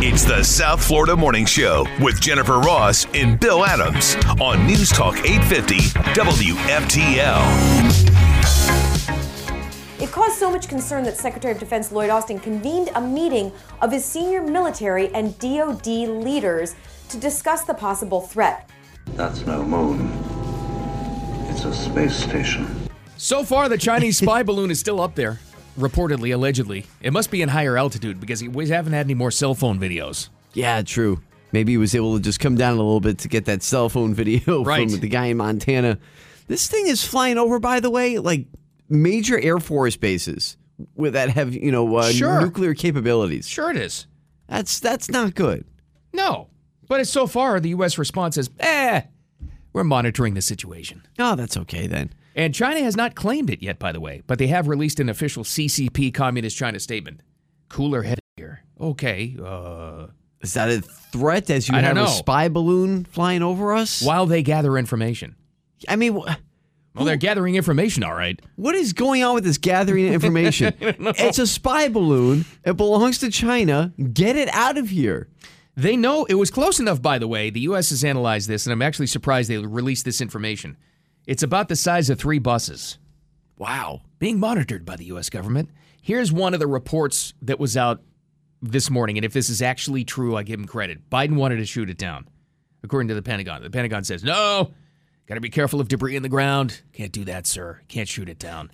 It's the South Florida Morning Show with Jennifer Ross and Bill Adams on News Talk 850 WFTL. It caused so much concern that Secretary of Defense Lloyd Austin convened a meeting of his senior military and DoD leaders to discuss the possible threat. That's no moon. It's a space station. So far, the Chinese spy balloon is still up there, reportedly, allegedly. It must be in higher altitude because we haven't had any more cell phone videos. Yeah, true. Maybe he was able to just come down a little bit to get that cell phone video Right. from the guy in Montana. This thing is flying over, by the way, like major Air Force bases with that have you know uh, Sure. nuclear capabilities. Sure, it is. That's that's not good. No, but it's so far the U.S. response is, eh, we're monitoring the situation. Oh, that's okay then. And China has not claimed it yet, by the way, but they have released an official CCP Communist China statement. Cooler head here. Okay. Uh, Is that a threat? As you I don't have a know. spy balloon flying over us? while they gather information. I mean, wh- Well, they're gathering information, all right. what is going on with this gathering of information? it's a spy balloon. It belongs to China. Get it out of here. They know it was close enough, by the way. The U.S. has analyzed this, and I'm actually surprised they released this information. It's about the size of three buses. Wow. Being monitored by the U.S. government. Here's one of the reports that was out this morning, and if this is actually true, I give him credit. Biden wanted to shoot it down, according to the Pentagon. The Pentagon says, no, got to be careful of debris in the ground. Can't do that, sir. Can't shoot it down.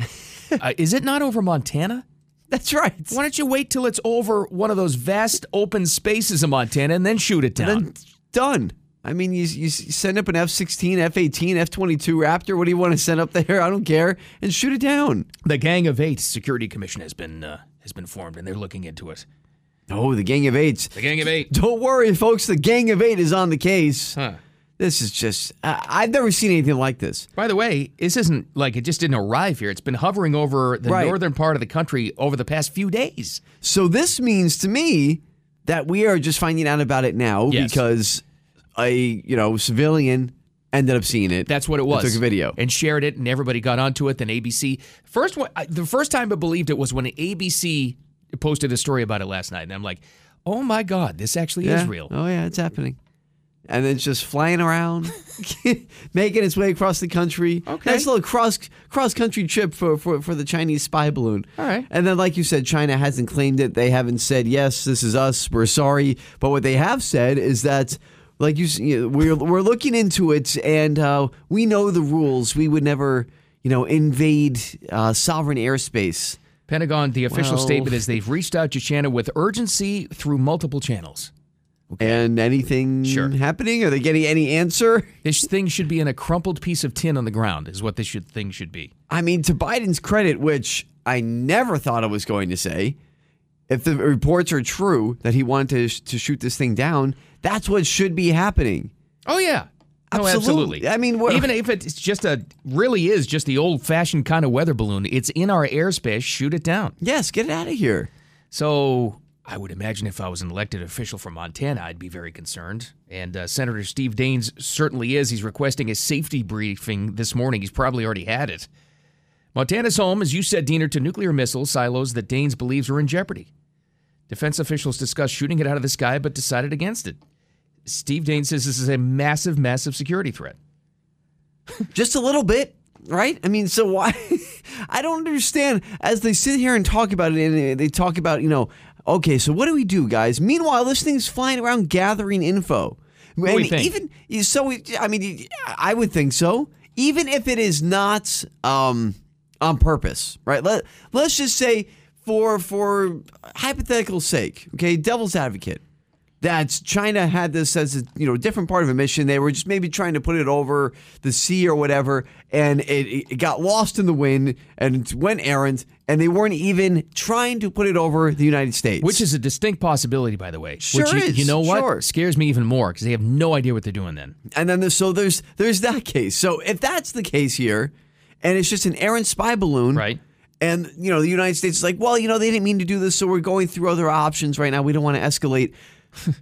uh, is it not over Montana? That's right. Why don't you wait till it's over one of those vast open spaces of Montana and then shoot it down? then done. I mean, you, you send up an F 16, F 18, F 22 Raptor. What do you want to send up there? I don't care. And shoot it down. The Gang of Eight Security Commission has been uh, has been formed, and they're looking into it. Oh, the Gang of Eights. The Gang of Eight. Don't worry, folks. The Gang of Eight is on the case. Huh. This is just, I, I've never seen anything like this. By the way, this isn't like it just didn't arrive here. It's been hovering over the Right. northern part of the country over the past few days. So this means to me that we are just finding out about it now Yes. because a, you know, civilian ended up seeing it. That's what it and was. Took a video. and shared it, and everybody got onto it. Then ABC first one, I- the first time I believed it was when ABC posted a story about it last night, and I'm like, oh my god, this actually Yeah. is real. Oh yeah, it's happening. And it's just flying around, making its way across the country. Okay. Nice little cross cross country trip for, for, for the Chinese spy balloon. All right. And then like you said, China hasn't claimed it. They haven't said, yes, this is us, we're sorry. But what they have said is that like you s- you know, we're we're looking into it and uh, we know the rules. We would never, you know, invade uh, sovereign airspace. Pentagon, the official Well- statement is they've reached out to China with urgency through multiple channels. And anything Sure. happening? Are they getting any answer? This thing should be in a crumpled piece of tin on the ground, is what this should, thing should be. I mean, to Biden's credit, which I never thought I was going to say, if the reports are true that he wanted to, sh- to shoot this thing down, that's what should be happening. Oh yeah, no, Absolutely. absolutely. I mean, what- even if it's just a really is just the old-fashioned kind of weather balloon, it's in our airspace. Shoot it down. Yes, get it out of here. So I would imagine if I was an elected official from Montana, I'd be very concerned. And uh, Senator Steve Daines certainly is. He's requesting a safety briefing this morning. He's probably already had it. Montana's home, as you said, Diener, to nuclear missile silos that Daines believes are in jeopardy. Defense officials discussed shooting it out of the sky but decided against it. Steve Daines says this is a massive, massive security threat. Just a little bit, right? I mean, so why? I don't understand. As they sit here and talk about it, and they talk about, you know, okay, so what do we do, guys? Meanwhile, this thing's flying around gathering info. What do you think? even so, it- I mean, I would think so. Even if it is not um, on purpose, right? Let Let's just say for for hypothetical sake, okay, devil's advocate that China had this as a you know different part of a mission. They were just maybe trying to put it over the sea or whatever, and it, it got lost in the wind and went errant, and they weren't even trying to put it over the United States. Which is a distinct possibility, by the way. Sure which you, is, you know what sure. scares me even more because they have no idea what they're doing. Then and then there's, so there's there's that case. So if that's the case here, and it's just an errant spy balloon, Right. And you know the United States is like, well, you know they didn't mean to do this, so we're going through other options right now. We don't want to escalate.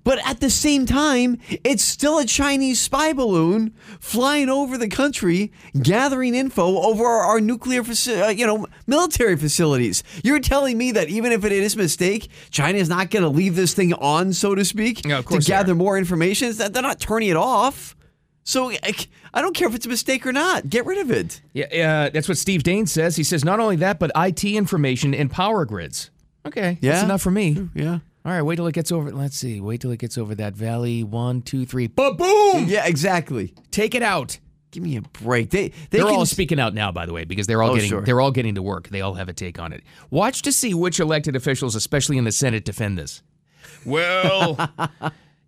But at the same time, it's still a Chinese spy balloon flying over the country, gathering info over our, our nuclear, faci- uh, you know, military facilities. You're telling me that even if it is a mistake, China is not going to leave this thing on, so to speak, Yeah, of to course they gather are. more information. It's That they're not turning it off. So like, I don't care if it's a mistake or not. Get rid of it. Yeah, uh, that's what Steve Dane says. He says not only that, but IT information and power grids. Okay, Yeah. that's enough for me. Yeah. All right, wait till it gets over. Let's see. Wait till it gets over that valley. One, two, three. Ba boom! Yeah. Exactly. Take it out. Give me a break. They they They are can all speaking out now, by the way, because they're all Oh, getting sure. they're all getting to work. They all have a take on it. Watch to see which elected officials, especially in the Senate, defend this. Well,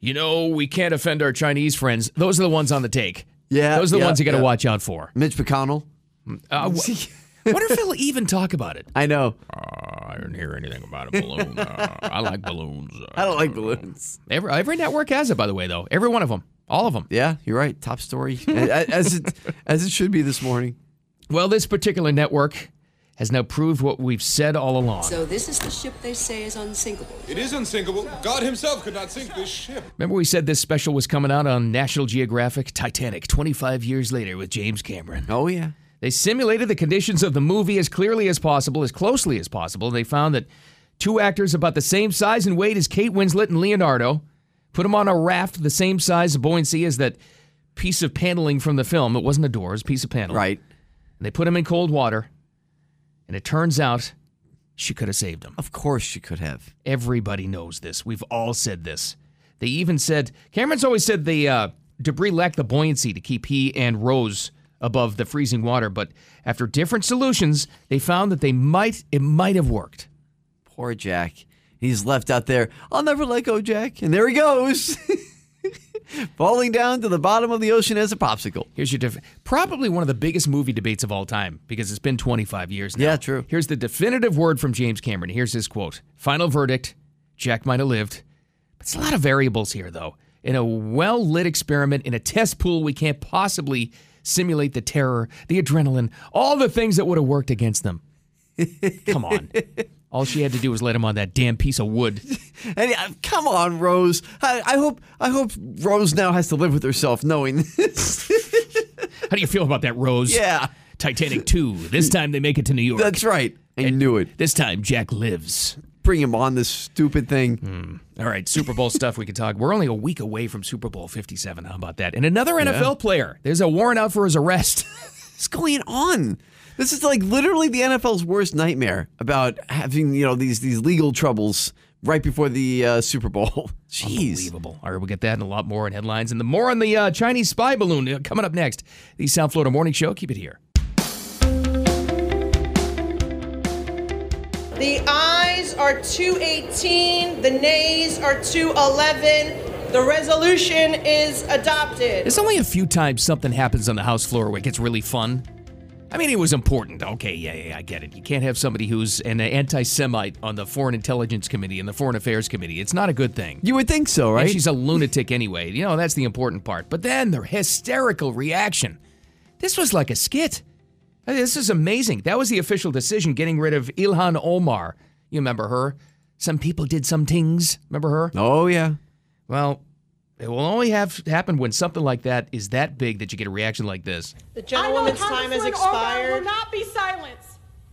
you know, we can't offend our Chinese friends. Those are the ones on the take. Yeah, those are the yeah, ones you got to yeah. watch out for. Mitch McConnell. Uh, wh- wonder if he'll even talk about it. I know. I didn't hear anything about a balloon. Uh, I like balloons. Uh, I don't like balloons. every every network has it, by the way, though. Every one of them, all of them. Yeah, you're right. Top story as it as it should be this morning. Well, this particular network has now proved what we've said all along. So this is the ship they say is unsinkable. It is unsinkable. God himself could not sink this ship. Remember, we said this special was coming out on National Geographic Titanic 25 years later with James Cameron. Oh yeah. They simulated the conditions of the movie as clearly as possible, as closely as possible. They found that two actors about the same size and weight as Kate Winslet and Leonardo put them on a raft the same size and buoyancy as that piece of paneling from the film. It wasn't a door, it was a piece of paneling. Right. And they put him in cold water. And it turns out she could have saved him. Of course you could have. Everybody knows this. We've all said this. They even said Cameron's always said the uh, debris lacked the buoyancy to keep he and Rose above the freezing water, but after different solutions, they found that they might it might have worked. Poor Jack. He's left out there. I'll never let go, Jack. And there he goes. Falling down to the bottom of the ocean as a popsicle. Here's your def- probably one of the biggest movie debates of all time because it's been 25 years now. Yeah, true. Here's the definitive word from James Cameron. Here's his quote. Final verdict, Jack might have lived. But it's a lot of variables here though. In a well-lit experiment in a test pool, we can't possibly simulate the terror, the adrenaline, all the things that would have worked against them. Come on. All she had to do was let him on that damn piece of wood. And uh, come on, Rose. I, I hope I hope Rose now has to live with herself knowing this. How do you feel about that, Rose? yeah. Titanic 2. This time they make it to New York. That's right. I knew it. This time Jack lives. Bring him on this stupid thing. All right, Super Bowl stuff we could talk. We're only a week away from Super Bowl 57. How about that? And another NFL player. There's a warrant out for his arrest. What's going on? This is like literally the NFL's worst nightmare about having you know these these legal troubles right before the uh, Super Bowl. Jeez, Unbelievable. All right, we'll get that and a lot more in headlines. And the more on the uh, Chinese spy balloon uh, coming up next. The South Florida Morning Show. Keep it here. The ayes are 218, the nays are 211. The resolution is adopted. There's only a few times something happens on the House floor where it gets really fun. I mean, it was important. Okay, yeah, yeah, I get it. You can't have somebody who's an anti Semite on the Foreign Intelligence Committee and the Foreign Affairs Committee. It's not a good thing. you would think so, And right? she's a lunatic anyway. You know, that's the important part. But then the hysterical reaction. This was like a skit. I mean, This is amazing. That was the official decision getting rid of Ilhan Omar. You remember her? Some people did some things. Remember her? oh yeah, Well, it will only have happen when something like that is that big that you get a reaction like this. The gentlewoman's time has Omar will expired. not be silenced.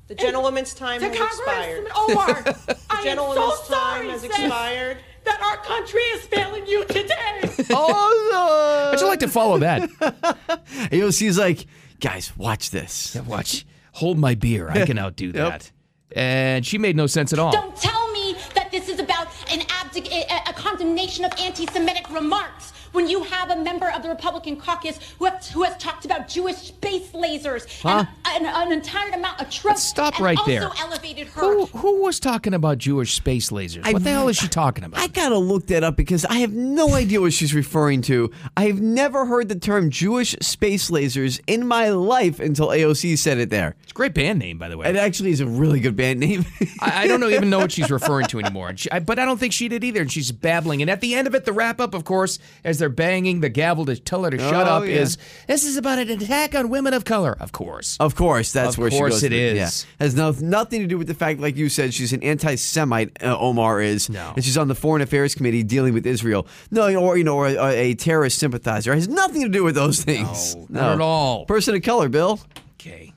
The gentlewoman's time To has expired. Congressman Omar, I am so Gentlewoman's time sorry, has sis, expired. that our country is failing you today. oh I'd you like to follow that? no! You know, she's like, guys, watch this. Yeah, Watch, hold my beer. I can outdo that. And she made no sense at all. Don't tell me that this is about an abdic- a, a condemnation of anti-Semitic remarks when you have a member of the Republican caucus who, have, who has talked about Jewish space lasers and an, an entire amount of trope. Let's stop and right also there. elevated her. Who, who was talking about Jewish space lasers? I- what the hell is she talking about? I gotta look that up because I have no idea what she's referring to. I have never heard the term Jewish space lasers in my life until AOC said it there. It's a great band name, by the way. It I, actually is a really good band name. I don't know, even know what she's referring to anymore. And she, I, but I don't think she did either. And she's babbling. And at the end of it, the wrap up, of course, as they're banging the gavel to tell her to shut Oh, up yeah. is this is about an attack on women of color. Of course. Of course, that's Of where course she goes. it to- yeah. is. Has no, nothing to do with the fact, like you said, she's an anti-Semite. Uh, Omar is, No. and she's on the Foreign Affairs Committee dealing with Israel. No, you know, or you know, or a, a terrorist sympathizer has nothing to do with those things. No, not at all. Person of color, Bill. Okay.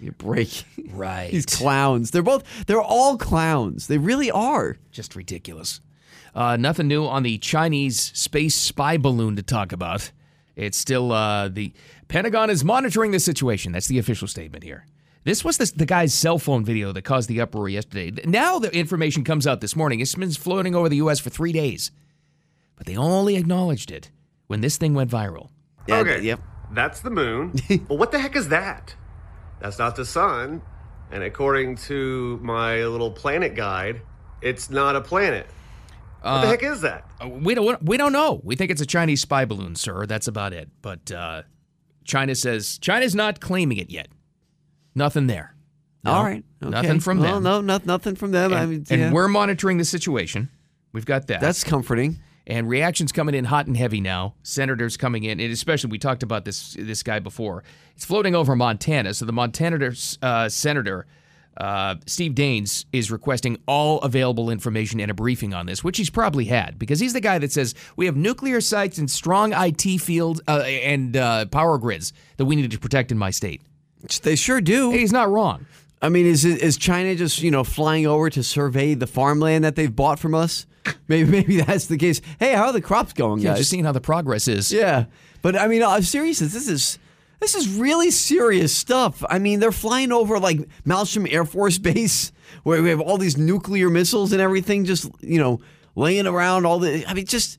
You break. Right. These clowns. They're both. They're all clowns. They really are. Just ridiculous. Uh, nothing new on the Chinese space spy balloon to talk about. It's still uh, the Pentagon is monitoring the situation. That's the official statement here. This was the, the guy's cell phone video that caused the uproar yesterday. Now the information comes out this morning. It's been floating over the U.S. for three days, but they only acknowledged it when this thing went viral. Yeah, Okay. Yep. That's the moon. well, what the heck is that? That's not the sun. And according to my little planet guide, it's not a planet. What the Uh, heck is that? Uh, We don't we don't know. We think it's a Chinese spy balloon, sir. That's about it. But uh, China says China's not claiming it yet. Nothing there. No, All right. Okay. Nothing from well, them. No, no, nothing from them. I And, mean, and yeah. we're monitoring the situation. We've got that. that's comforting. and reactions coming in hot and heavy now. Senators coming in, and especially we talked about this this guy before. It's floating over Montana, so the Montana uh, senator uh, Steve Daines is requesting all available information and a briefing on this, which he's probably had because he's the guy that says we have nuclear sites and strong IT fields uh, and uh, power grids that we need to protect in my state. They sure do. He's not wrong. I mean, is is China just you know flying over to survey the farmland that they've bought from us? Maybe maybe that's the case. Hey, how are the crops going, Yeah, guys? just seeing how the progress is. yeah, but I mean, I'm serious. This is this is really serious stuff. I mean, they're flying over like Malcolm Air Force Base where we have all these nuclear missiles and everything, just you know laying around. All the I mean, just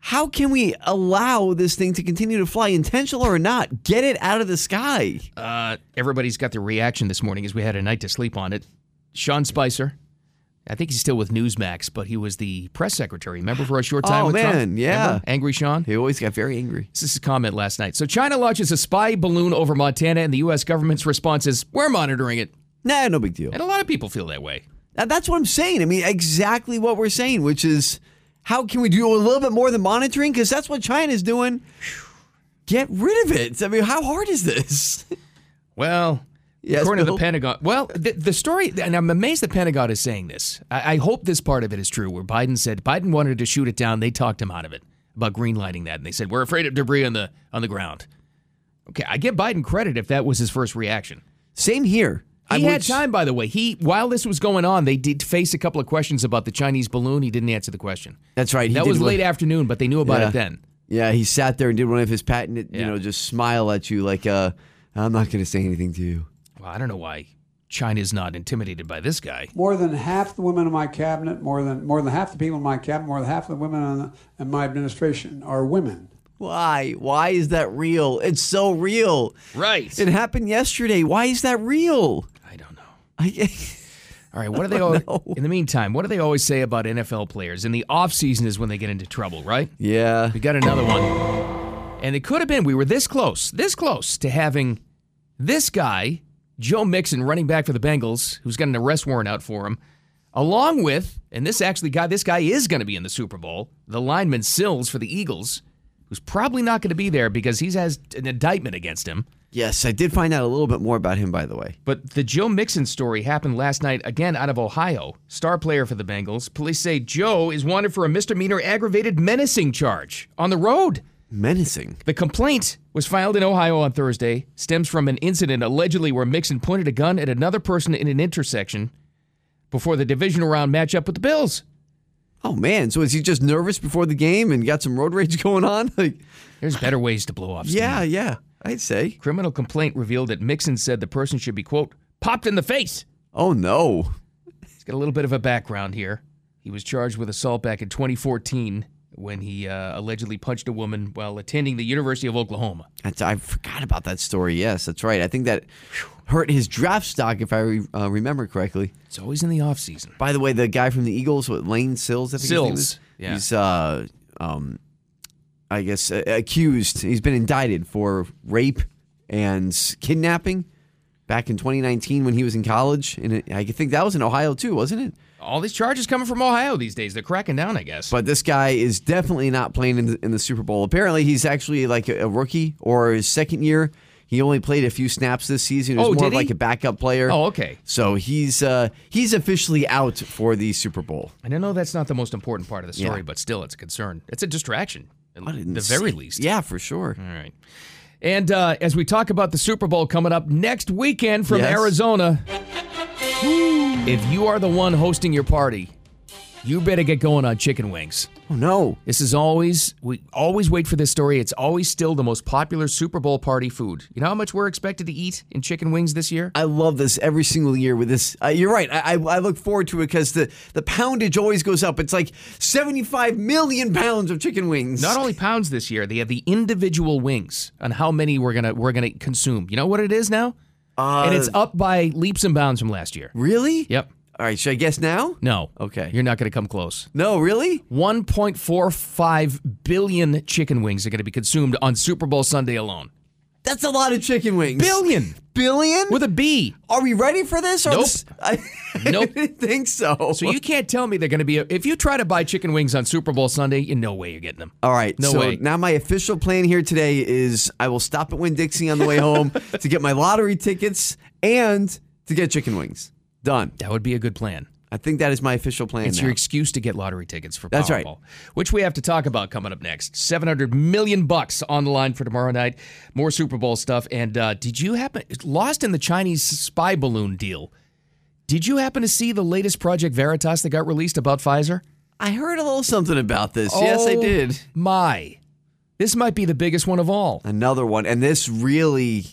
how can we allow this thing to continue to fly, intentional or not? Get it out of the sky. Uh, everybody's got their reaction this morning as we had a night to sleep on it. Sean Spicer, I think he's still with Newsmax, but he was the press secretary. Remember for a short time Oh, with Trump? man, yeah. Remember? Angry Sean? He always got very angry. This is his comment last night. So China launches a spy balloon over Montana, and the U.S. government's response is, we're monitoring it. Nah, no big deal. And a lot of people feel that way. Now, that's what I'm saying. I mean, exactly what we're saying, which is how can we do a little bit more than monitoring? Because that's what China's doing. Get rid of it. I mean, how hard is this? Well, Yes, according to Bill? the Pentagon, well, the, the story, and I'm amazed the Pentagon is saying this. I, I hope this part of it is true, where Biden said Biden wanted to shoot it down. They talked him out of it about greenlighting that, and they said we're afraid of debris on the on the ground. Okay, I give Biden credit if that was his first reaction. Same here. He I'm had with- time, by the way. He while this was going on, they did face a couple of questions about the Chinese balloon. He didn't answer the question. That's right. He that did was look- late afternoon, but they knew about Yeah. it then. Yeah, he sat there and did one of his patented, you Yeah. know, just smile at you like, uh, I'm not going to say anything to you. Well, I don't know why China's not intimidated by this guy. More than half the women in my cabinet, more than more than half the people in my cabinet, more than half the women on the, in my administration are women. Why? Why is that real? It's so real. Right. It happened yesterday. Why is that real? I don't know. I, All right, what do they always, in the meantime, what do they always say about NFL players? In the offseason is when they get into trouble, right? yeah. We got another one. And it could have been we were this close, this close to having this guy, Joe Mixon, running back for the Bengals, who's got an arrest warrant out for him, along with, and this actually guy, this guy is going to be in the Super Bowl, the lineman Sills for the Eagles, who's probably not going to be there because he has an indictment against him. Yes, I did find out a little bit more about him, by the way. But the Joe Mixon story happened last night again out of Ohio. Star player for the Bengals. Police say Joe is wanted for a misdemeanor aggravated menacing charge on the road. Menacing. The complaint was filed in Ohio on Thursday, stems from an incident allegedly where Mixon pointed a gun at another person in an intersection before the division round matchup with the Bills. Oh man, so is he just nervous before the game and got some road rage going on? Like, There's better ways to blow off steam. yeah, yeah, I'd say. Criminal complaint revealed that Mixon said the person should be, quote, popped in the face. Oh no. He's got a little bit of a background here. He was charged with assault back in 2014 when he uh, allegedly punched a woman while attending the University of Oklahoma. That's, I forgot about that story. Yes, that's right. I think that hurt his draft stock, if I re- uh, remember correctly. It's always in the offseason. By the way, the guy from the Eagles, what, Lane Sills, I think his name Sills, is? yeah. He's, uh, um, I guess, uh, accused. He's been indicted for rape and kidnapping back in 2019 when he was in college. And it, I think that was in Ohio too, wasn't it? All these charges coming from Ohio these days. They're cracking down, I guess. But this guy is definitely not playing in the, in the Super Bowl. Apparently, he's actually like a, a rookie or his second year. He only played a few snaps this season. He was Oh, more did of like he? a backup player. Oh, okay. So he's uh, he's officially out for the Super Bowl. And I know that's not the most important part of the Yeah. story, but still, it's a concern. It's a distraction, at didn't the very see- least. Yeah, for sure. All right. And uh, as we talk about the Super Bowl coming up next weekend from Yes. Arizona, if you are the one hosting your party, you better get going on chicken wings. Oh no! This is always we always wait for this story. It's always still the most popular Super Bowl party food. You know how much we're expected to eat in chicken wings this year? I love this every single year with this. Uh, you're right. I, I, I look forward to it because the, the poundage always goes up. It's like 75 million pounds of chicken wings. Not only pounds this year, they have the individual wings on how many we're gonna we're gonna consume. You know what it is now? Uh, and it's up by leaps and bounds from last year. Really? Yep. All right. Should I guess now? No. Okay. You're not going to come close. No, really? 1.45 billion chicken wings are going to be consumed on Super Bowl Sunday alone. That's a lot of chicken wings. Billion. Billion? With a B. Are we ready for this? Or Nope. this- I, Nope. I didn't think so. So you can't tell me they're going to be. if you try to buy chicken wings on Super Bowl Sunday, you no way you're getting them. All right. No so way. now my official plan here today is I will stop at Winn Dixie on the way home to get my lottery tickets and to get chicken wings. Done. That would be a good plan. I think that is my official plan. It's now. your excuse to get lottery tickets for That's right. Powerball, which we have to talk about coming up next. Seven hundred million bucks on the line for tomorrow night. More Super Bowl stuff. And uh, did you happen lost in the Chinese spy balloon deal? Did you happen to see the latest Project Veritas that got released about Pfizer? I heard a little something about this. yes, I Oh, did. My, this might be the biggest one of all. Another one. And this really,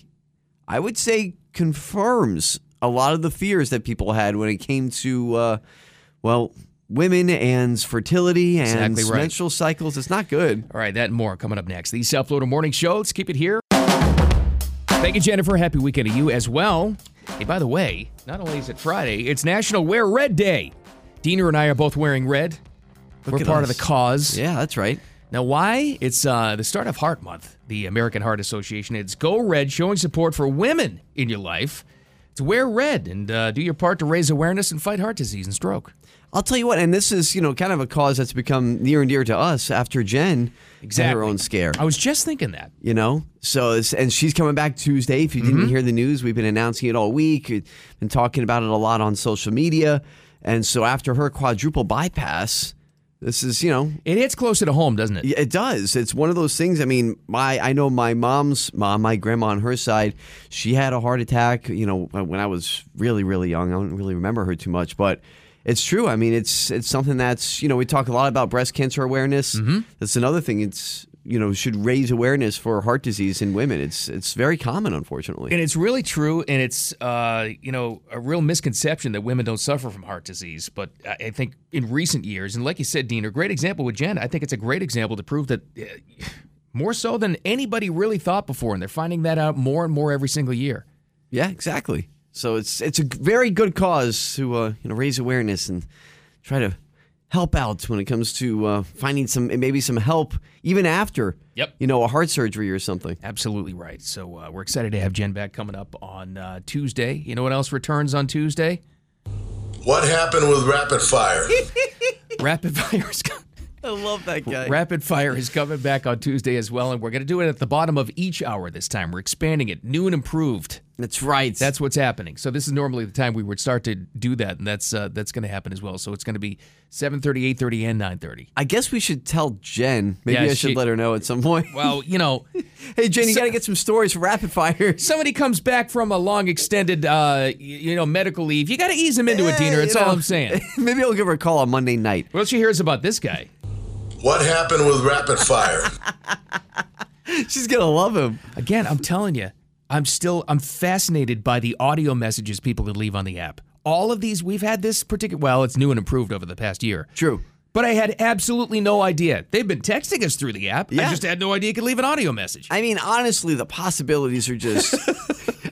I would say, confirms a lot of the fears that people had when it came to, uh, well, women and fertility and Exactly right. menstrual cycles. It's not good. All right, that and more coming up next. The South Florida Morning Show. Let's keep it here. Thank you, Jennifer. Happy weekend to you as well. Hey, by the way, not only is it Friday, it's National Wear Red Day. Dina and I are both wearing red. Look We're at part us. of the cause. Yeah, that's right. Now, why? It's uh, the start of Heart Month, the American Heart Association. It's Go Red, showing support for women in your life. To wear red and uh, do your part to raise awareness and fight heart disease and stroke. I'll tell you what, and this is, you know, kind of a cause that's become near and dear to us after Jen had her Exactly. own scare. I was just thinking that. you know so it's, and she's coming back tuesday if you didn't hear the news we've been announcing it all week We've been talking about it a lot on social media and so after her quadruple bypass this is you know It hits closer to home, doesn't it? yeah, It does. It's one of those things. I mean, my I know my mom's mom, my grandma on her side, she had a heart attack. You know, when I was really really young, I don't really remember her too much, but it's true. I mean, it's it's something that's you know we talk a lot about breast cancer awareness. That's another thing. It's you know should raise awareness for heart disease in women. It's it's very common, unfortunately. And it's really true, and it's uh, you know a real misconception that women don't suffer from heart disease. But I I think in recent years, and like you said, Dean, a great example with Jen. I think it's a great example to prove that uh, more so than anybody really thought before, and they're finding that out more and more every single year. yeah, exactly. So it's it's a very good cause to uh, you know raise awareness and try to help out when it comes to uh, finding some maybe some help even after Yep. you know a heart surgery or something. Absolutely right. So uh, we're excited to have Jen back coming up on uh, Tuesday. You know what else returns on Tuesday? What happened with Rapid Fire? Rapid fire is co- I love that guy. Rapid Fire is coming back on Tuesday as well, and we're going to do it at the bottom of each hour this time. We're expanding it, new and improved. That's right. That's what's happening. So this is normally the time we would start to do that, and that's uh, that's going to happen as well. So it's going to be 7:30, 8:30, and 9:30. I guess we should tell Jen. Maybe Yeah, I should she- let her know at some point. Well, you know, hey Jen, you so- got to get some stories for Rapid Fire. somebody comes back from a long extended, uh, y- you know, medical leave. You got to ease them into it, Diener. That's You all know, I'm saying. maybe I'll give her a call on Monday night. What else she hears about this guy? What happened with Rapid Fire? She's gonna love him. Again, I'm telling you, I'm still I'm fascinated by the audio messages people can leave on the app. All of these we've had this particular. Well, it's new and improved over the past year. True. But I had absolutely no idea. They've been texting us through the app. Yeah. I just had no idea you could leave an audio message. I mean, honestly, the possibilities are just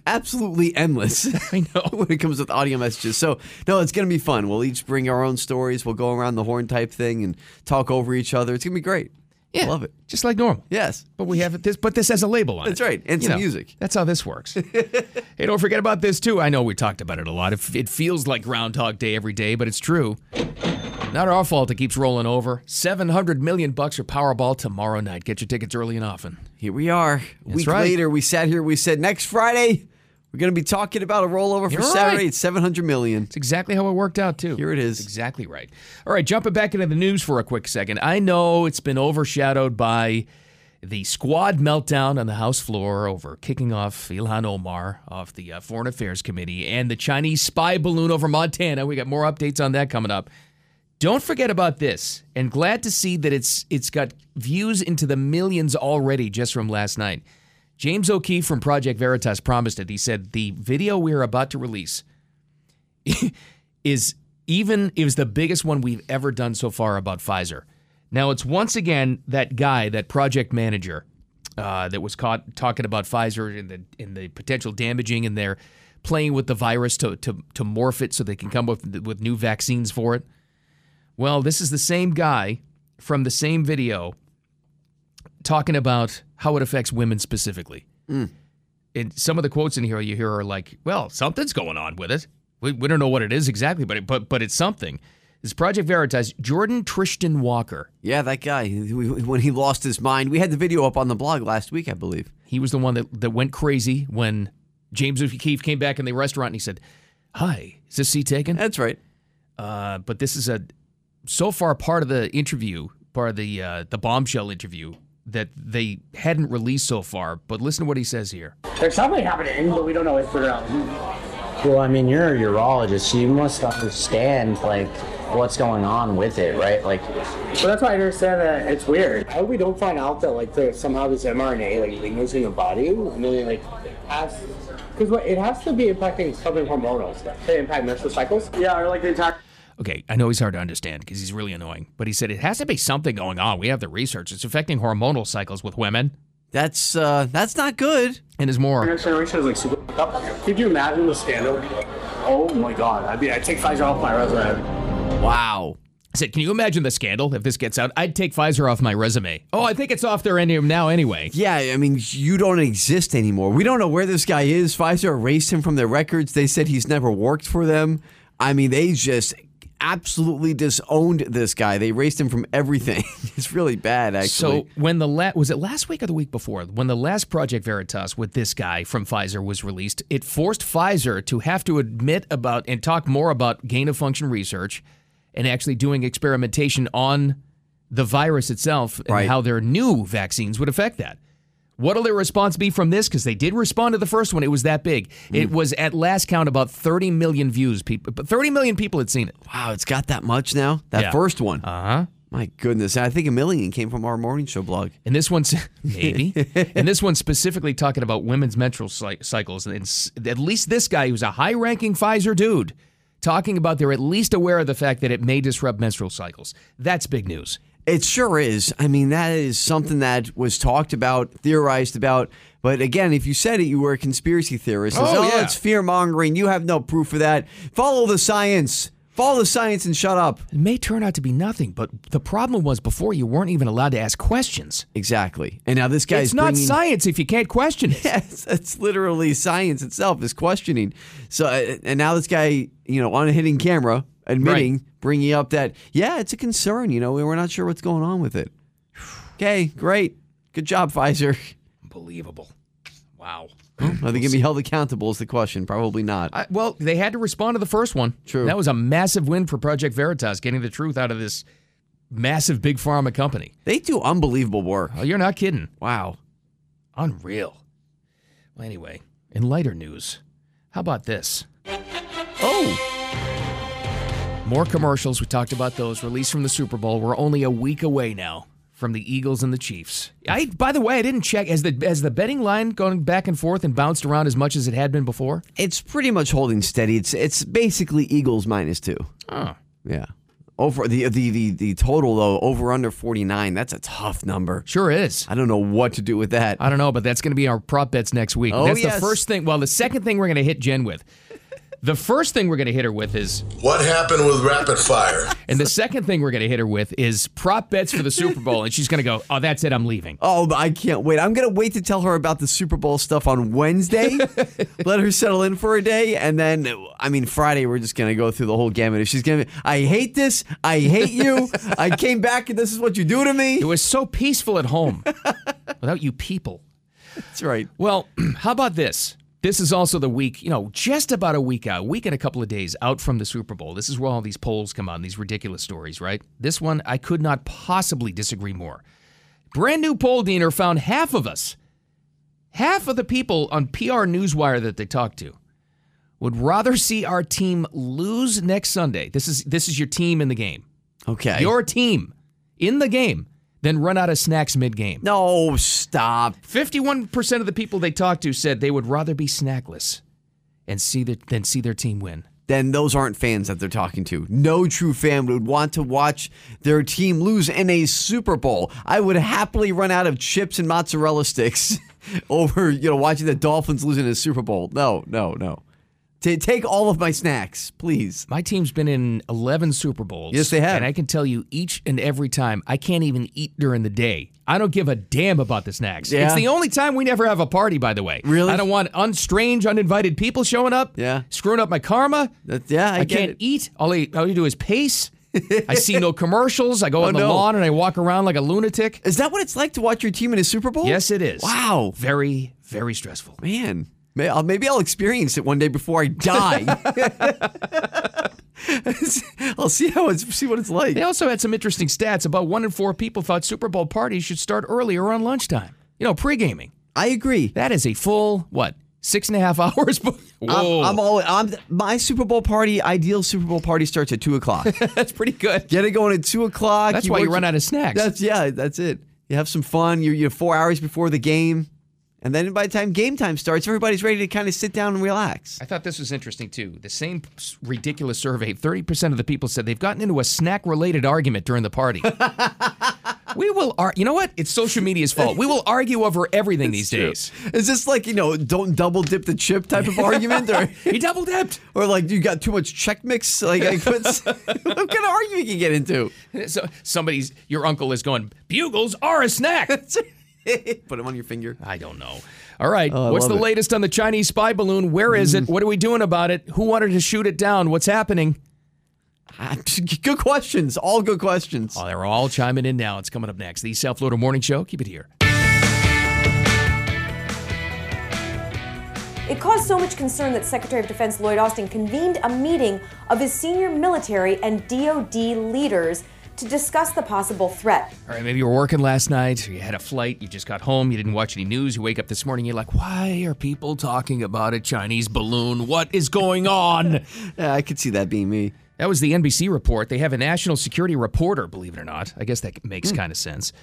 absolutely endless. I know. when it comes with audio messages. So no, it's gonna be fun. We'll each bring our own stories. We'll go around the horn type thing and talk over each other. It's gonna be great. Yeah, Oh. love it. Just like normal. Yes, but we have it. This, but this has a label on That's it. right, and You some know, music. That's how this works. hey, don't forget about this too. I know we talked about it a lot. It, it feels like Groundhog Day every day, but it's true. Not our fault. It keeps rolling over. Seven hundred million bucks for Powerball tomorrow night. Get your tickets early and often. Here we are. That's week right. later, we sat here. We said next Friday we're going to be talking about a rollover for You're Saturday. right. It's seven hundred million. It's exactly how it worked out too. Here it is. Exactly right. All right, jumping back into the news for a quick second. I know it's been overshadowed by the squad meltdown on the House floor over kicking off Ilhan Omar off the uh, Foreign Affairs Committee and the Chinese spy balloon over Montana. We got more updates on that coming up. Don't forget about this, and glad to see that it's it's got views into the millions already just from last night. James O'Keefe from Project Veritas promised it. He said the video we are about to release is even it was the biggest one we've ever done so far about Pfizer. Now it's once again that guy, that project manager, uh, that was caught talking about Pfizer and the and the potential damaging and they're playing with the virus to to to morph it so they can come up with with new vaccines for it. Well, this is the same guy from the same video talking about how it affects women specifically. And some of the quotes in here you hear are like, "Well, something's going on with it. We, we don't know what it is exactly, but it, but but it's something." This Project Veritas, Jordan Tristan Walker. Yeah, that guy. When he lost his mind, we had the video up on the blog last week, I believe. He was the one that that went crazy when James O'Keefe came back in the restaurant and he said, "Hi, is this seat taken?" That's right. Uh, but this is a so far part of the interview, part of the uh, the bombshell interview that they hadn't released so far. But listen to what he says here. There's something happening, but we don't know um, what's around. Well, I mean, you're a urologist. You must understand, like, what's going on with it, right? Like, so that's why I understand that it's weird. How we don't find out that, like, there's somehow this mRNA, like, lingers in your body, and then, like, has... Because what it has to be impacting something hormonal stuff to impact menstrual cycles. Yeah, or, like, the entire... Okay, I know he's hard to understand because he's really annoying, but he said it has to be something going on. We have the research; it's affecting hormonal cycles with women. That's uh, that's not good. And there's more. Next generation is, like, super... Could you imagine the stand-up? Like, oh, my God. I'd be... I'd take Pfizer off my resume. Wow. I said, can you imagine the scandal if this gets out? I'd take Pfizer off my resume. Oh, I think it's off their end now anyway. Yeah, I mean, you don't exist anymore. We don't know where this guy is. Pfizer erased him from their records. They said he's never worked for them. I mean, they just absolutely disowned this guy. They erased him from everything. it's really bad, actually. So when the la- was it last week or the week before when the last Project Veritas with this guy from Pfizer was released, it forced Pfizer to have to admit about and talk more about gain of function research and actually doing experimentation on the virus itself and how their new vaccines would affect that. What'll their response be from this? Because they did respond to the first one. It was that big. It was at last count about 30 million views. People, but 30 million people had seen it. Wow, it's got that much now. That Yeah. first one. Uh huh. My goodness. And I think a million came from our morning show blog. And this one's maybe. and this one's specifically talking about women's menstrual cy- cycles. And s- at least this guy, who's a high ranking Pfizer dude, talking about they're at least aware of the fact that it may disrupt menstrual cycles. That's big news. It sure is. I mean, that is something that was talked about, theorized about. But again, if you said it, you were a conspiracy theorist. It's, Oh, yeah. it's fear mongering. You have no proof for that. Follow the science. Follow the science and shut up. It may turn out to be nothing, but the problem was before you weren't even allowed to ask questions. Exactly. And now this guy's It's not bringing- science if you can't question it. Yes, that's literally science itself is questioning. So, uh, and now this guy, you know, on a hitting camera, admitting, bringing up that, yeah, it's a concern. You know, we're not sure what's going on with it. Okay, great, good job, Pfizer. Unbelievable. Wow. Are they going to be held accountable? Is the question? Probably not. I, well, they had to respond to the first one. True. That was a massive win for Project Veritas, getting the truth out of this massive big pharma company. They do unbelievable work. Oh, you're not kidding. Wow. Unreal. Well, anyway, in lighter news, how about this? Oh. More commercials. We talked about those released from the Super Bowl. We're only a week away now from the Eagles and the Chiefs. I, by the way, I didn't check. Has the has the betting line gone back and forth and bounced around as much as it had been before? It's pretty much holding steady. It's it's basically Eagles minus two. Oh. Yeah. Over the the the, the total though over under forty nine. That's a tough number. Sure is. I don't know what to do with that. I don't know, but that's going to be our prop bets next week. Oh, that's yes. the first thing. Well, the second thing we're going to hit Jen with. The first thing we're going to hit her with is What happened with rapid fire? And the second thing we're going to hit her with is prop bets for the Super Bowl. And she's going to go, oh, that's it, I'm leaving. Oh, I can't wait. I'm going to wait to tell her about the Super Bowl stuff on Wednesday. Let her settle in for a day. And then, I mean, Friday, we're just going to go through the whole gamut. If she's going to, I hate this. I hate you. I came back and this is what you do to me. It was so peaceful at home without you people. That's right. Well, how about this? This is also the week, you know, just about a week out, week and a couple of days out from the Super Bowl. This is where all these polls come on, these ridiculous stories, right? This one, I could not possibly disagree more. Brand new poll, Diener, found half of us, half of the people on PR Newswire that they talked to would rather see our team lose next Sunday. This is this is your team in the game. Okay. Your team in the game than run out of snacks mid-game. No, stop. 51% of the people they talked to said they would rather be snackless and see their, than see their team win. Then those aren't fans that they're talking to. No true fan would want to watch their team lose in a Super Bowl. I would happily run out of chips and mozzarella sticks over, you know, watching the Dolphins lose in a Super Bowl. No, no, no. Ta- take all of my snacks, please. My team's been in 11 Super Bowls. Yes, they have. And I can tell you each and every time, I can't even eat during the day. I don't give a damn about the snacks. Yeah. It's the only time we never have a party, by the way. Really? I don't want unstrange, uninvited people showing up. Yeah. Screwing up my karma. That- yeah, I, get can't it. eat. All I, all you do is pace. I see no commercials. I go Oh, on the no. lawn and I walk around like a lunatic. Is that what it's like to watch your team in a Super Bowl? Yes, it is. Wow. Very, very stressful. Man, may- I'll- maybe I'll experience it one day before I die. I'll see how it's see what it's like. They also had some interesting stats about one in four people thought Super Bowl parties should start earlier on lunchtime. You know, pre gaming. I agree. That is a full what six and a half hours. Whoa, I'm, I'm all. I'm my Super Bowl party. Ideal Super Bowl party starts at two o'clock. that's pretty good. Get it going at two o'clock. That's why you work- run out of snacks. That's yeah. That's it. You have some fun. You're, you're four hours before the game, and then by the time game time starts, everybody's ready to kind of sit down and relax. I thought this was interesting too. The same s- ridiculous survey: thirty percent of the people said they've gotten into a snack-related argument during the party. we will, ar- you know what? It's social media's fault. We will argue over everything these days. Is this like you know don't double dip the chip type of argument, or He double dipped. or like you got too much check mix? Like I could, what kind of argument you get into? So somebody's, your uncle is going. Bugles are a snack. Put them on your finger. I don't know. All right. Oh, I What's love the it. Mm. latest on the Chinese spy balloon? Where is it? What are we doing about it? Who wanted to shoot it down? What's happening? Ah, Good questions. All good questions. Oh, they're all chiming in now. It's coming up next. The South Florida Morning Show. Keep it here. It caused so much concern that Secretary of Defense Lloyd Austin convened a meeting of his senior military and DoD leaders to discuss the possible threat. All right. Maybe you were working last night. You had a flight. You just got home. You didn't watch any news. You wake up this morning. You're like, why are people talking about a Chinese balloon? What is going on? Yeah, I could see that being me. That was the NBC report. They have a national security reporter, believe it or not. I guess that makes Hmm. kind of sense.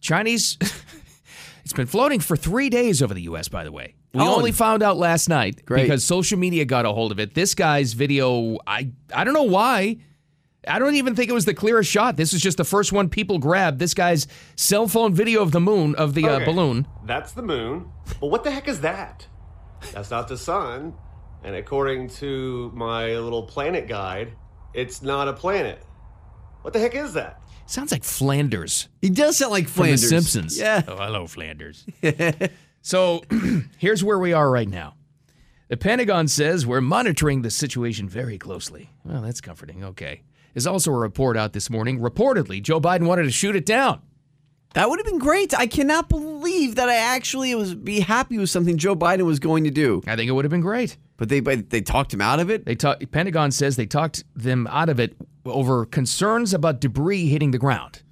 Chinese. it's been floating for three days over the U.S., by the way. We Oh, only and- found out last night Great. because social media got a hold of it. This guy's video, I, I don't know why. I don't even think it was the clearest shot. This is just the first one people grabbed. This guy's cell phone video of the moon, of the Okay, uh, balloon. That's the moon. But what the heck is that? That's not the sun. And according to my little planet guide, it's not a planet. What the heck is that? Sounds like Flanders. He does sound like from The Flanders. Simpsons. Yeah. Oh, hello, Flanders. so here's where we are right now. The Pentagon says we're monitoring the situation very closely. Well, that's comforting. Okay. There's also a report out this morning. Reportedly, Joe Biden wanted to shoot it down. That would have been great. I cannot believe that I actually was be happy with something Joe Biden was going to do. I think it would have been great. But they but they talked him out of it. They talk, Pentagon says they talked them out of it over concerns about debris hitting the ground.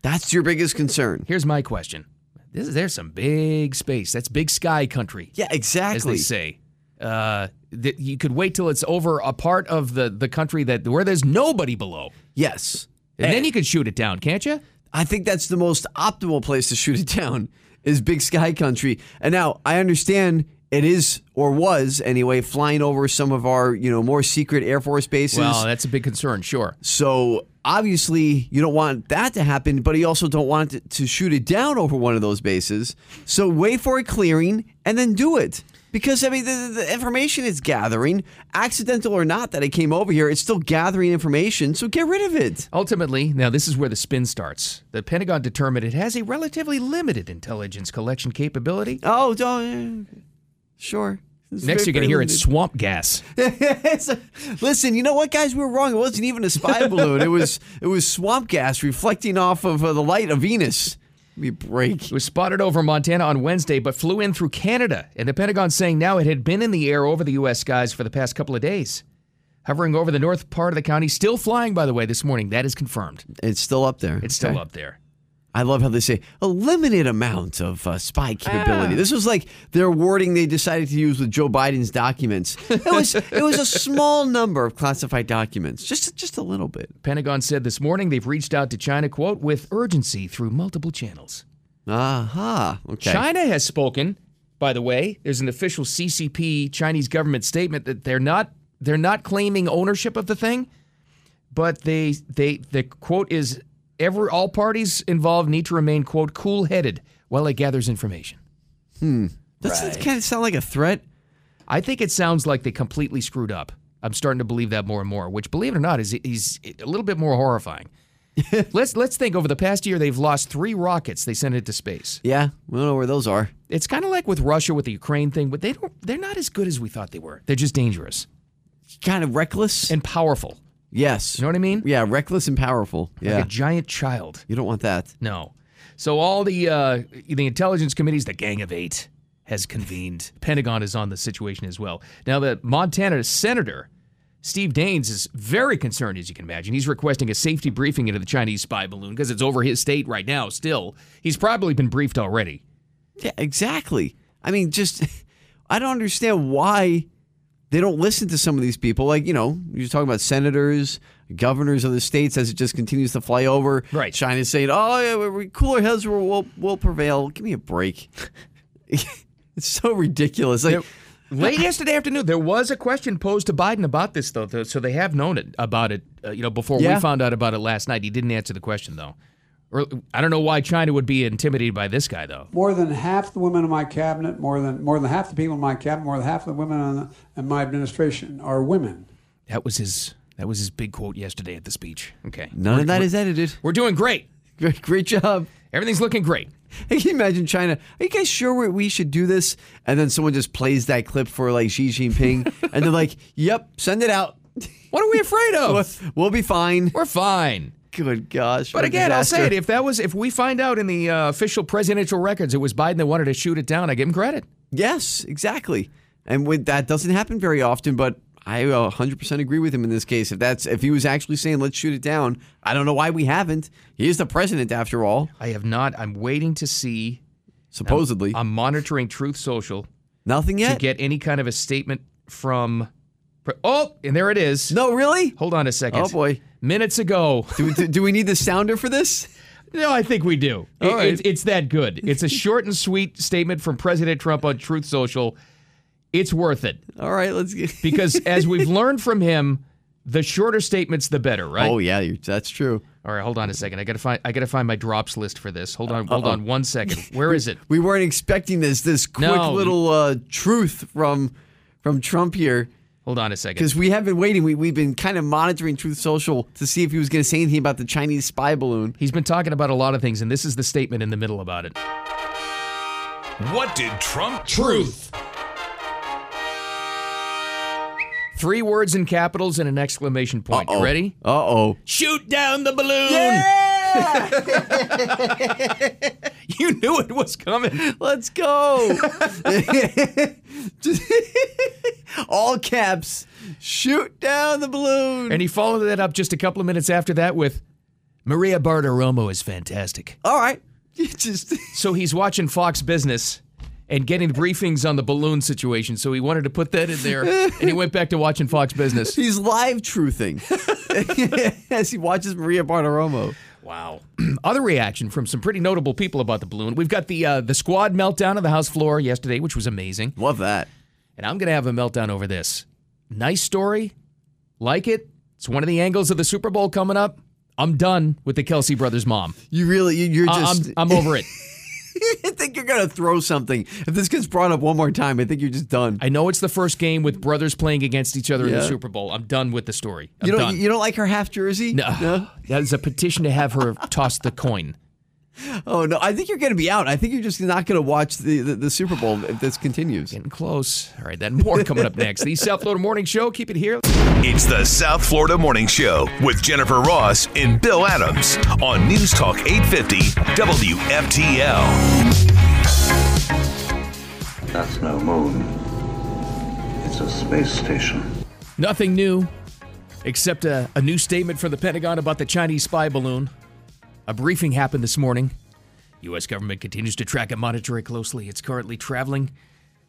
That's your biggest concern. Here's my question. This is there's some big space. That's big sky country. Yeah, exactly. as they say. Uh, that you could wait till it's over a part of the, the country that where there's nobody below, Yes. and then you could shoot it down, can't you? I think that's the most optimal place to shoot it down is big sky country. And now I understand it is or was anyway flying over some of our, you know, more secret Air Force bases. Well, that's a big concern, sure. So obviously, you don't want that to happen, but you also don't want it to shoot it down over one of those bases. So wait for a clearing and then do it Because I mean, the, the information it's gathering, accidental or not, that it came over here, it's still gathering information. So get rid of it. Ultimately, now this is where the spin starts. The Pentagon determined it has a relatively limited intelligence collection capability. Oh, don't. Sure. It's Next, very, you're going to very hear limited. it's swamp gas. It's a- Listen, you know what, guys? We were wrong. It wasn't even a spy balloon. It was it was swamp gas reflecting off of uh, the light of Venus. Give me a break. It was spotted over Montana on Wednesday, but flew in through Canada. And the Pentagon saying now it had been in the air over the U.S. skies for the past couple of days, hovering over the north part of the county. Still flying, by the way, this morning. That is confirmed. It's still up there. It's still Okay. up there. I love how they say a limited amount of uh, spy capability. This was like their wording they decided to use with Joe Biden's documents. It was it was a small number of classified documents, just just a little bit. Pentagon said this morning they've reached out to China, quote, with urgency through multiple channels. Aha. Okay. China has spoken, by the way. There's an official CCP Chinese government statement that they're not they're not claiming ownership of the thing, but they they the quote is ever all parties involved need to remain quote cool headed while it gathers information. Hmm. Doesn't Right. it kind of sound like a threat? I think it sounds like they completely screwed up. I'm starting to believe that more and more, which believe it or not is is a little bit more horrifying. let's let's think over the past year they've lost 3 rockets they sent into space. Yeah, we don't know where those are. It's kind of like with Russia with the Ukraine thing, but they don't they're not as good as we thought they were. They're just dangerous. Kind of reckless and powerful. Yes. You know what I mean? Yeah, reckless and powerful. Yeah. Like a giant child. you don't want that. No. So all the uh, the intelligence committees, the Gang of Eight, has convened. Pentagon is on the situation as well. Now the Montana senator Steve Daines is very concerned, as you can imagine. He's requesting a safety briefing into the Chinese spy balloon because it's over his state right now. Still, he's probably been briefed already. Yeah, exactly. I mean, just I don't understand why they don't listen to some of these people. Like, you know, you're talking about senators, governors of the states as it just continues to fly over. Right. China's saying, oh, yeah, we- we cooler heads will, will, will prevail. Give me a break. it's so ridiculous. Like, Late yesterday afternoon, there was a question posed to Biden about this, though. though so they have known it about it, uh, you know, before Yeah. we found out about it last night. He didn't answer the question, though. Or I don't know why China would be intimidated by this guy, though. More than half the women in my cabinet, more than more than half the people in my cabinet, more than half the women on the, in my administration are women. That was his. That was his big quote yesterday at the speech. Okay, None of that is edited. We're doing great. Great, great job. Everything's looking great. Can you imagine China? Are you guys sure we- we should do this? And then someone just plays that clip for like Xi Jinping, and they're like, "Yep, send it out." What are we afraid of? We'll, we'll be fine. We're fine. Good gosh! But what a again, I'll say disaster. it. If that was, if we find out in the uh, official presidential records it was Biden that wanted to shoot it down, I give him credit. Yes, exactly. And with that doesn't happen very often, but I 100% agree with him in this case. If that's if he was actually saying let's shoot it down, I don't know why we haven't. He is the president after all. I have not. I'm waiting to see. Supposedly. I'm, I'm monitoring Truth Social Nothing yet. Um, to get any kind of a statement from. Oh, and there it is. No, really? Hold on a second. Oh boy. Minutes ago. Do, do, do we need the sounder for this? No, I think we do. All It- right. it's, it's that good. It's a short and sweet statement from President Trump on Truth Social. It's worth it All right, let's get because, as we've learned from him, the shorter statements, the better, right? Oh yeah, you're, that's true. All right, hold on a second. I gotta find. I gotta find my drops list for this. Hold Uh, on. Hold on one second. Where is it? We weren't expecting this this quick No. little uh, truth from from Trump here Hold on a second. because we have been waiting. We we've been kind of monitoring Truth Social to see if he was going to say anything about the Chinese spy balloon. He's been talking about a lot of things, and this is the statement in the middle about it. What did Trump truth? Three words in capitals and an exclamation point. You ready? Uh oh. Shoot down the balloon. you knew it was coming. Let's go. Just- All caps. Shoot down the balloon. And he followed that up just a couple of minutes after that with Maria Bartiromo is fantastic. All right. You just So he's watching Fox Business and getting briefings on the balloon situation. So he wanted to put that in there and he went back to watching Fox Business. he's live truthing as he watches Maria Bartiromo. Wow. Other reaction from some pretty notable people about the balloon. We've got the uh, the squad meltdown on the House floor yesterday, which was amazing. Love that. And I'm going to have a meltdown over this. Nice story. Like it. It's one of the angles of the Super Bowl coming up. I'm done with the Kelsey brothers' mom. You really you, you're I- just I'm, I'm over it. I think you're gonna throw something if this gets brought up one more time. I think you're just done. I know it's the first game with brothers playing against each other in the Yeah. Super Bowl. I'm done with the story. I'm You don't done. you don't like her half jersey? no, that is a petition to have her toss the coin. Oh no, I think you're gonna be out. I think you're just not gonna watch the the, the Super Bowl if this continues. Getting close. All right, then more coming up next. The South Florida Morning Show. Keep it here. It's the South Florida Morning Show with Jennifer Ross and Bill Adams on News Talk 850 WFTL. That's no moon. It's a space station. Nothing new, except a, a new statement from the Pentagon about the Chinese spy balloon. A briefing happened this morning. U.S. government continues to track and monitor it closely. It's currently traveling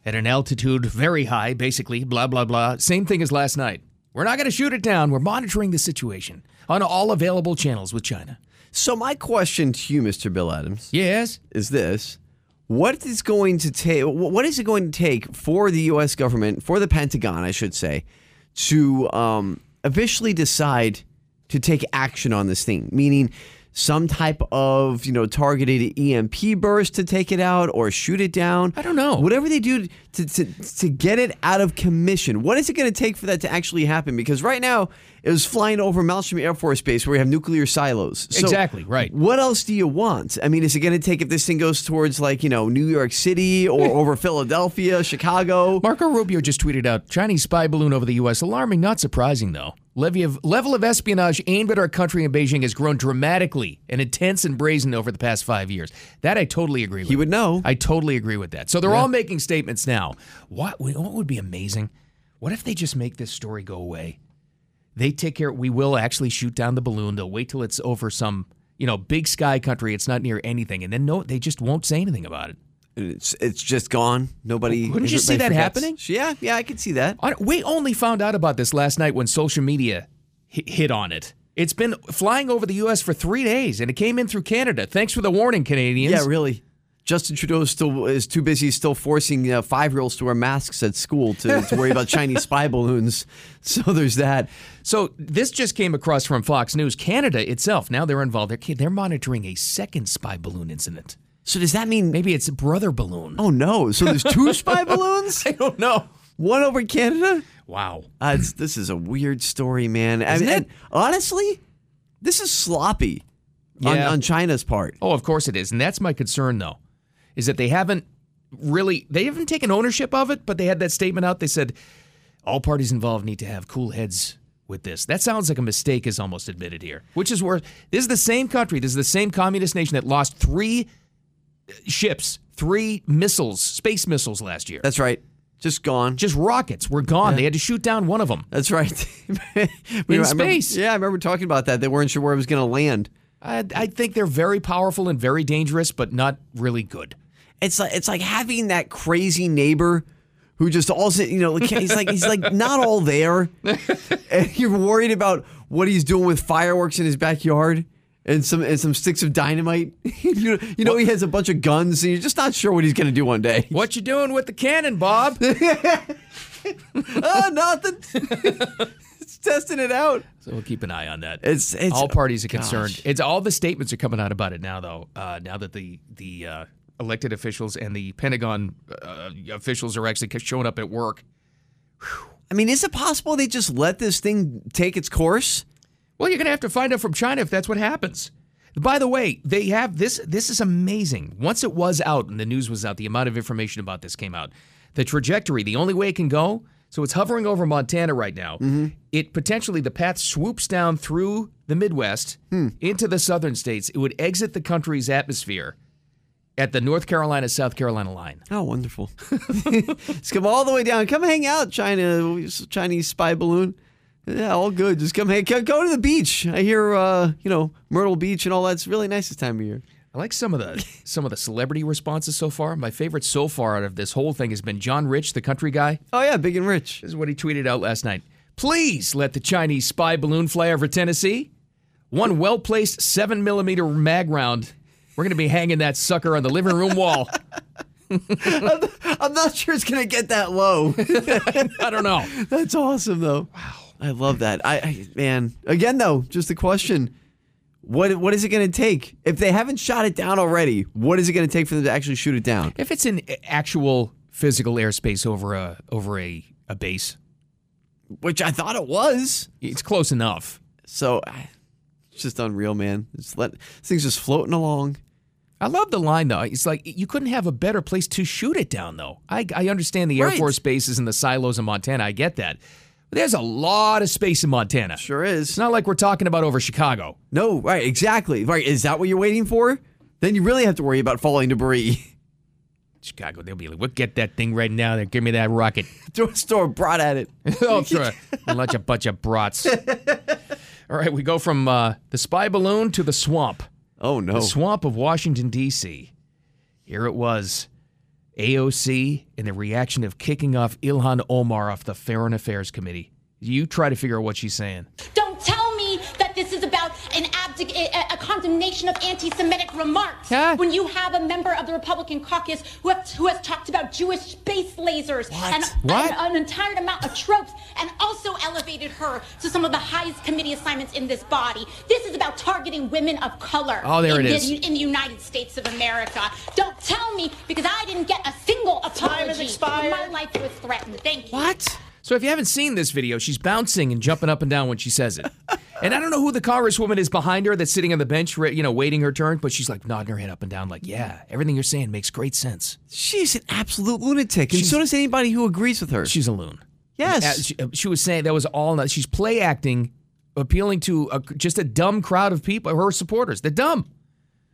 at an altitude very high, basically, blah, blah, blah. Same thing as last night. We're not going to shoot it down. We're monitoring the situation on all available channels with China. So my question to you, Mr. Bill Adams, yes, is this: What is going to take? What is it going to take for the U.S. government, for the Pentagon, I should say, to um, officially decide to take action on this thing? Meaning, some type of you know targeted EMP burst to take it out or shoot it down. I don't know. Whatever they do to to, to get it out of commission. What is it going to take for that to actually happen? Because right now it was flying over Malmstrom Air Force Base where we have nuclear silos. So Exactly, right. What else do you want? I mean, is it going to take if this thing goes towards like you know New York City or over Philadelphia, Chicago? Marco Rubio just tweeted out Chinese spy balloon over the U.S. Alarming, not surprising, though. Levy of, level of espionage aimed at our country in Beijing has grown dramatically and intense and brazen over the past five years. That I totally agree with. He would know. I totally agree with that. So they're all making statements now. What, would- what would be amazing? What if they just make this story go away? They take care. We will actually shoot down the balloon. They'll wait till it's over some, you know, big sky country. It's not near anything, and then no, they just won't say anything about it. And It's it's just gone. Nobody. Wouldn't you see that everybody forgets. happening? Yeah, yeah, I could see that. On- We only found out about this last night when social media hi- hit on it. It's been flying over the U.S. for three days, and it came in through Canada. Thanks for the warning, Canadians. Yeah, really. Justin Trudeau is still is too busy still forcing uh, five year olds to wear masks at school to, to worry about Chinese spy balloons. So there's that. So this just came across from Fox News. Canada itself now they're involved. They're they're monitoring a second spy balloon incident. So does that mean maybe it's a brother balloon? Oh no! So there's two spy balloons? I don't know. One over Canada. Wow. Uh, it's, this is a weird story, man. I Isn't mean, it? and honestly, this is sloppy on, Yeah. on China's part. Oh, of course it is, and that's my concern though, is that they haven't really they haven't taken ownership of it. But they had that statement out. They said all parties involved need to have cool heads with this. That sounds like a mistake is almost admitted here, which is worse. This is the same country. This is the same communist nation that lost three uh, ships, three missiles, space missiles last year. That's right. Just gone. Just rockets were gone. They had to shoot down one of them. That's right. In I remember- space. yeah, I remember talking about that. They weren't sure where it was going to land. I, I think they're very powerful and very dangerous, but not really good. It's like it's like having that crazy neighbor who just also you know like, he's like he's like not all there, and you're worried about what he's doing with fireworks in his backyard and some and some sticks of dynamite. you know, you know he has a bunch of guns, and you're just not sure what he's going to do one day. What you doing with the cannon, Bob? oh, nothing. it's testing it out. So we'll keep an eye on that. It's- it's- all parties are concerned. gosh. It's all the statements are coming out about it now, though. Uh, now that the the uh, elected officials and the Pentagon uh, officials are actually showing up at work. I mean, is it possible they just let this thing take its course? Well, you're gonna have to find out from China if that's what happens. By the way, they have this. This is amazing. Once it was out and the news was out, the amount of information about this came out. The trajectory, the only way it can go. So it's hovering over Montana right now. It potentially the path swoops down through the Midwest into the southern states. It would exit the country's atmosphere at the North Carolina South Carolina line. Oh, wonderful! just come all the way down. Come hang out, China, Chinese spy balloon. Yeah, all good. Just come hang. Go go to the beach. I hear, uh, you know, Myrtle Beach and all that's really nice this time of year. I like some of the some of the celebrity responses so far. My favorite so far out of this whole thing has been John Rich, the country guy. Oh yeah, big and rich. This is what he tweeted out last night. Please let the Chinese spy balloon fly over Tennessee. One well placed seven millimeter mag round. We're gonna be hanging that sucker on the living room wall. I'm not sure it's gonna get that low. I don't know. That's awesome though. Wow, I love that. I, I man, again though, just a question: What what is it going to take if they haven't shot it down already? What is it going to take for them to actually shoot it down? If it's an actual physical airspace over a over a, a base, which I thought it was, it's close enough. So I- it's just unreal, man. It's let this thing's just floating along. I love the line though. It's like you couldn't have a better place to shoot it down though. I, I understand the Air Right. Force bases and the silos in Montana. I get that. But there's a lot of space in Montana. Sure is. It's not like we're talking about over Chicago. No, right, exactly. Right, is that what you're waiting for? Then you really have to worry about falling debris. Chicago, they'll be like, "We'll get that thing right now. Then give me that rocket." Throw a store brought at it. oh, sure. Lunch a bunch of brats. All right, we go from uh, the spy balloon to the swamp. Oh no. The swamp of Washington, D.C. Here it was. AOC and the reaction of kicking off Ilhan Omar off the Foreign Affairs Committee. You try to figure out what she's saying. Don't tell me that this is about an abdic- a, a condemnation of anti-Semitic remarks. When you have a member of the Republican Caucus who, have, who has talked about Jewish space lasers and What? and an entire amount of tropes, and also elevated her to some of the highest committee assignments in this body. This is about targeting women of color. Oh, there in it the, is. In the United States of America. Don't tell me because I didn't get a single apology. has when My life was threatened. Thank you. What? So if you haven't seen this video, she's bouncing and jumping up and down when she says it. And I don't know who the congresswoman is behind her that's sitting on the bench, re- you know, waiting her turn, but she's like nodding her head up and down, like, yeah, everything you're saying makes great sense. She's an absolute lunatic, and so does anybody who agrees with her. She's a loon. Yes. Uh, She, uh, she was saying that was all. not- She's play acting, appealing to a, just a dumb crowd of people, her supporters. They're dumb.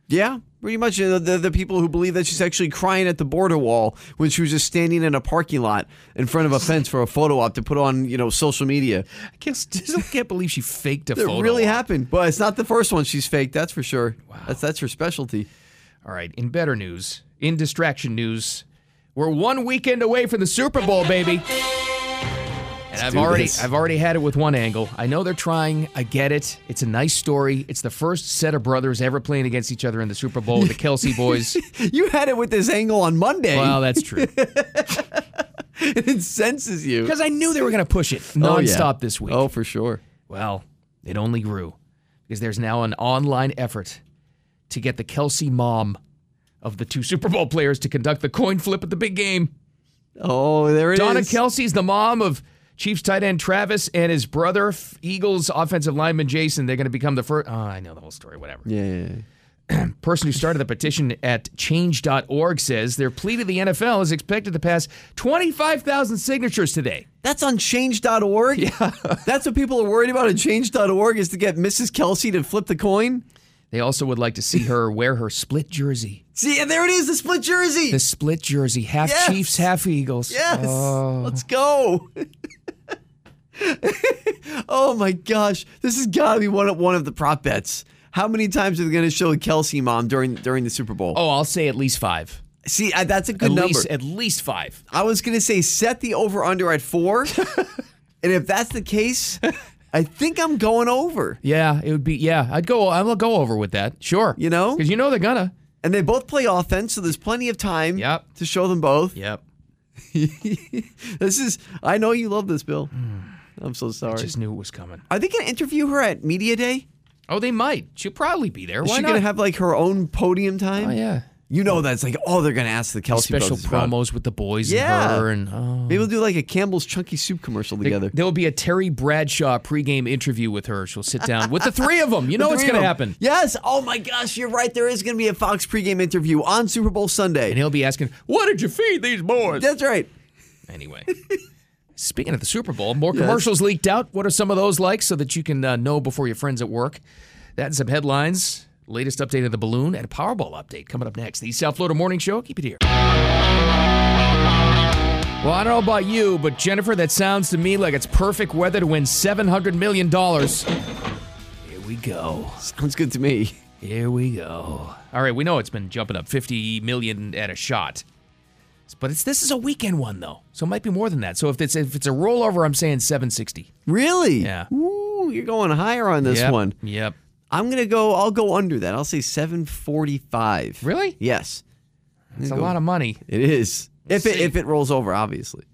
Yeah, pretty much uh, the, the people who believe that she's actually crying at the border wall when she was just standing in a parking lot in front of a fence for a photo op to put on, you know, social media. I can't, still can't believe she faked a That photo. really happened. But it's not the first one she's faked, that's for sure. That's that's her specialty. All right. In better news, in distraction news, we're one weekend away from the Super Bowl, baby. And I've do already this. I've already had it with one angle. I know they're trying. I get it. It's a nice story. It's the first set of brothers ever playing against each other in the Super Bowl with the Kelsey boys. You had it with this angle on Monday. Well, that's true. it incenses you. Because I knew they were going to push it Oh, yeah. nonstop this week. Oh, for sure. Well, it only grew because there's now an online effort to get the Kelsey mom of the two Super Bowl players to conduct the coin flip at the big game. Oh, there it is. Donna Kelsey's the mom of Chiefs tight end Travis and his brother F- Eagles offensive lineman Jason. They're going to become the first. Oh, I know the whole story. Whatever. Yeah, yeah, yeah. Person who started the petition at change.org says their plea to the NFL is expected to pass 25,000 signatures today. That's on change.org. Yeah. That's what people are worried about at change.org is to get Mrs. Kelsey to flip the coin. They also would like to see her wear her split jersey. See, and there it is, the split jersey. The split jersey, half Yes. Chiefs, half Eagles. Yes. Oh. Let's go. oh my gosh. This has got to be one of one of the prop bets. How many times are they going to show Kelsey mom during during the Super Bowl? Oh, I'll say at least five. See, I, that's a good at number. least at least five. I was going to say set the over under at 4. and if that's the case, I think I'm going over. Yeah, it would be. Yeah, I'd go. I'll go over with that. Sure. You know? because you know they're gonna. And they both play offense, so there's plenty of time Yep. to show them both. Yep. This is I know you love this, Bill. I'm so I sorry. Hmm. just knew it was coming. Are they going to interview her at media day? Oh, they might. She'll probably be there. Is Why she not? gonna have like her own podium time? oh yeah. You know that's like oh they're gonna ask the Kelsey Special brothers about. promos with the boys Yeah. and her and. Oh. Maybe we'll do like a Campbell's Chunky Soup commercial together. There will be a Terry Bradshaw pregame interview with her. She'll sit down with the three of them. You know The what's three of going to them. happen. Yes. Oh my gosh, you're right. There is gonna be a Fox pregame interview on Super Bowl And Sunday. he'll be asking, "What did you feed these boys?" That's right. Anyway, speaking of the Super Bowl, more Yes. commercials leaked out. What are some of those like so that you can uh, know before your friends at work? That and some headlines. Latest update of the balloon and a Powerball update coming up next. The South Florida Morning Show. Keep it here. Well, I don't know about you, but Jennifer, that sounds to me like it's perfect weather to win $700 million. Here we go. Sounds good to me. Here we go. All right, we know it's been jumping up 50 million at a shot. But it's this is a weekend one though. So it might be more than that. So if it's if it's a rollover, I'm saying 760. Really? Yeah. Ooh, you're going higher on this Yep, one. Yep. I'm gonna go. I'll go under that. I'll say 745. Really? Yes. It's a lot of money. It is. if it see. if it rolls over, obviously,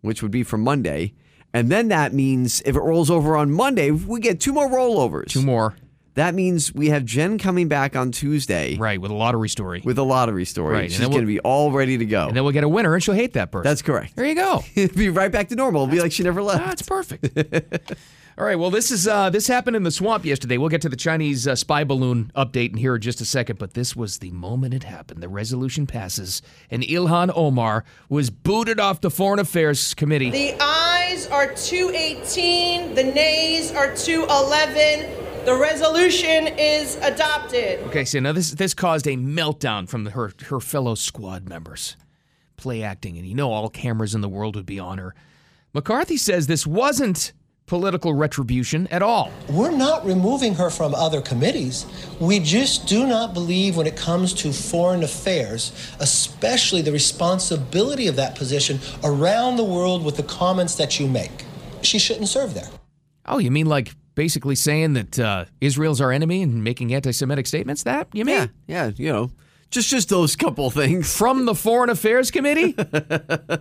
which would be from Monday, and then that means if it rolls over on Monday, we get two more rollovers. Two more. That means we have Jen coming back on Tuesday. Right, with a lottery story. With a lottery story. Right, and She's then we'll- going to be all ready to go. And then we'll get a winner and she'll hate that person. That's correct. There you go. It'll be right back to normal. It'll be like she never left. That's Ah, perfect. All right. Well, this is uh, this happened in the swamp yesterday. We'll get to the Chinese uh, spy balloon update in here in just a second. But this was the moment it happened. The resolution passes, and Ilhan Omar was booted off the Foreign Affairs Committee. The ayes are 218, the nays are 211. The resolution is adopted. Okay, so now this this caused a meltdown from the, her her fellow squad members, play acting, and you know all cameras in the world would be on her. McCarthy says this wasn't political retribution at all. We're not removing her from other committees. We just do not believe when it comes to foreign affairs, especially the responsibility of that position around the world with the comments that you make. She shouldn't serve there. Oh, you mean like basically saying that uh, Israel's our enemy and making anti-Semitic statements? That you mean? Yeah, yeah, you know, just just those couple things from the Foreign Affairs Committee.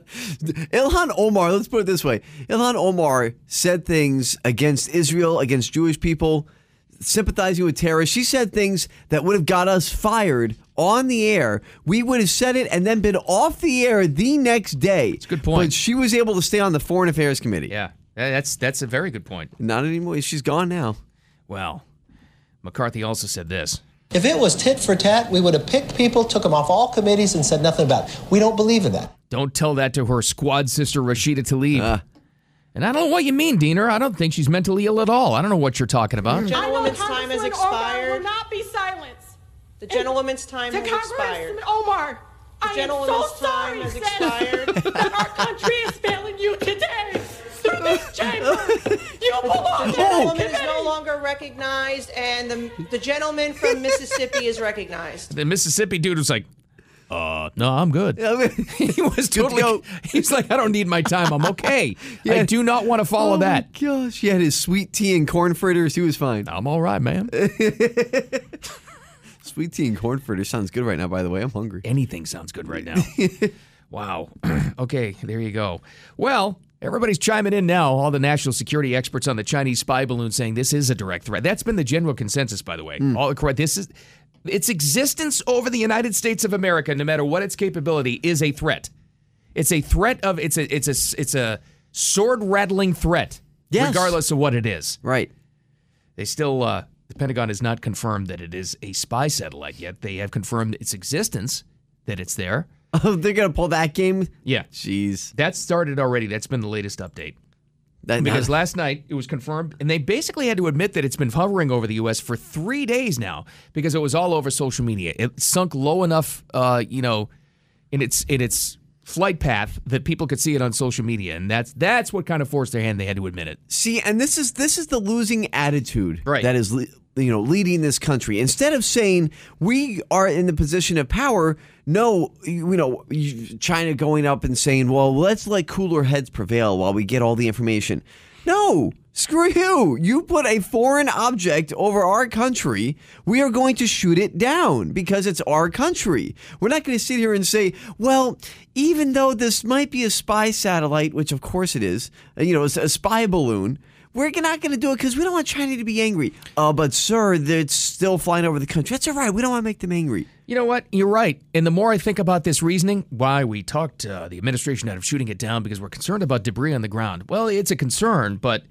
Ilhan Omar, let's put it this way: Ilhan Omar said things against Israel, against Jewish people, sympathizing with terrorists. She said things that would have got us fired on the air. We would have said it and then been off the air the next day. It's a good point. But she was able to stay on the Foreign Affairs Committee. Yeah, that- that's that's a very good point. Not anymore. She's gone now. Well, McCarthy also said this. If it was tit for tat, we would have picked people, took them off all committees, and said nothing about it. We don't believe in that. Don't tell that to her squad sister Rashida Tlaib. and I don't know what you mean, Diener. I don't think she's mentally ill at all. I don't know what you're talking about. Gentlewoman's time has Congresswoman Omar will expired. not be silenced. The gentlewoman's time to has expired. Congressman Omar, I am so gentlewoman's sorry, time has Senator, that our country is failing you today. Through this chamber, you belong The to gentlewoman this is no committee. longer recognized, and the, the gentleman from Mississippi is recognized. The Mississippi dude was like, uh, no, I'm good. he was totally, he's like, I don't need my time. I'm okay. I Yeah. do not want to follow oh that. My gosh, he had his sweet tea and corn fritters. He was fine. I'm all right, man. sweet tea and corn fritters sounds good right now. By the way, I'm hungry. Anything sounds good right now. wow. okay, there you go. Well, everybody's chiming in now. All the national security experts on the Chinese spy balloon saying this is a direct threat. That's been the general consensus, by the way. Mm. All correct. This is its existence over the United States of America, no matter what its capability, is a threat. It's a threat of it's a it's a it's a sword rattling threat, Yes. regardless of what it is. Right. They still uh, the Pentagon has not confirmed that it is a spy satellite yet. They have confirmed its existence, that it's there. Oh, they're gonna pull that game. Yeah. Jeez. That started already. That's been the latest update. That- because last night it was confirmed, and they basically had to admit that it's been hovering over the U.S. for three days now because it was all over social media. It sunk low enough, uh, you know, in its in its flight path that people could see it on social media, and that's that's what kind of forced their hand. They had to admit it. See, and this is this is the losing attitude that is le- you know leading this country. Instead of saying we are in the position of power, no, you you know, you- China going up and saying, "Well, let's let cooler heads prevail while we get all the information." No, screw you. You put a foreign object over our country, we are going to shoot it down because it's our country. We're not going to sit here and say, well, even though this might be a spy satellite, which of course it is, uh, you know, it's a spy balloon. We're not going to do it because we don't want China to be angry. Uh, but, sir, it's still flying over the country. That's all right. We don't want to make them angry. You know what? You're right. And the more I think about this reasoning, why we talked uh, the administration out of shooting it down because we're concerned about debris on the ground. Well, it's a concern, but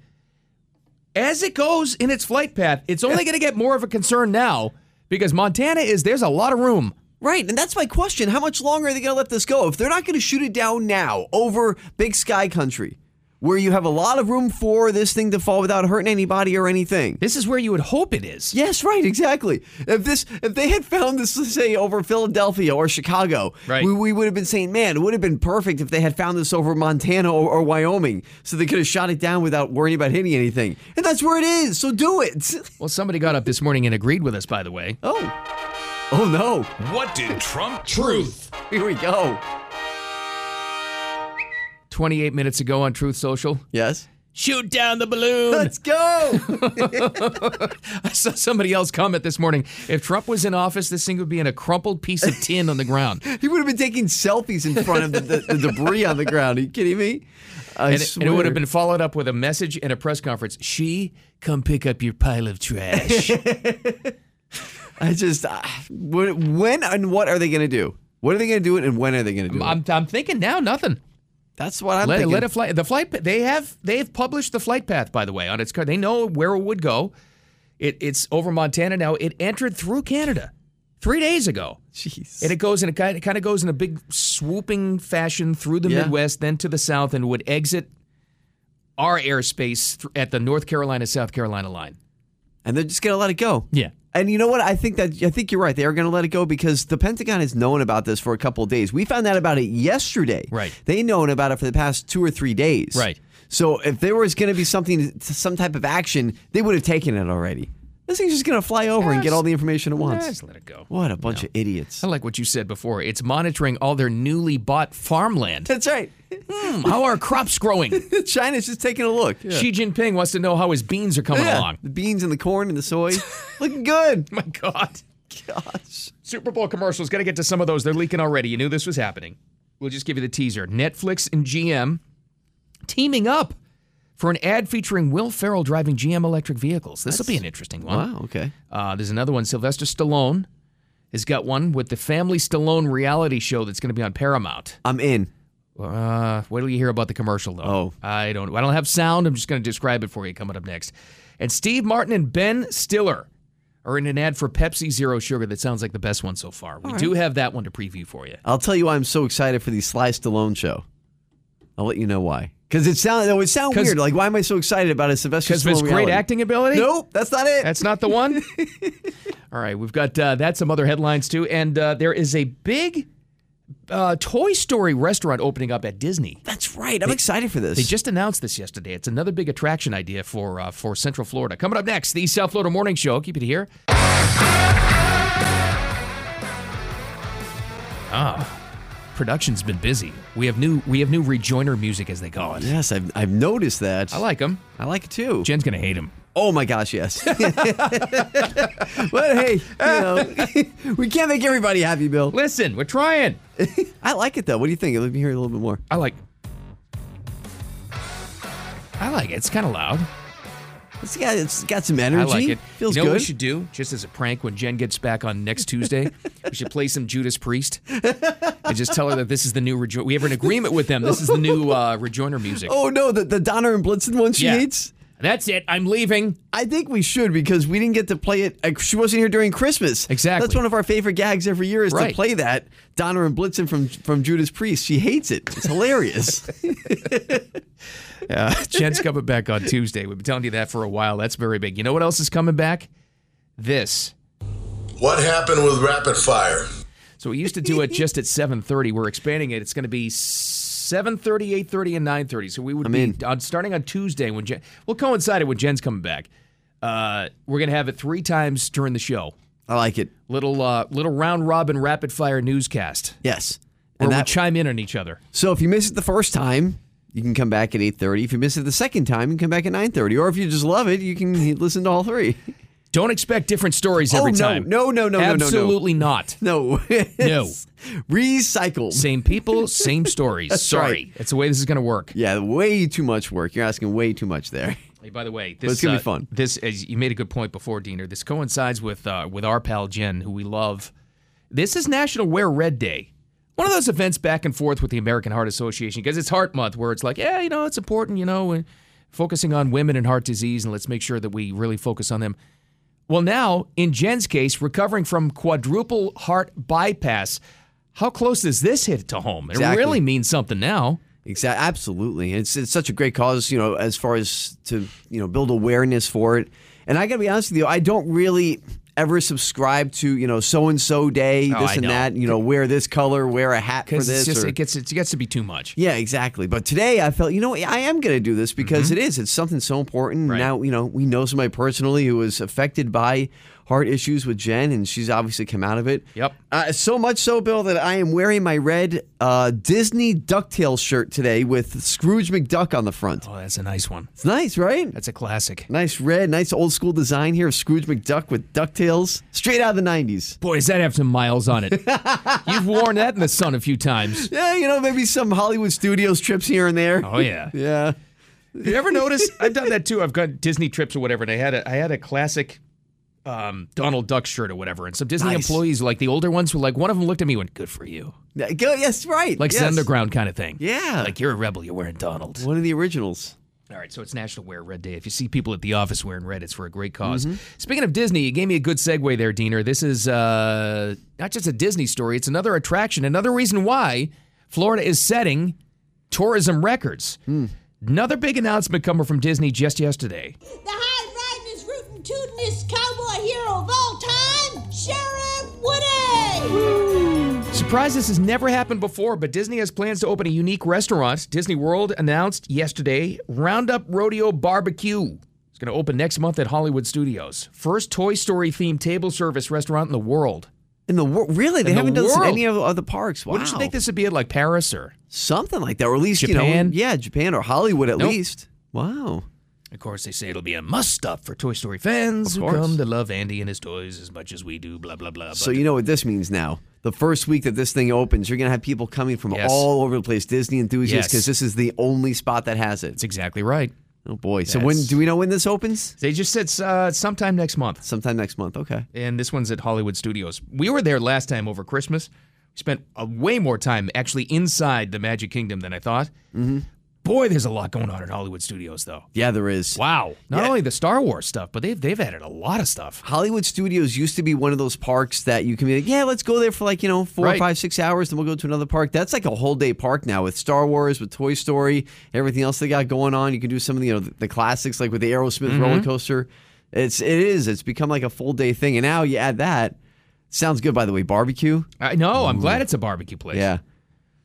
as it goes in its flight path, it's only going to get more of a concern now because Montana is there's a lot of room. Right, and that's my question. How much longer are they going to let this go? If they're not going to shoot it down now over Big Sky Country, where you have a lot of room for this thing to fall without hurting anybody or anything. This is where you would hope it is. Yes, right, exactly. If this if they had found this let's say over Philadelphia or Chicago, Right. we, we would have been saying, "Man, it would have been perfect if they had found this over Montana or, or Wyoming so they could have shot it down without worrying about hitting anything." And that's where it is. So do it. Well, somebody got up this morning and agreed with us, by the way. Oh. Oh no. What did Trump Truth. Here we go. 28 minutes ago on Truth Social. Yes. Shoot down the balloon. Let's go. I saw somebody else comment this morning. If Trump was in office, this thing would be in a crumpled piece of tin on the ground. he would have been taking selfies in front of the, the, the debris on the ground. Are you kidding me? I and, it, and it would swear. have been followed up with a message and a press conference. She, come pick up your pile of trash. I just I- when, when and what are they going to do? What are they going to do it and when are they going to do I'm, I'm thinking now nothing. That's what I'm let, thinking. Let a flight. The flight. pa- They have they've published the flight path by the way on its car. They know where it would go. It, it's over Montana now. It entered through Canada three days ago. Jeez. And it goes in a kind. It kind of goes in a big swooping fashion through the Yeah. Midwest, then to the south, and would exit our airspace th- at the North Carolina South Carolina line. and they're just going to let it go. Yeah. And you know what? I think that I think you're right. They are going to let it go because the Pentagon has known about this for a couple of days. We found out about it yesterday. Right. They known about it for the past two or three days. Right. So if there was going to be something, some type of action, they would have taken it already. This thing's just going to fly over and get all the information at once. Just let it go. What a bunch of idiots. I like what you said before. It's monitoring all their newly bought farmland. That's right. Hmm, how are crops growing? China's just taking a look. Yeah. Xi Jinping wants to know how his beans are coming Yeah. along. The beans and the corn and the soy. Looking good. My God. Gosh. Super Bowl commercials. Got to get to some of those. They're leaking already. You knew this was happening. We'll just give you the teaser. Netflix and GM teaming up for an ad featuring Will Ferrell driving GM electric vehicles. This will be an interesting one. Wow. Okay. Uh, there's another one. Sylvester Stallone has got one with the Family Stallone reality show that's going to be on Paramount. I'm in. Uh, wait till you hear about the commercial, though. Oh, I don't. I don't have sound. I'm just going to describe it for you. Coming up next, and Steve Martin and Ben Stiller are in an ad for Pepsi Zero Sugar. That sounds like the best one so far. We All right. Uh, do have that one to preview for you. I'll tell you why I'm so excited for the Sly Stallone show. I'll let you know why. Because it sound it would sound 'Cause- weird. Like why am I so excited about a Sylvester? Because of his Stallone great reality? acting ability. Nope, that's not it. That's not the one. All right, we've got uh, that. Some other headlines too, and uh, there is a big uh, Toy Story restaurant opening up at Disney. That's right. I'm excited for this. They just announced this yesterday. It's another big attraction idea for uh, for Central Florida. Coming up next, the South Florida Morning Show. Keep it here. Ah, production's been busy. We have new we have new rejoiner music as they call it. yes, I've I've noticed that. I like them. I like it too. Jen's gonna hate them. Oh my gosh, yes. but hey, you know, we can't make everybody happy, Bill. Listen, we're trying. I like it though. What do you think? Let me hear it a little bit more. I like. I like it. It's kind of loud. It's got it's got some energy. I like it. Feels you know good. what we should do, just as a prank, when Jen gets back on next Tuesday, we should play some Judas Priest and just tell her that this is the new rejoinder. We have an agreement with them. This is the new uh, rejoinder music. Oh no, the, the Donner and Blitzen one she Yeah. hates. That's it. I'm leaving. I think we should because we didn't get to play it. like, She wasn't here during Christmas. Exactly. That's one of our favorite gags every year is Right. to play that Donner and Blitzen from from Judas Priest. She hates it. It's hilarious. Uh, Jen's coming back on Tuesday. We've been telling you that for a while. That's very big. You know what else is coming back? This. What happened with rapid fire? So we used to do it just at 7:30. We're expanding it. It's going to be 7:30, 8:30, and 9:30. So we would I'm be in. on, starting on Tuesday when Jen. Well, coincided when Jen's coming back. Uh, we're going to have it three times during the show. I like it. Little uh, little round robin rapid fire newscast Yes. where And we that, chime in on each other. so if you miss it the first time, you can come back at 8:30. If you miss it the second time, you can come back at 9:30. Or if you just love it, you can listen to all three. Don't expect different stories every oh, no, time. No, no, no, no, no, no. absolutely not. No. No. Recycled. Same people, same stories. That's Sorry, right. that's the way this is going to work. Yeah, way too much work. You're asking way too much there. Hey, by the way, But this it's gonna be uh, fun. This, as you made a good point before, Diener. This coincides with uh, with our pal Jen, who we love. This is National Wear Red Day. One of those events back and forth with the American Heart Association because it's Heart Month, where it's like, yeah, you know, it's important, you know, and focusing on women and heart disease, and let's make sure that we really focus on them. Well, now in Jen's case, recovering from quadruple heart bypass, how close does this hit to home? It Exactly. really means something now. Exactly. Absolutely. It's it's such a great cause, you know, as far as to you know build awareness for it. And I got to be honest with you, I don't really ever subscribe to you know so and so day, Oh, this I and know. that. You know, wear this color, wear a hat for Because this. it's just or- it gets it gets to be too much. yeah, exactly. But today I felt, you know, what, I am going to do Mm-hmm. this because it is. It's something so important. Now, you know, we know somebody personally who was affected by heart issues with Jen, and she's obviously come out of it. Yep. Uh, so much so, Bill, that I am wearing my red uh, Disney Ducktail shirt today with Scrooge McDuck on the front. Oh, that's a nice one. It's nice, right? That's a classic. Nice red, nice old school design here of Scrooge McDuck with Ducktales, straight out of the '90s. Boy, does that have some miles on it? You've worn that in the sun a few times. Yeah, you know, maybe some Hollywood Studios trips here and there. Oh yeah. yeah. You ever notice? I've done that too. I've got Disney trips or whatever, and I had a I had a classic um, Donald Duck shirt or whatever, and some Disney Nice. employees, like the older ones, were like, one of them looked at me and went, "Good for you," Yeah, go- yes, right. like it's yes. the underground kind of thing. Yeah. like you're a rebel, you're wearing Donald. One of the originals. All right, so it's National Wear Red Day. If you see people at the office wearing red, it's for a great because Speaking of Disney, you gave me a good segue there, Diener. This is uh, not just a Disney story, it's another attraction, another reason why Florida is setting tourism records. Another big announcement coming from Disney just yesterday. The high riding is rootin' tootin'est cowboy hero of all time, Sheriff Woody! Surprise, this has never happened before, but Disney has plans to open a unique restaurant. Disney World announced yesterday Roundup Rodeo Barbecue. It's going to open next month at Hollywood Studios. First Toy Story themed table service restaurant in the world. In the world? Really? They In the haven't done this in world. any of, of the parks. Wow. Wouldn't you think this would be at like Paris or? Something like that, or at least Japan? you know, yeah, Japan or Hollywood at Nope. least. Wow. Of course, they say it'll be a must stop for Toy Story fans Of who course. come to love Andy and his toys as much as we do, blah, blah, blah. So you know what this means now. The first week that this thing opens, you're going to have people coming from Yes. all over the place, Disney enthusiasts, Yes. because this is the only spot that has it. That's exactly right. Oh boy! So when That's- do we know when this opens? They just said uh, sometime next month. Sometime next month. Okay. and this one's at Hollywood Studios. We were there last time over Christmas. We spent uh, way more time actually inside the Magic Kingdom than I thought. Mm-hmm. Boy, there's a lot going on at Hollywood Studios, though. Yeah, there is. Wow! Not only the Star Wars stuff, but they've they've added a lot of stuff. Hollywood Studios used to be one of those parks that you can be like, yeah, let's go there for like, you know, four, Right. five, six hours, then we'll go to another park. That's like a whole day park now with Star Wars, with Toy Story, everything else they got going on. You can do some of the, you know, the, the classics, like with the Aerosmith Mhm. roller coaster. It's, it is, it's become like a full day thing. And now you add that. Sounds good, by the way. Barbecue. I know. I'm glad it's a barbecue place. Yeah.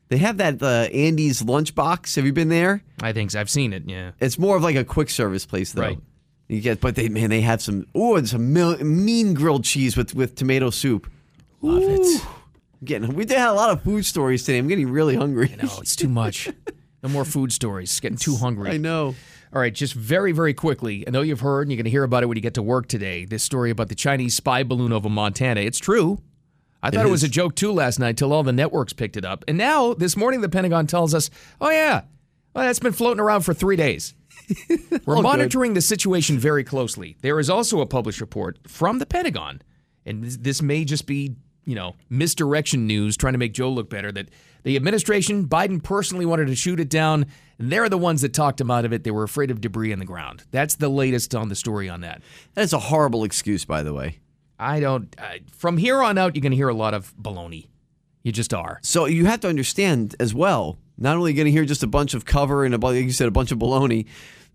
They have that uh, Andy's Lunchbox. Have you been there? I think so. I've seen it. Yeah. It's more of like a quick service place, though. Right. You get, but they man, they have some oh, and some mil- mean grilled cheese with with tomato soup. Love it. Getting we did have a lot of food stories today. I'm getting really hungry. I know it's too much. No more food stories. It's Getting too hungry. I know. All right, just very, very quickly. I know you've heard, and you're going to hear about it when you get to work today. This story about the Chinese spy balloon over Montana. It's true. I thought it, was a joke too last night till all the networks picked it up. And now, this morning, the Pentagon tells us, oh, yeah, well, that's been floating around for three days. We're All good. monitoring the situation very closely. There is also a published report from the Pentagon, and this, this may just be, you know, misdirection news trying to make Joe look better that the administration, Biden personally wanted to shoot it down. They're the ones that talked him out of it. They were afraid of debris in the ground. That's the latest on the story on that. That's a horrible excuse, by the way. I don't. I, from here on out, you're going to hear a lot of baloney. You just are. So you have to understand as well. Not only going to hear just a bunch of cover and a bunch, like you said, a bunch of baloney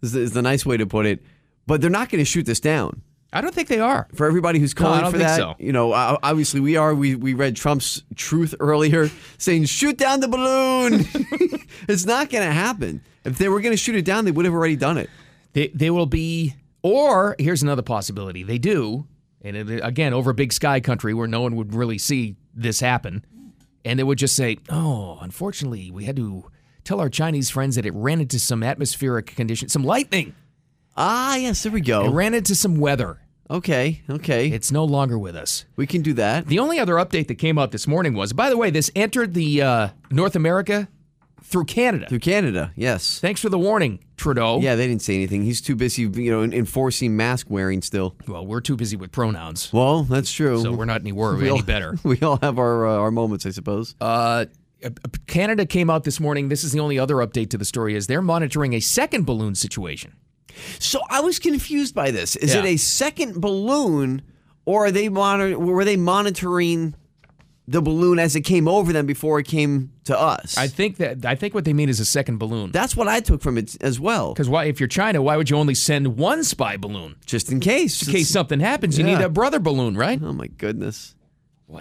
is the, is the nice way to put it, but they're not going to shoot this down. I don't think they are. For everybody who's No, I calling don't for think that, so. you know, o- obviously we are. We we read Trump's truth earlier saying shoot down the balloon. it's not going to happen. If they were going to shoot it down, they would have already done it. They, they will be, or here's another possibility. They do, and it, again, over big sky country where no one would really see this happen. And they would just say, oh, unfortunately, we had to tell our Chinese friends that it ran into some atmospheric condition, some lightning. Ah, yes, there we go. It ran into some weather. Okay, okay. It's no longer with us. We can do that. The only other update that came out this morning was, by the way, this entered the uh, North America through Canada. Through Canada, yes. Thanks for the warning, Trudeau. Yeah, they didn't say anything. He's too busy, you know, en- enforcing mask wearing still. Well, we're too busy with pronouns. Well, that's true. So we're not any wor- We all- any better. We all have our uh, our moments, I suppose. Uh, Canada came out this morning. This is the only other update to the story is they're monitoring a second balloon situation. So I was confused by this. Is it Yeah. a second balloon, or are they monitor? Were they monitoring the balloon as it came over them before it came to us? I think that I think what they mean is a second balloon. That's what I took from it as well. Because why, if you're China, why would you only send one spy balloon? Just in case. In case something happens, you need Yeah. a brother balloon, right? Oh my goodness.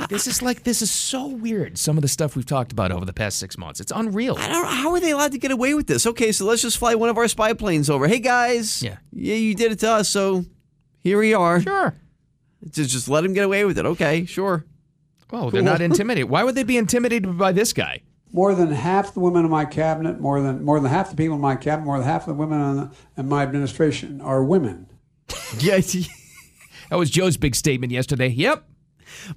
This is like this is so weird. Some of the stuff we've talked about over the past six months, it's unreal. I don't. How are they allowed to get away with this? Okay, so let's just fly one of our spy planes over. Hey guys. Yeah. Yeah, you did it to us, so here we are. Sure. Just, just let him get away with it. Okay, sure. Oh, they're not intimidated. Why would they be intimidated by this guy? More than half the women in my cabinet, more than more than half the people in my cabinet, more than half the women on the, in my administration are women. yes. That was Joe's big statement yesterday. Yep.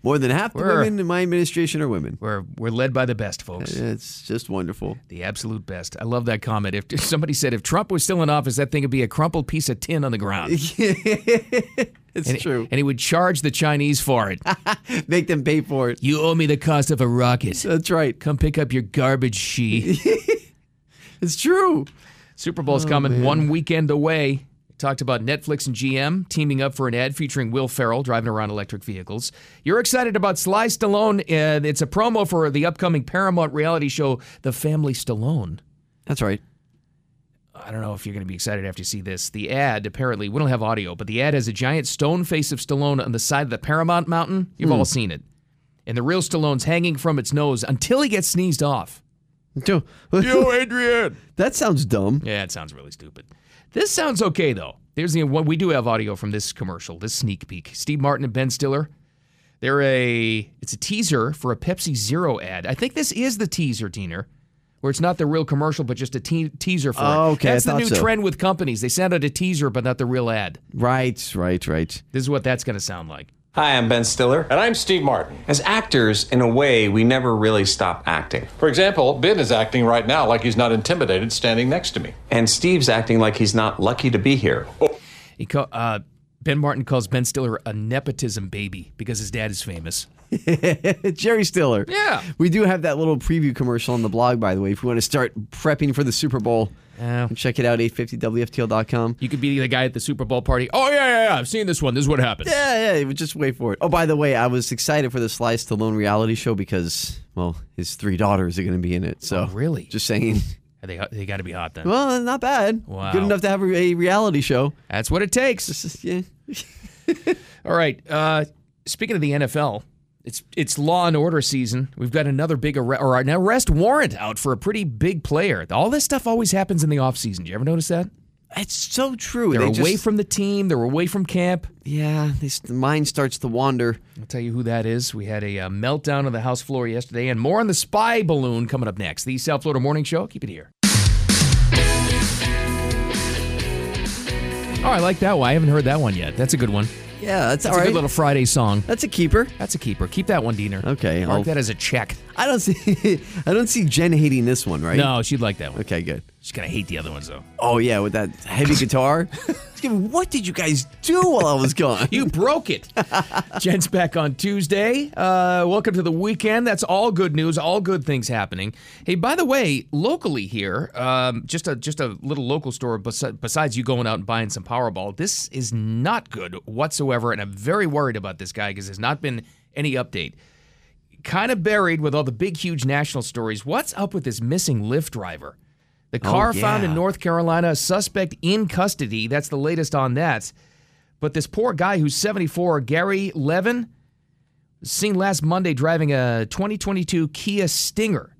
More than half the women in my administration are women. We're we're led by the best, folks. It's just wonderful. The absolute best. I love that comment. If somebody said if Trump was still in office, that thing would be a crumpled piece of tin on the ground. It's and, true. And he would charge the Chinese for it. Make them pay for it. You owe me the cost of a rocket. That's right. Come pick up your garbage, she. it's true. Super Bowl's coming one weekend away. Talked about Netflix and GM teaming up for an ad featuring Will Ferrell driving around electric vehicles. You're excited about Sly Stallone. Uh, it's a promo for the upcoming Paramount reality show, The Family Stallone. That's right. I don't know if you're going to be excited after you see this. The ad, apparently, we don't have audio, but the ad has a giant stone face of Stallone on the side of the Paramount Mountain. You've all seen it. And the real Stallone's hanging from its nose until he gets sneezed off. Yo, Adrian! that sounds dumb. Yeah, it sounds really stupid. This sounds okay, though. There's the one we do have audio from this commercial, this sneak peek. Steve Martin and Ben Stiller. They're a it's a teaser for a Pepsi Zero ad. I think this is the teaser, Diener, where it's not the real commercial, but just a te- teaser for Oh, it. okay, I That's the thought new so. trend with companies. They send out a teaser, but not the real ad. Right, right, right. This is what that's going to sound like. Hi, I'm Ben Stiller. And I'm Steve Martin. As actors, in a way, we never really stop acting. For example, Ben is acting right now like he's not intimidated standing next to me. And Steve's acting like he's not lucky to be here. He call, uh, Ben Martin calls Ben Stiller a nepotism baby because his dad is famous. Jerry Stiller. Yeah. We do have that little preview commercial on the blog, by the way, if you want to start prepping for the Super Bowl. Yeah. Check it out, 850WFTL.com. You could be the guy at the Super Bowl party. Oh yeah, yeah, yeah. I've seen this one. This is what happened. Yeah, yeah, just wait for it. Oh, by the way, I was excited for the Sly Stallone reality show because, well, his three daughters are going to be in it. So, Oh, really? Just saying. They they got to be hot then. Well, not bad. Wow. Good enough to have a, a reality show. That's what it takes. Yeah. All right. Uh, speaking of the NFL, it's it's law and order season. We've got another big arrest or an arrest warrant out for a pretty big player. All this stuff always happens in the offseason. Do you ever notice that? It's so true. They're They away just- from the team. They're away from camp. Yeah, they, s- the mind starts to wander. I'll tell you who that is. We had a uh, meltdown on the House floor yesterday, and more on the spy balloon coming up next. The South Florida Morning Show. Keep it here. Oh, I like that one. I haven't heard that one yet. That's a good one. Yeah, that's, That's all a right. good little Friday song. that's a keeper. That's a keeper. Keep that one, Diener. Okay, Mark I'll- that as a check. I don't see. I don't see Jen hating this one, right? No, she'd like that one. Okay, good. She's gonna hate the other ones though. Oh yeah, with that heavy guitar. Excuse me, what did you guys do while I was gone? You broke it. Jen's back on Tuesday. Uh, welcome to the weekend. That's all good news. All good things happening. Hey, by the way, locally here, um, just a just a little local store. Bes- besides you going out and buying some Powerball, this is not good whatsoever, and I'm very worried about this guy because there's not been any update. Kind of buried with all the big, huge national stories. What's up with this missing Lyft driver? The Oh, car found in yeah. North Carolina, a suspect in custody. That's the latest on that. But this poor guy who's 74, Gary Levin, seen last Monday driving a 2022 Kia Stinger.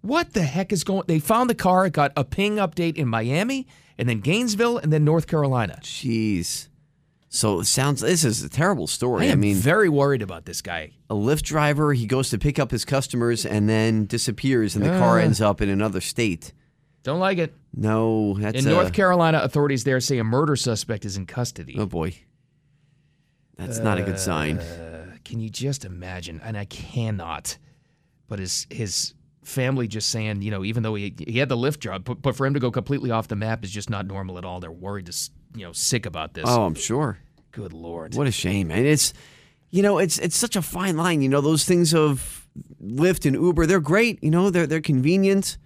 What the heck is going? They found the car. It got a ping update in Miami, and then Gainesville, and then North Carolina. Jeez. So it sounds. This is a terrible story. I, am mean, very worried about this guy. a Lyft driver. He goes to pick up his customers and then disappears, and the car Uh. ends up in another state. Don't like it. No, that's in a, North Carolina, authorities there say a murder suspect is in custody. Oh boy, that's not a good sign. Can you just imagine? And I cannot. But his his family just saying, you know, even though he he had the lift job, but, but for him to go completely off the map is just not normal at all. They're worried, to, s- you know, sick about this. Oh, I'm sure. good lord! What a shame, man. It's you know, it's it's such a fine line. You know, those things of Lyft and Uber, they're great. You know, they're they're convenient.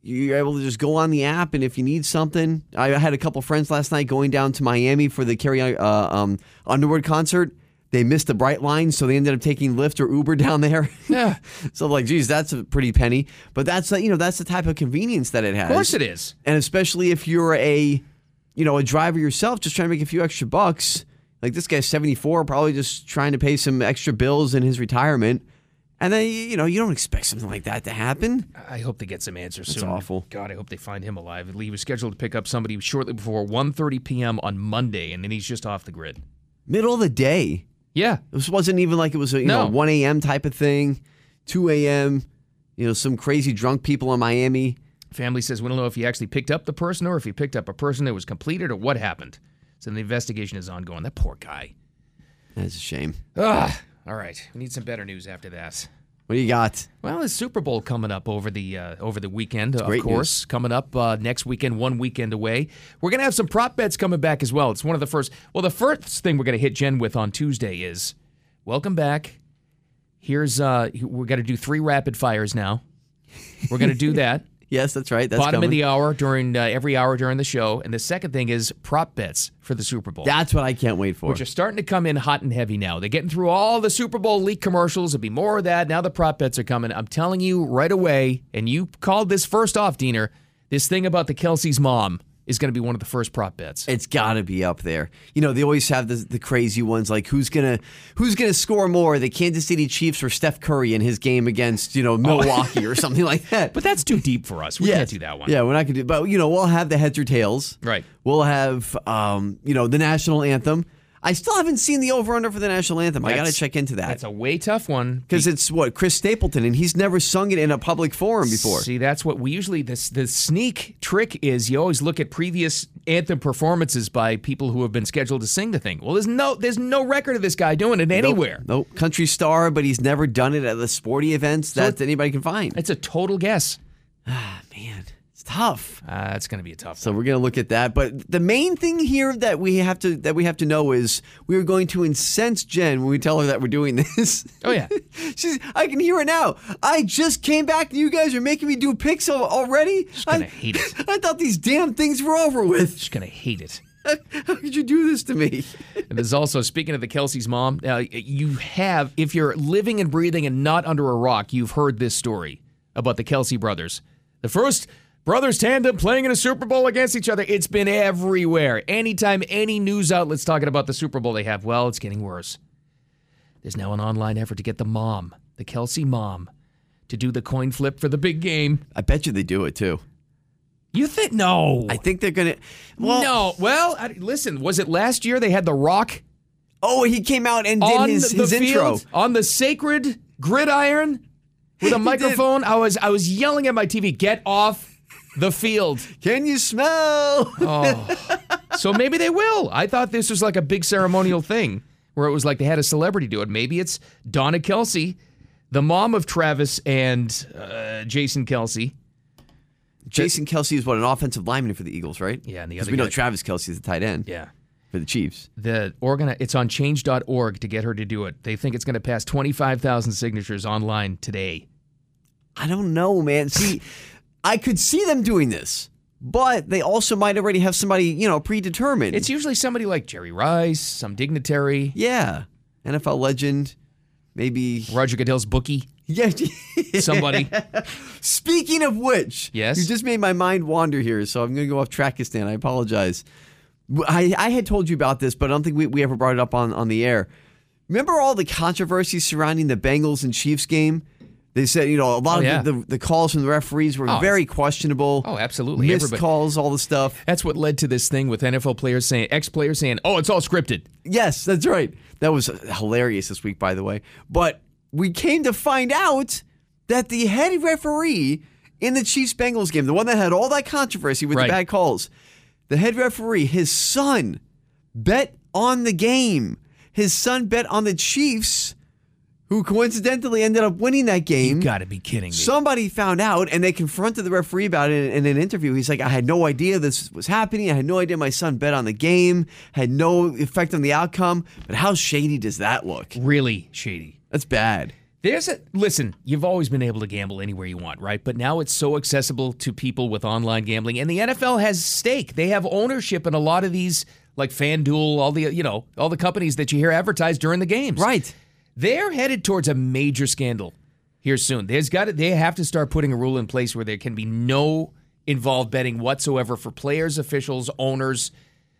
You're able to just go on the app, and if you need something, I had a couple friends last night going down to Miami for the Carrie uh, um, Underwood concert. They missed the bright line, so they ended up taking Lyft or Uber down there. Yeah. so like, geez, that's a pretty penny. But that's the- you know that's the type of convenience that it has. Of course it is. And especially if you're a, you know, a driver yourself, just trying to make a few extra bucks. Like this guy's 74, probably just trying to pay some extra bills in his retirement. And then, you know, you don't expect something like that to happen. I hope they get some answers That's soon. awful. God, I hope they find him alive. He was scheduled to pick up somebody shortly before 1.30 p.m. on Monday, and then he's just off the grid. Middle of the day. Yeah. This wasn't even like it was a you know No. 1 a.m. type of thing, 2 a.m. You know, some crazy drunk people in Miami. Family says we don't know if he actually picked up the person or if he picked up a person that was completed or what happened. So the investigation is ongoing. That poor guy. That's a shame. Ugh. All right, we need some better news after that. What do you got? Well, there's Super Bowl coming up over the uh, over the weekend, of great course. Coming up uh, next weekend, one weekend away. We're gonna have some prop bets coming back as well. It's one of the first. Well, the first thing we're gonna hit Jen with on Tuesday is welcome back. Here's uh, we're gonna do three rapid fires now. We're gonna do that. Yes, that's right. That's Bottom coming. of the hour during uh, every hour during the show, and the second thing is prop bets for the Super Bowl. That's what I can't wait for. Which are starting to come in hot and heavy now. They're getting through all the Super Bowl leak commercials. There'll be more of that. Now the prop bets are coming. I'm telling you right away, and you called this first off, Diener, this thing about the Kelsey's mom is going to be one of the first prop bets. It's got to be up there. You know, they always have the, the crazy ones like who's gonna who's gonna score more, the Kansas City Chiefs or Steph Curry in his game against you know Milwaukee or something like that. Oh. But that's too deep for us. We Yes. can't do that one. Yeah, we're not gonna do. But you know, we'll have the heads or tails. Right. We'll have um, you know the national anthem. I still haven't seen the over under for the national anthem. I got to That's- check into that That's a way tough one. because it's what Chris Stapleton and he's never sung it in a public forum before. See, that's what we usually this the sneak trick is. You always look at previous anthem performances by people who have been scheduled to sing the thing. Well, there's no there's no record of this guy doing it anywhere. No country star, but he's never done it at the sporty events that anybody can find. It's a total guess. It's tough. Uh, it's going to be a tough. So we're going to look at that, but the main thing here that we have to that we have to know is we are going to incense Jen when we tell her that we're doing this. Oh yeah. She's I can hear it now. I just came back and you guys are making me do picks al- already. She's gonna I, hate it. I thought these damn things were over with. She's going to hate it. How could you do this to me? And there's also, speaking of the Kelsey's mom, uh, you have, if you're living and breathing and not under a rock, you've heard this story about the Kelsey brothers. The first brothers tandem playing in a Super Bowl against each other. It's been everywhere. Anytime any news outlets talking about the Super Bowl they have, well, it's getting worse. There's now an online effort to get the mom, the Kelsey mom, to do the coin flip for the big game. I bet you they do it too. You think? No. I think they're going to Well, no. Well, I, listen, was it last year they had The Rock Oh, he came out and did on his, the his intro. field, on the sacred gridiron with a He microphone. I was I was yelling at my TV, "Get off the field!" Can you smell? Oh, so maybe they will. I thought this was like a big ceremonial thing where it was like they had a celebrity do it. Maybe it's Donna Kelsey, the mom of Travis and uh, Jason Kelsey. Jason Kelsey is what an offensive lineman for the Eagles, right? Yeah, and the 'Cause other we know guy- Travis Kelsey is the tight end. Yeah. for the Chiefs. The organ it's on change.org to get her to do it. They think it's going to pass 25,000 signatures online today. I don't know, man. See, I could see them doing this, but they also might already have somebody, you know, predetermined. It's usually somebody like Jerry Rice, some dignitary. yeah, NFL legend, maybe Roger Goodell's bookie. Yeah, Somebody. Speaking of which, Yes? you just made my mind wander here, so I'm going to go off Trackistan. I apologize. W- I, I had told you about this, but I don't think we, we ever brought it up on, on the air. Remember all the controversy surrounding the Bengals and Chiefs game? They said, you know, a lot Oh, of yeah. the, the, the calls from the referees were Oh, very questionable. Oh, absolutely. Missed Everybody- calls, all the stuff. That's what led to this thing with NFL players saying, ex players saying, oh, it's all scripted. Yes, that's right. That was hilarious this week, by the way. But we came to find out that the head referee in the Chiefs Bengals game, the one that had all that controversy with Right. the bad calls, the head referee, his son, bet on the game. His son bet on the Chiefs, who coincidentally ended up winning that game. You got to be kidding me. Somebody found out and they confronted the referee about it in, in an interview. He's like, I had no idea this was happening. I had no idea my son bet on the game, had no effect on the outcome. But how shady does that look? really shady. That's bad. There's a listen, you've always been able to gamble anywhere you want, right? But now it's so accessible to people with online gambling and the NFL has stake. They have ownership in a lot of these like FanDuel, all the you know, all the companies that you hear advertised during the games. Right. They're headed towards a major scandal here soon. There's got to, they have to start putting a rule in place where there can be no involved betting whatsoever for players, officials, owners,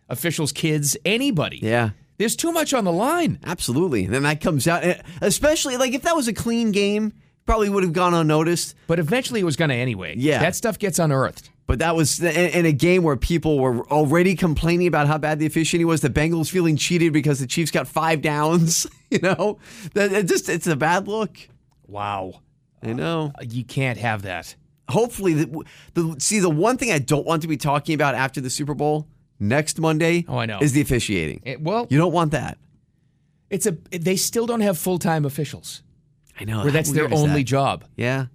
officials, kids, anybody. Yeah. There's too much on the line. Absolutely. And then that comes out, and especially like if that was a clean game, probably would have gone unnoticed. But eventually it was going to anyway. Yeah. That stuff gets unearthed. But that was in, in a game where people were already complaining about how bad the officiating was. The Bengals feeling cheated because the Chiefs got five downs. You know, that it just it's a bad look. Wow, I know Uh, you can't have that. Hopefully, the, the see the one thing I don't want to be talking about after the Super Bowl next Monday. Oh, I know. is the officiating. It- well, you don't want that. It's a they still don't have full time officials. I know. Where how that's their weird Uh, is only that? job. Yeah.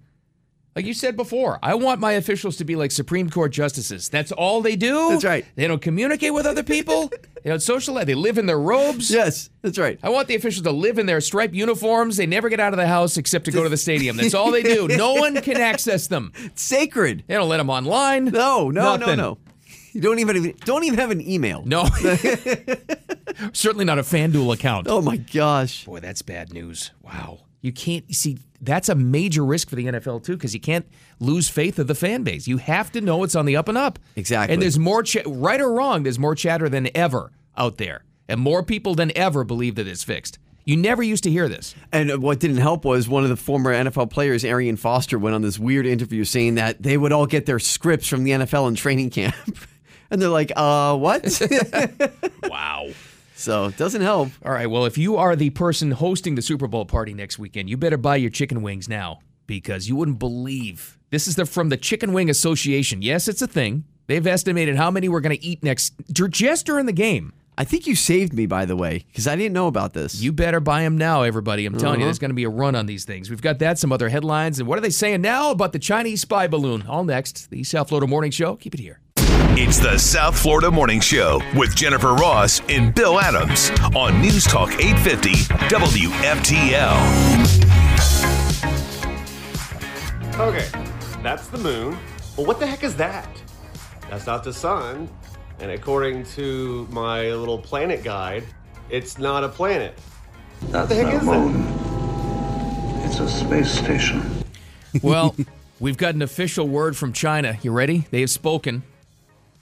Like you said before, I want my officials to be like Supreme Court justices. That's all they do. That's right. They don't communicate with other people. they don't socialize. They live in their robes. Yes, that's right. I want the officials to live in their striped uniforms. They never get out of the house except to go to the stadium. That's all they do. No one can access them. Sacred. They don't let them online. No, no, Nothing. no, no. You don't even even- don't even have an email. No. Certainly not a FanDuel account. Oh my gosh. Boy, that's bad news. Wow. You can't you see that's a major risk for the NFL too cuz you can't lose faith of the fan base. You have to know it's on the up and up. Exactly. And there's more ch- right or wrong, there's more chatter than ever out there. And more people than ever believe that it's fixed. You never used to hear this. And what didn't help was one of the former NFL players, Arian Foster, went on this weird interview saying that they would all get their scripts from the NFL in training camp. And they're like, uh, what? Wow. so it doesn't help. All right, well, if you are the person hosting the Super Bowl party next weekend, you better buy your chicken wings now because you wouldn't believe. This is the, from the Chicken Wing Association. Yes, it's a thing. They've estimated how many we're going to eat next dur- just during the game. I think you saved me, by the way, because I didn't know about this. You better buy them now, everybody. I'm telling you, Uh-huh. there's going to be a run on these things. We've got that, some other headlines, and what are they saying now about the Chinese spy balloon? All next. The South Florida Morning Show. Keep it here. It's the South Florida Morning Show with Jennifer Ross and Bill Adams on News Talk 850 WFTL. Okay, that's the moon. Well, what the heck is that? That's not the sun. And according to my little planet guide, it's not a planet. That's the heck no is moon. It's a space station. Well, we've got an official word from China. You ready? They have spoken.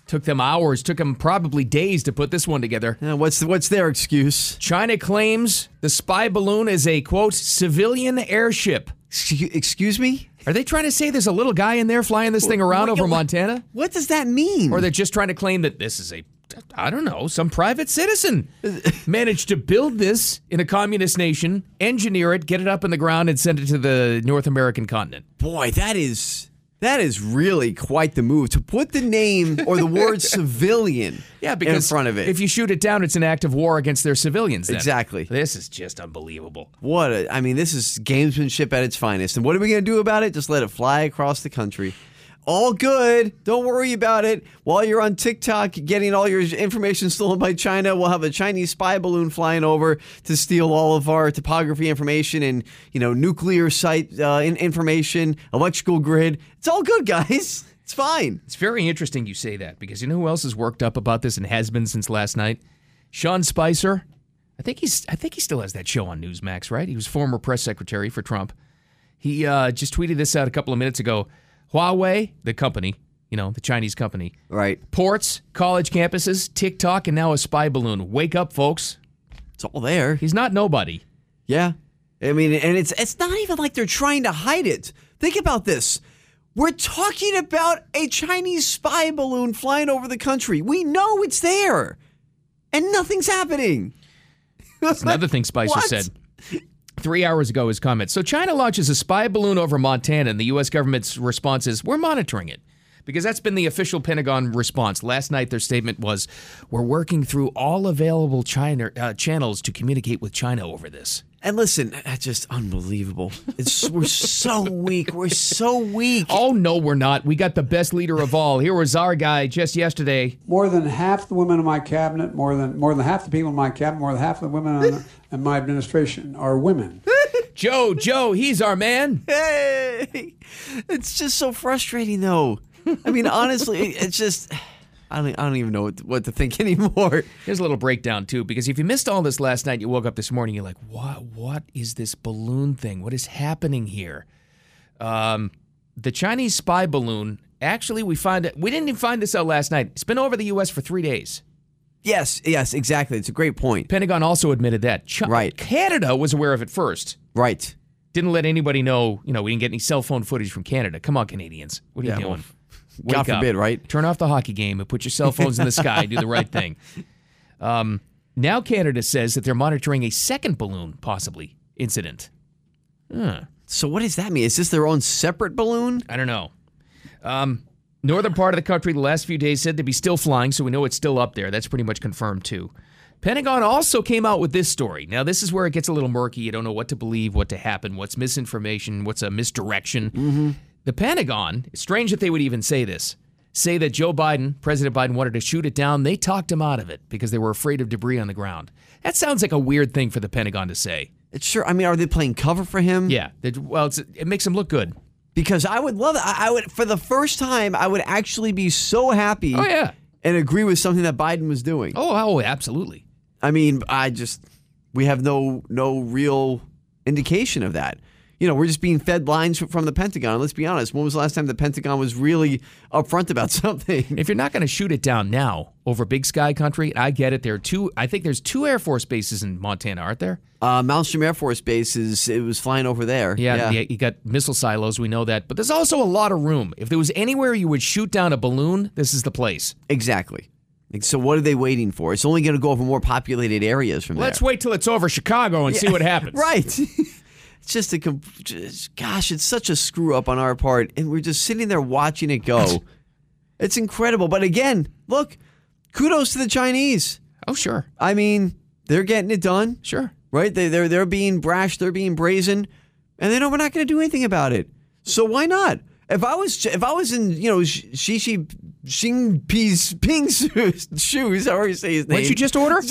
Took them hours, took them probably days to put this one together. Uh, what's what's their excuse? China claims the spy balloon is a quote civilian airship. Excu- Excuse me? Are they trying to say there's a little guy in there flying this thing around over Montana? What does that mean? Or they're just trying to claim that this is a I don't know, some private citizen managed to build this in a communist nation, engineer it, get it up in the ground and send it to the North American continent. Boy, that is that is really quite the move to put the name or the word civilian Yeah, because in front of it. if you shoot it down, it's an act of war against their civilians. then. Exactly. This is just unbelievable. What a, I mean, this is gamesmanship at its finest. And what are we going to do about it? Just let it fly across the country. All good. Don't worry about it. While you're on TikTok getting all your information stolen by China, we'll have a Chinese spy balloon flying over to steal all of our topography information and you know nuclear site uh, in- information, electrical grid. It's all good, guys. It's fine. It's very interesting you say that because you know who else is worked up about this and has been since last night? Sean Spicer. I think he's I think he still has that show on Newsmax, right? He was former press secretary for Trump. He uh, just tweeted this out a couple of minutes ago. Huawei, the company, you know, the Chinese company, Right. ports, college campuses, TikTok, and now a spy balloon. Wake up, folks. It's all there. He's not nobody. Yeah. I mean, and it's it's not even like they're trying to hide it. Think about this. We're talking about a Chinese spy balloon flying over the country. We know it's there. And nothing's happening. That's another thing Spicer What? said. Three hours ago, his comment. So China launches a spy balloon over Montana, and the U.S. government's response is, "We're monitoring it," because that's been the official Pentagon response. Last night, their statement was, "We're working through all available China uh, channels to communicate with China over this." And listen, that's just unbelievable. It's we're so weak. We're so weak. Oh no, we're not. We got the best leader of all. Here was our guy just yesterday. More than half the women in my cabinet, more than more than half the people in my cabinet, more than half the women on, in my administration are women. Joe, Joe, he's our man. Hey. It's just so frustrating though. I mean, honestly, it's just I don't, I don't even know what to, what to think anymore. Here's a little breakdown too, because if you missed all this last night, you woke up this morning, you're like, what? What is this balloon thing? What is happening here? Um, the Chinese spy balloon. Actually, we find it. We didn't even find this out last night. It's been over the U.S. for three days. Yes, yes, exactly. It's a great point. Pentagon also admitted that. Chi- Right. Canada was aware of it first. Right. Didn't let anybody know. You know, we didn't get any cell phone footage from Canada. Come on, Canadians. What are Yeah, you well, doing? Wake God forbid, up. right? Turn off the hockey game and put your cell phones in the sky. Do the right thing. Um, now Canada says that they're monitoring a second balloon possibly incident. So what does that mean? Is this their own separate balloon? I don't know. Um, northern part of the country the last few days said to be still flying, so we know it's still up there. That's pretty much confirmed too. Pentagon also came out with this story. Now this is where it gets a little murky. You don't know what to believe, what to happen, what's misinformation, what's a misdirection. The Pentagon, it's strange that they would even say this. Say that Joe Biden, President Biden wanted to shoot it down. They talked him out of it because they were afraid of debris on the ground. That sounds like a weird thing for the Pentagon to say. It's sure. I mean, are they playing cover for him? Yeah. They- well, it's, it makes him look good. Because I would love. I, I would for the first time. I would actually be so happy. Oh, yeah. And agree with something that Biden was doing. Oh, oh, absolutely. I mean, I just we have no no real indication of that. You know, we're just being fed lines from the Pentagon. Let's be honest. When was the last time the Pentagon was really upfront about something? If you're not going to shoot it down now over Big Sky Country, I get it. There are two. I think there's two Air Force bases in Montana, aren't there? Uh, Malmstrom Air Force Base is it was flying over there. Yeah, yeah. You got missile silos. We know that, but there's also a lot of room. If there was anywhere you would shoot down a balloon, this is the place. exactly. Like, So what are they waiting for? It's only going to go over more populated areas from Let's there. wait till it's over Chicago and see Yeah. what happens. Right. it's just a com- just, gosh, it's such a screw up on our part, and we're just sitting there watching it go. it's incredible. But again, look, kudos to the Chinese. Oh, sure. I mean, they're getting it done. Sure. Right? They, they're they're being brash. They're being brazen, and they know we're not going to do anything about it. So why not? If I was if I was in you know Xi Xi Jinping's Ping's shoes, I already say his name. What did you just order?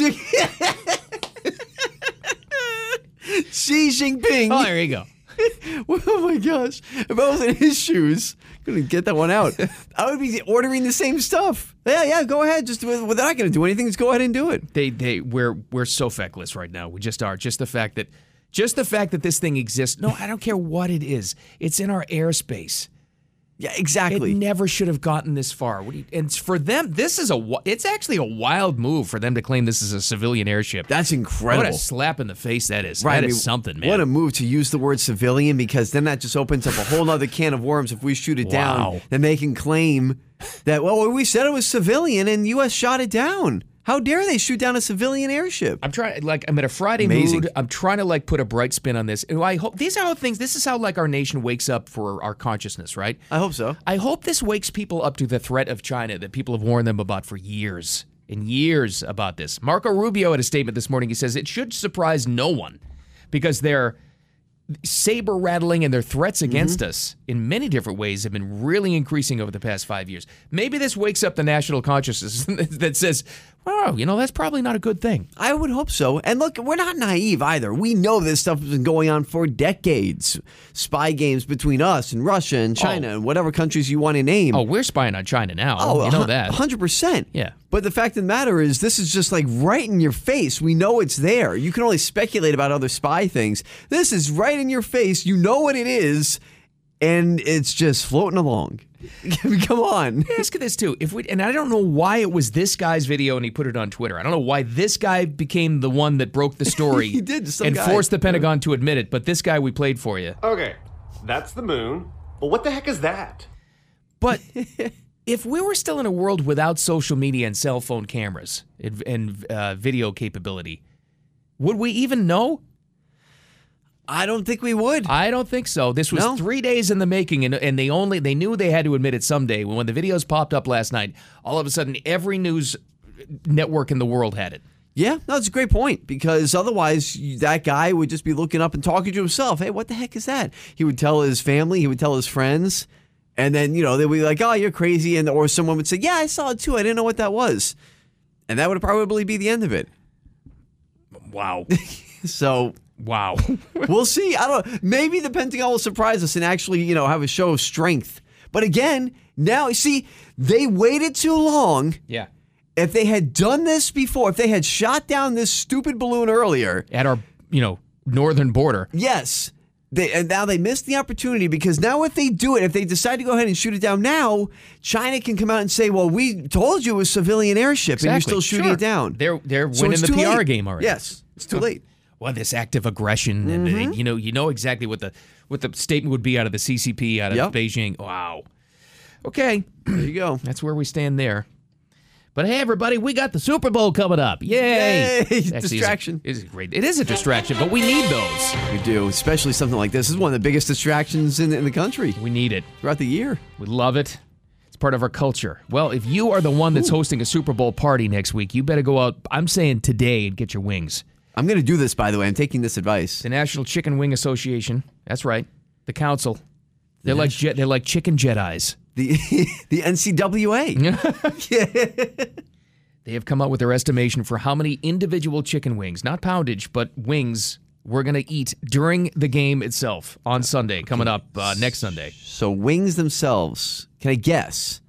Xi Jinping. Oh, there you go. oh my gosh! If I was in his shoes, couldn't get that one out. I would be ordering the same stuff. Yeah, yeah. Go ahead. Just we're we're not going to do anything. Just go ahead and do it. They, they, we're, we're so feckless right now. We just are. Just the fact that, just the fact that this thing exists. No, I don't care what it is. It's in our airspace. Yeah, exactly. It never should have gotten this far. What do you, and for them, this is a wi- it's actually a wild move for them to claim this is a civilian airship. That's incredible. What a slap in the face that is. Right, That I is mean, something, man. What a move to use the word civilian because then that just opens up a whole other can of worms. If we shoot it Wow. down, then they can claim that well, we said it was civilian and U.S. shot it down. How dare they shoot down a civilian airship? I'm trying like I'm in a Friday Amazing. mood. I'm trying to like put a bright spin on this. And I hope these are all things this is how like our nation wakes up for our consciousness, right? I hope so. I hope this wakes people up to the threat of China that people have warned them about for years and years about this. Marco Rubio had a statement this morning. He says it should surprise no one because their saber rattling and their threats against us in many different ways have been really increasing over the past five years. Maybe this wakes up the national consciousness that says, "Wow, you know that's probably not a good thing." I would hope so. And look, we're not naive either. We know this stuff has been going on for decades. Spy games between us and Russia and China Oh. and whatever countries you want to name. Oh, we're spying on China now. Oh, you know hun- that. 100%. Yeah. But the fact of the matter is, this is just like right in your face. We know it's there. You can only speculate about other spy things. This is right in your face. You know what it is, and it's just floating along. Come on. Let me ask you this too. If we and I don't know why it was this guy's video and he put it on Twitter. I don't know why this guy became the one that broke the story. He did, some and guy. forced the Pentagon to admit it. But this guy we played for you. Okay, that's the moon. But what the heck is that? But if we were still in a world without social media and cell phone cameras and, and uh, video capability, would we even know? I don't think we would. I don't think so. This was No. three days in the making, and, and they only they knew they had to admit it someday. When the videos popped up last night, all of a sudden every news network in the world had it. Yeah, no, that's a great point because otherwise you- that guy would just be looking up and talking to himself. Hey, what the heck is that? He would tell his family, he would tell his friends, and then you know they would be like, "Oh, you're crazy," and or someone would say, "Yeah, I saw it too. I didn't know what that was," and that would probably be the end of it. Wow, So wow. we'll see. I don't. Maybe the Pentagon will surprise us and actually, you know, have a show of strength. But again, now you see, they waited too long. yeah, If they had done this before, if they had shot down this stupid balloon earlier, at our you know northern border. Yes. They, and now they missed the opportunity because now if they do it, if they decide to go ahead and shoot it down now, China can come out and say, "Well, we told you it was civilian airship, and you're still shooting Sure. it down." They're they're So winning it's the too PR late. game already. Yes, it's too late. Well, this active aggression, Mm-hmm. and uh, you know, you know exactly what the what the statement would be out of the CCP, out of Yep. Beijing. Wow. Okay. There you go. That's where we stand there. But hey, everybody, we got the Super Bowl coming up. Yay! Yay! Actually, it's a- Distraction. It is, a great. It is a distraction, but we need those. We do, especially something like this. This is one of the biggest distractions in, in the country. We need it throughout the year. We love it. It's part of our culture. Well, if you are the one that's hosting a Super Bowl party next week, you better go out, I'm saying today, and get your wings. I'm going to do this, by the way. I'm taking this advice. The National Chicken Wing Association. That's right. The council. They're like Je- they're like chicken Jedi's. The the NCWA. They have come up with their estimation for how many individual chicken wings, not poundage, but wings, we're going to eat during the game itself on Sunday, coming up uh, next Sunday. So wings themselves. Can I guess?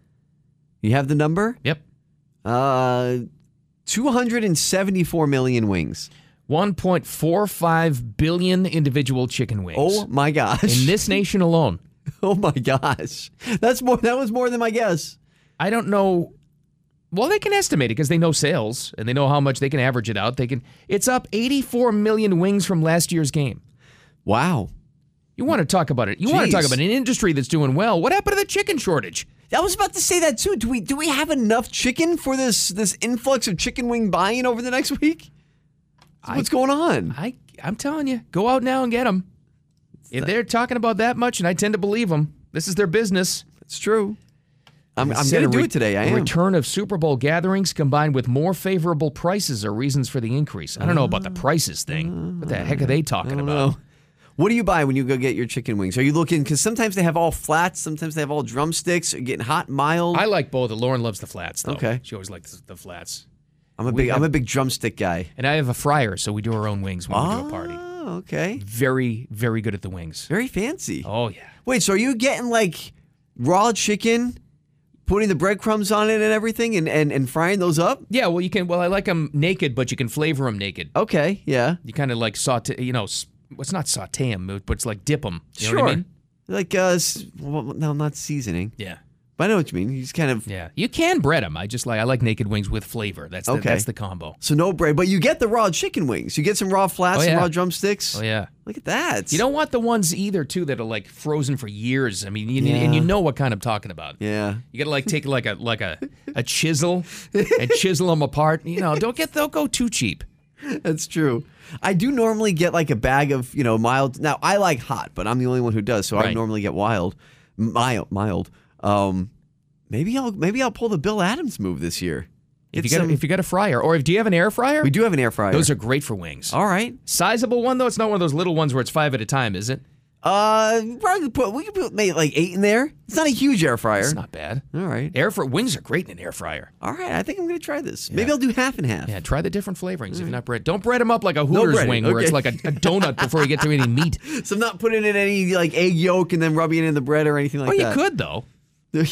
You have the number? Yep. Uh, 274 million wings. 1.45 billion individual chicken wings. Oh my gosh. In this nation alone. Oh my gosh. That's more that was more than my guess. I don't know. Well, they can estimate it because they know sales and they know how much they can average it out. They can. It's up 84 million wings from last year's game. Wow. You want to talk about it? You want to talk Jeez. about an industry that's doing well? What happened to the chicken shortage? I was about to say that too. Do we do we have enough chicken for this this influx of chicken wing buying over the next week? I- What's going on? I I'm telling you, go out now and get them. If they're talking about that much, and I tend to believe them, this is their business. It's true. I'm, It I'm said going to a do re- it today. I the am. return of Super Bowl gatherings combined with more favorable prices are reasons for the increase. I don't know Ah. about the prices thing. What the heck are they talking about? What do you buy when you go get your chicken wings? Are you looking because sometimes they have all flats, sometimes they have all drumsticks, getting hot, mild. I like both. Lauren loves the flats, though. Okay. She always likes the flats. I'm a we big have- I'm a big drumstick guy. And I have a fryer, so we do our own wings when we do a party. Oh, okay. Very, very good at the wings. Very fancy. Oh, yeah. Wait, so are you getting like raw chicken, putting the breadcrumbs on it and everything and, and, and frying those up? Yeah, well, you can. Well, I like them naked, but you can flavor them naked. Okay, yeah. You kind of like saute, you know, s- well, it's not saute them, but it's like dip them. You sure. know what I mean? Like uh s- well, no, not seasoning. Yeah. But I know what you mean. You just kind of Yeah. You can bread them. I just like, I like naked wings with flavor. That's the, Okay. that's the combo. So no bread, but you get the raw chicken wings. You get some raw flats, Oh, some yeah. raw drumsticks. Oh, yeah. Look at that. You don't want the ones either, too, that are like frozen for years. I mean, you, and you Yeah. know what kind I'm talking about. Yeah. You gotta like take like a like a, a chisel and chisel them apart. You know, don't get don't go too cheap. That's true. I do normally get like a bag of you know mild. Now I like hot, but I'm the only one who does, so I Right. normally get wild, mild, mild. Um, maybe I'll maybe I'll pull the Bill Adams move this year. If Get you got some- if you got a fryer or if do you have an air fryer? we do have an air fryer. Those are great for wings. all right. Sizable one though. It's not one of those little ones where it's five at a time, is it? Uh, we probably put we could put maybe like eight in there. It's not a huge air fryer. It's not bad. All right. Air fr- wings are great in an air fryer. All right. I think I'm gonna try this. Maybe I'll do half and half. Yeah, try the different flavorings. If you're not bread, don't bread them up like a Hooters breading, wing where it's like Mm. okay. a, a donut before you get to any meat. So I'm not putting in any like egg yolk and then rubbing it in the bread or anything like Or you that. could though. could.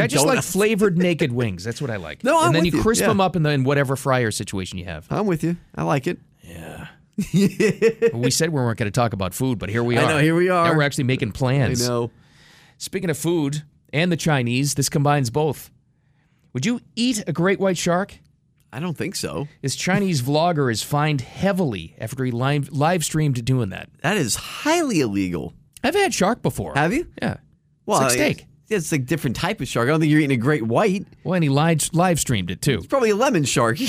I just like flavored naked wings. That's what I like. No, and I'm then with you you. crisp Yeah. them up in, the, in whatever fryer situation you have. I'm with you. I like it. we said we weren't going to talk about food, but here we I are. know, here we Now are. we're actually making I plans. know. Speaking of food and the Chinese, this combines both. Would you eat a great white shark? I don't think so. This Chinese vlogger is fined heavily after he live, live streamed doing that. That is highly illegal. I've had shark before. Have you? Yeah. Well, it's like steak. Yeah, it's like different type of shark. I don't think you're eating a great white. Well, and he live, live streamed it too. It's probably a lemon shark.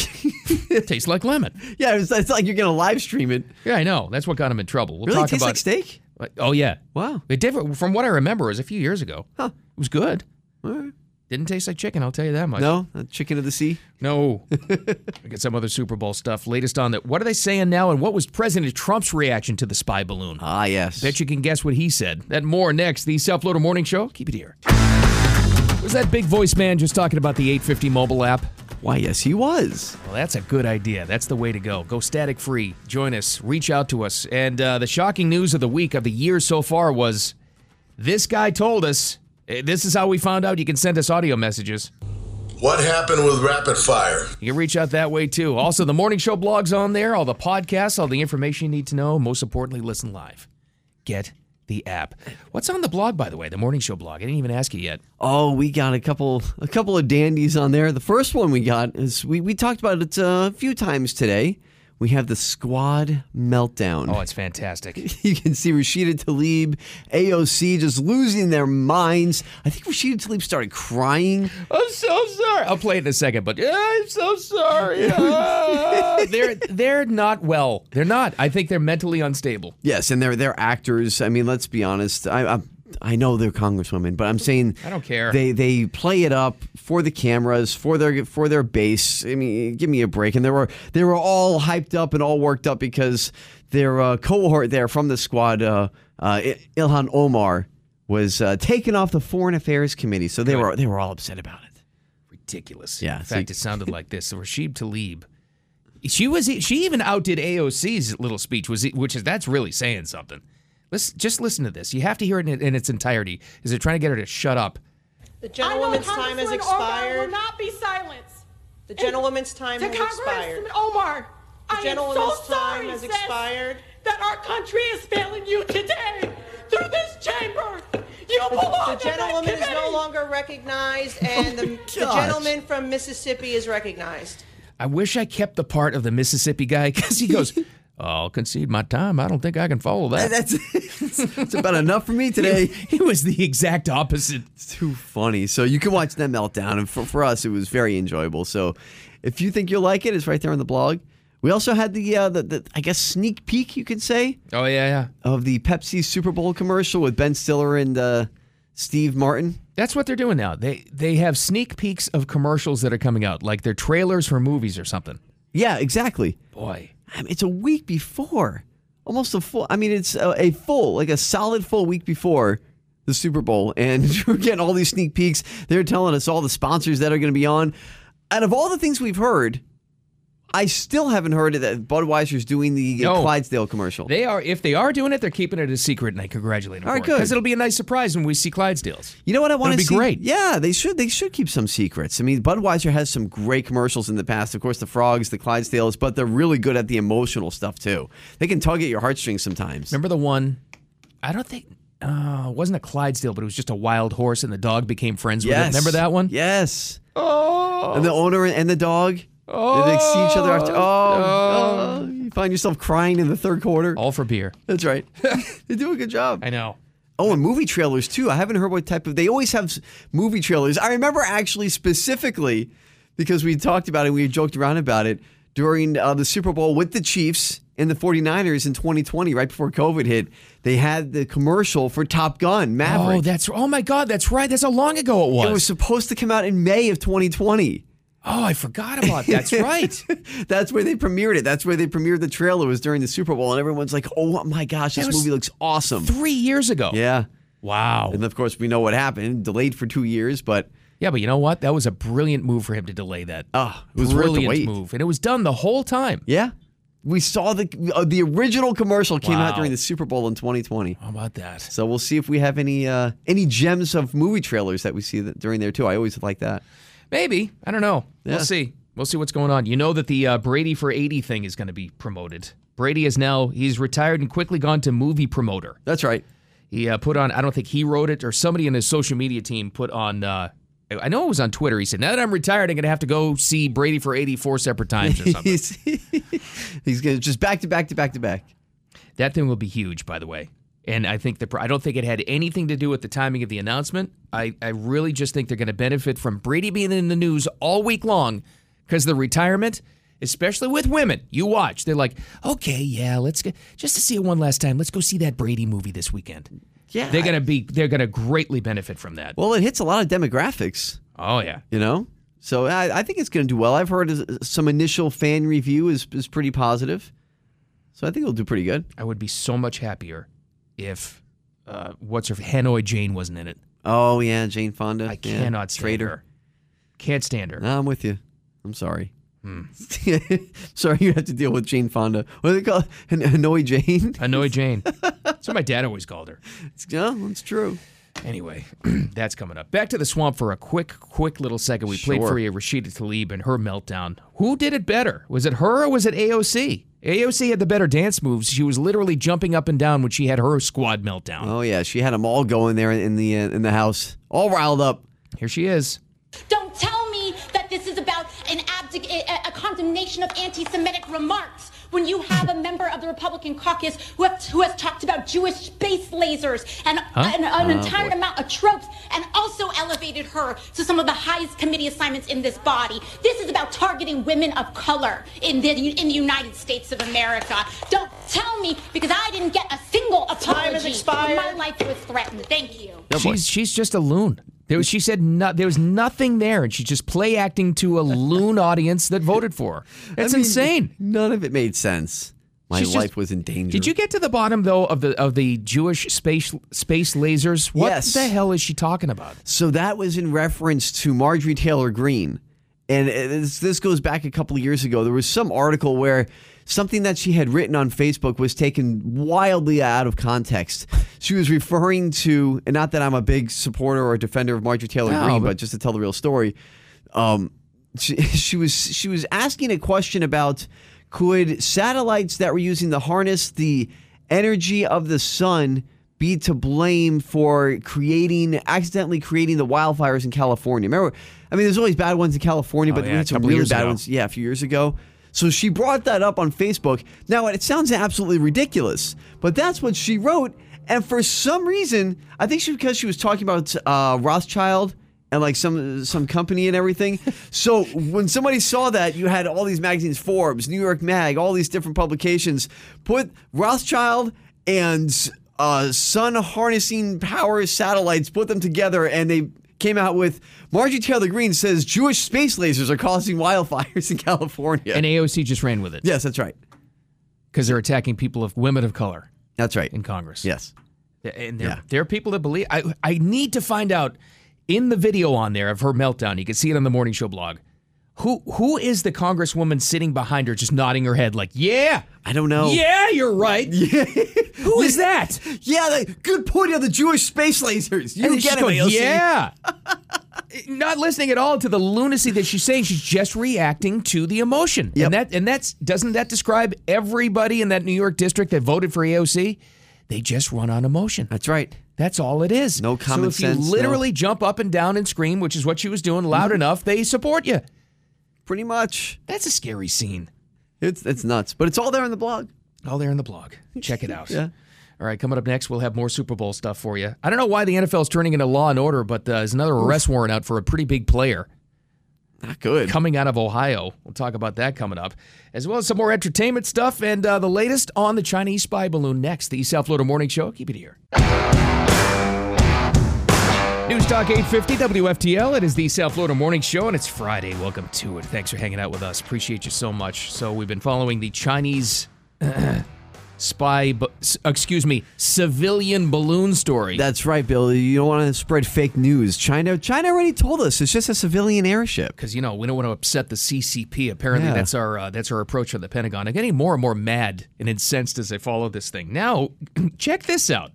It tastes like lemon. yeah, it's, it's like you're gonna live stream it. Yeah, I know. That's what got him in trouble. We'll really talk tastes about like steak. it. Oh, yeah. Wow. It different from what I remember it was a few years ago. Huh. It was good. All right. Didn't taste like chicken, I'll tell you that much. No, Uh, chicken of the sea. No. we got some other Super Bowl stuff. Latest on that. What are they saying now? And what was President Trump's reaction to the spy balloon? Ah, yes. Bet you can guess what he said. That and more next. The Self Loader Morning Show. Keep it here. Was that big voice man just talking about the 850 mobile app? Why? Yes, he was. Well, that's a good idea. That's the way to go. Go static free. Join us. Reach out to us. And uh, the shocking news of the week of the year so far was this guy told us. eh, This is how we found out you can send us audio messages. What happened with rapid fire? You can reach out that way too. Also, the morning show blogs on there, all the podcasts, all the information you need to know. Most importantly, listen live. Get the app. What's on the blog, by the way? The morning show blog. I didn't even ask you yet. Oh, we got a couple a couple of dandies on there. The first one we got is we, we talked about it uh, a few times today. we have the squad meltdown. Oh, it's fantastic. you can see Rashida Tlaib, AOC just losing their minds. I think Rashida Tlaib started crying. I'm so sorry. I'll play it in a second, but yeah, I'm so sorry. Ah. they're they're not well. They're not. I think they're mentally unstable. Yes, and they're they're actors. I mean, let's be honest. I I, I know they're congresswomen, but I'm saying I don't care. They they play it up for the cameras, for their for their base. I mean, give me a break. And they were they were all hyped up and all worked up because their uh, cohort there from the squad, uh, uh, I- Ilhan Omar, was uh, taken off the Foreign Affairs Committee. So they were they were all upset about it. Ridiculous. Yeah, In so fact, you- it sounded like this. So Rashid Tlaib. She was. She even outdid AOC's little speech. Was which is that's really saying something. Listen, just listen to this. You have to hear it in, in its entirety. Is they're trying to get her to shut up. The gentlewoman's time has Congresswoman expired. Omar will not be silenced. The gentlewoman's time to has Congressman expired. Omar, The I am gentlewoman's so sorry, time has sis, expired. That our country is failing you today through this chamber. You belong The in that gentlewoman is no committee. longer recognized, and the, the gosh. gentleman from Mississippi is recognized. I wish I kept the part of the Mississippi guy because he goes, "I'll concede my time. I don't think I can follow that." That's it's about enough for me today. He, was the exact opposite. too funny. So you can watch that meltdown, and for, for us, it was very enjoyable. So if you think you'll like it, it's right there on the blog. We also had the, uh, the, the I guess sneak peek, you could say. Oh yeah, yeah. Of the Pepsi Super Bowl commercial with Ben Stiller and uh, Steve Martin. That's what they're doing now. They they have sneak peeks of commercials that are coming out, like they're trailers for movies or something. Yeah, exactly. Boy, I mean, it's a week before, almost a full. I mean, it's a, a full, like a solid full week before the Super Bowl, and we're getting all these sneak peeks. They're telling us all the sponsors that are going to be on. Out of all the things we've heard, I still haven't heard that Budweiser's doing the No. Clydesdale commercial. they are if they are doing it, they're keeping it a secret, and I congratulate them. All right, good. Because it'll be a nice surprise when we see Clydesdales. You know what I want to That'd be see? great. Yeah, they should. They should keep some secrets. I mean, Budweiser has some great commercials in the past. Of course, the frogs, the Clydesdales, but they're really good at the emotional stuff too. They can tug at your heartstrings sometimes. Remember the one? I don't think uh, it wasn't a Clydesdale, but it was just a wild horse, and the dog became friends with it. Yes. Remember that one? Yes. Oh. And the owner and the dog. They like, see each other after. Oh, oh. You find yourself crying in the third quarter. All for beer. That's right. they do a good job. I know. Oh, and movie trailers too. I haven't heard what type of. They always have s- movie trailers. I remember actually specifically because we talked about it, we joked around about it during uh, the Super Bowl with the Chiefs and the 49ers in 2020, right before COVID hit. They had the commercial for Top Gun Maverick. Oh, that's oh my God, that's right. That's how long ago it was. It was supposed to come out in May of 2020. oh, I forgot about that's right. That's where they premiered it. That's where they premiered the trailer was during the Super Bowl, and everyone's like, "Oh my gosh, this That was movie looks awesome!" Three years ago. Yeah, Wow. and of course we know what happened. Delayed for two years, but Yeah, but you know what? That was a brilliant move for him to delay that. ah, it was brilliant worth the wait. move, and it was done the whole time. Yeah, we saw the uh, the original commercial came out Wow. during the Super Bowl in 2020. How about that? So we'll see if we have any uh, any gems of movie trailers that we see that during there too. I always like that. Maybe I don't know. Yeah. We'll see. We'll see what's going on. You know that the uh, Brady for eighty thing is going to be promoted. Brady is now he's retired and quickly gone to movie promoter. That's right. He uh, put on I don't think he wrote it or somebody in his social media team put on. Uh, I know it was on Twitter. He said, "Now that I'm retired, I'm going to have to go see Brady for eighty four separate times or something." he's he's gonna just back to back to back to back. That thing will be huge, by the way. And I think the I don't think it had anything to do with the timing of the announcement. I, I really just think they're going to benefit from Brady being in the news all week long because the retirement, especially with women, you watch. They're like, okay, yeah, let's go just to see it one last time. Let's go see that Brady movie this weekend. Yeah, they're going to be they're going to greatly benefit from that. Well, it hits a lot of demographics. Oh yeah, you know so i, I think it's going to do well i've heard is- some initial fan review is, is pretty positive so i think it'll do pretty good I would be so much happier if uh, what's her Hanoi Jane wasn't in it. oh yeah jane fonda I cannot stand traitor her. Can't stand her. Hmm. No, i'm with you i'm sorry sorry you have to deal with jane fonda what do they call it An- annoy jane Hanoi Jane. That's what my dad always called her. yeah that's true Anyway, that's coming up. Back to the swamp for a quick, quick little second. We played Sure. for you Rashida Tlaib and her meltdown. Who did it better? Was it her or was it AOC? AOC had the better dance moves. She was literally jumping up and down when she had her squad meltdown. oh yeah she had them all going there in the uh, in the house all riled up here she is Don't tell me that this is about an abdic- a, a condemnation of anti Semitic remarks when you have a member of the Republican caucus who, have, who has talked about Jewish space lasers and Huh? an, Oh, an entire boy. amount of tropes and also elevated her to some of the highest committee assignments in this body. This is about targeting women of color in the, in the United States of America. Don't tell me because I didn't get a single apology. Time when has My life was threatened. Thank you. she's she's just a loon. There was, she said no, there was nothing there, and she's just play acting to a loon audience that voted for her. That's I mean, insane. None of it made sense. My She's just- life was in danger. Did you get to the bottom though of the of the Jewish space space lasers? What Yes. the hell is she talking about? So that was in reference to Marjorie Taylor Greene. And this, this goes back a couple of years ago. There was some article where something that she had written on Facebook was taken wildly out of context. She was referring to, and not that I'm a big supporter or defender of Marjorie Taylor No, Greene, but- but just to tell the real story, um, she, she was she was asking a question about could satellites that were using to harness the energy of the sun be to blame for creating accidentally creating the wildfires in California? Remember, I mean, there's always bad ones in California, Oh, but yeah, we a had some couple really years bad ago. ones. Yeah, a few years ago. So she brought that up on Facebook. Now it sounds absolutely ridiculous, but that's what she wrote. And for some reason, I think she because she was talking about uh, Rothschild and like some some company and everything. So when somebody saw that, you had all these magazines, Forbes, New York Mag, all these different publications put Rothschild and uh, sun harnessing power satellites, put them together, and they came out with Marjorie Taylor Greene says Jewish space lasers are causing wildfires in California. And AOC just ran with it. Yes, that's right. Because they're attacking people of women of color. That's right. In Congress. Yes. And there, there are people that believe. I, I need to find out in the video on there of her meltdown. You can see it on the morning show blog. Who who is the congresswoman sitting behind her, just nodding her head like, yeah, I don't know. Yeah, you're right. who is that? Yeah, the, good point on the Jewish space lasers. You And then get she's it, going, AOC. Yeah. Not listening at all to the lunacy that she's saying. She's just reacting to the emotion. And that and that's doesn't that describe everybody in that New York district that voted for AOC? They just run on emotion. That's right. That's all it is. No common so if you sense, Uh, no- Mm-hmm. literally jump up and down and scream, which is what she was doing loud enough, they support you. Pretty much. That's a scary scene. It's it's nuts, but it's all there in the blog. All there in the blog. Check it out. Yeah. All right, coming up next, we'll have more Super Bowl stuff for you. I don't know why the NFL is turning into law and order, but uh, there's another arrest warrant out for a pretty big player. Not good. Coming out of Ohio. We'll talk about that coming up, as well as some more entertainment stuff and uh, the latest on the Chinese spy balloon next. The East South Florida Morning Show. Keep it here. News Talk 850 WFTL. It is the South Florida Morning Show, and it's Friday. Welcome to it. Thanks for hanging out with us. Appreciate you so much. So we've been following the Chinese spy, bu- s- excuse me, civilian balloon story. That's right, Bill. You don't want to spread fake news. China China already told us it's just a civilian airship. because you know we don't want to upset the CCP. Apparently, Yeah. that's our uh, that's our approach from the Pentagon. I'm getting more and more mad and incensed as I follow this thing. Now, check this out.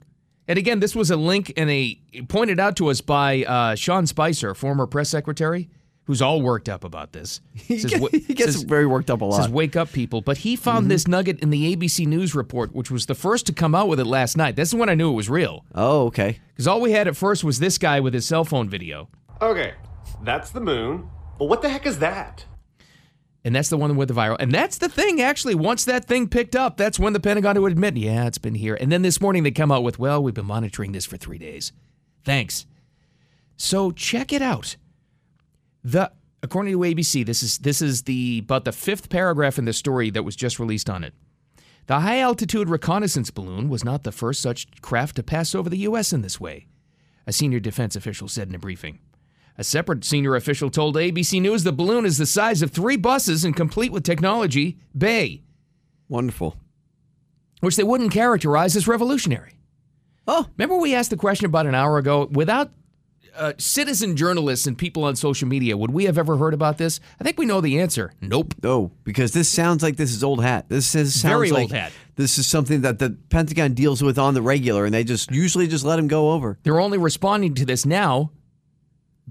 And again, this was a link and a pointed out to us by uh, Sean Spicer, former press secretary, who's all worked up about this. He gets- he gets very worked up a lot. Mm-hmm. Says wake up, people. But he found this nugget in the ABC News report, which was the first to come out with it last night. This is when I knew it was real. Oh, okay. Because all we had at first was this guy with his cell phone video. Okay, that's the moon. But what the heck is that? And that's the one with the viral. And that's the thing, actually. Once that thing picked up, that's when the Pentagon would admit, yeah, it's been here. And then this morning they come out with, well, we've been monitoring this for three days. Thanks. So check it out. The according to ABC, this is this is the about the fifth paragraph in the story that was just released on it. The high altitude reconnaissance balloon was not the first such craft to pass over the U.S. in this way, a senior defense official said in a briefing. A separate senior official told ABC News the balloon is the size of three buses and complete with technology bay, Wonderful. which they wouldn't characterize as revolutionary. Oh, remember we asked the question about an hour ago without uh, citizen journalists and people on social media, would we have ever heard about this? I think we know the answer. Nope. No, Oh, because this sounds like this is old hat. This is sounds Very old like hat. This is something that the Pentagon deals with on the regular, and they just usually just let him go over. They're only responding to this now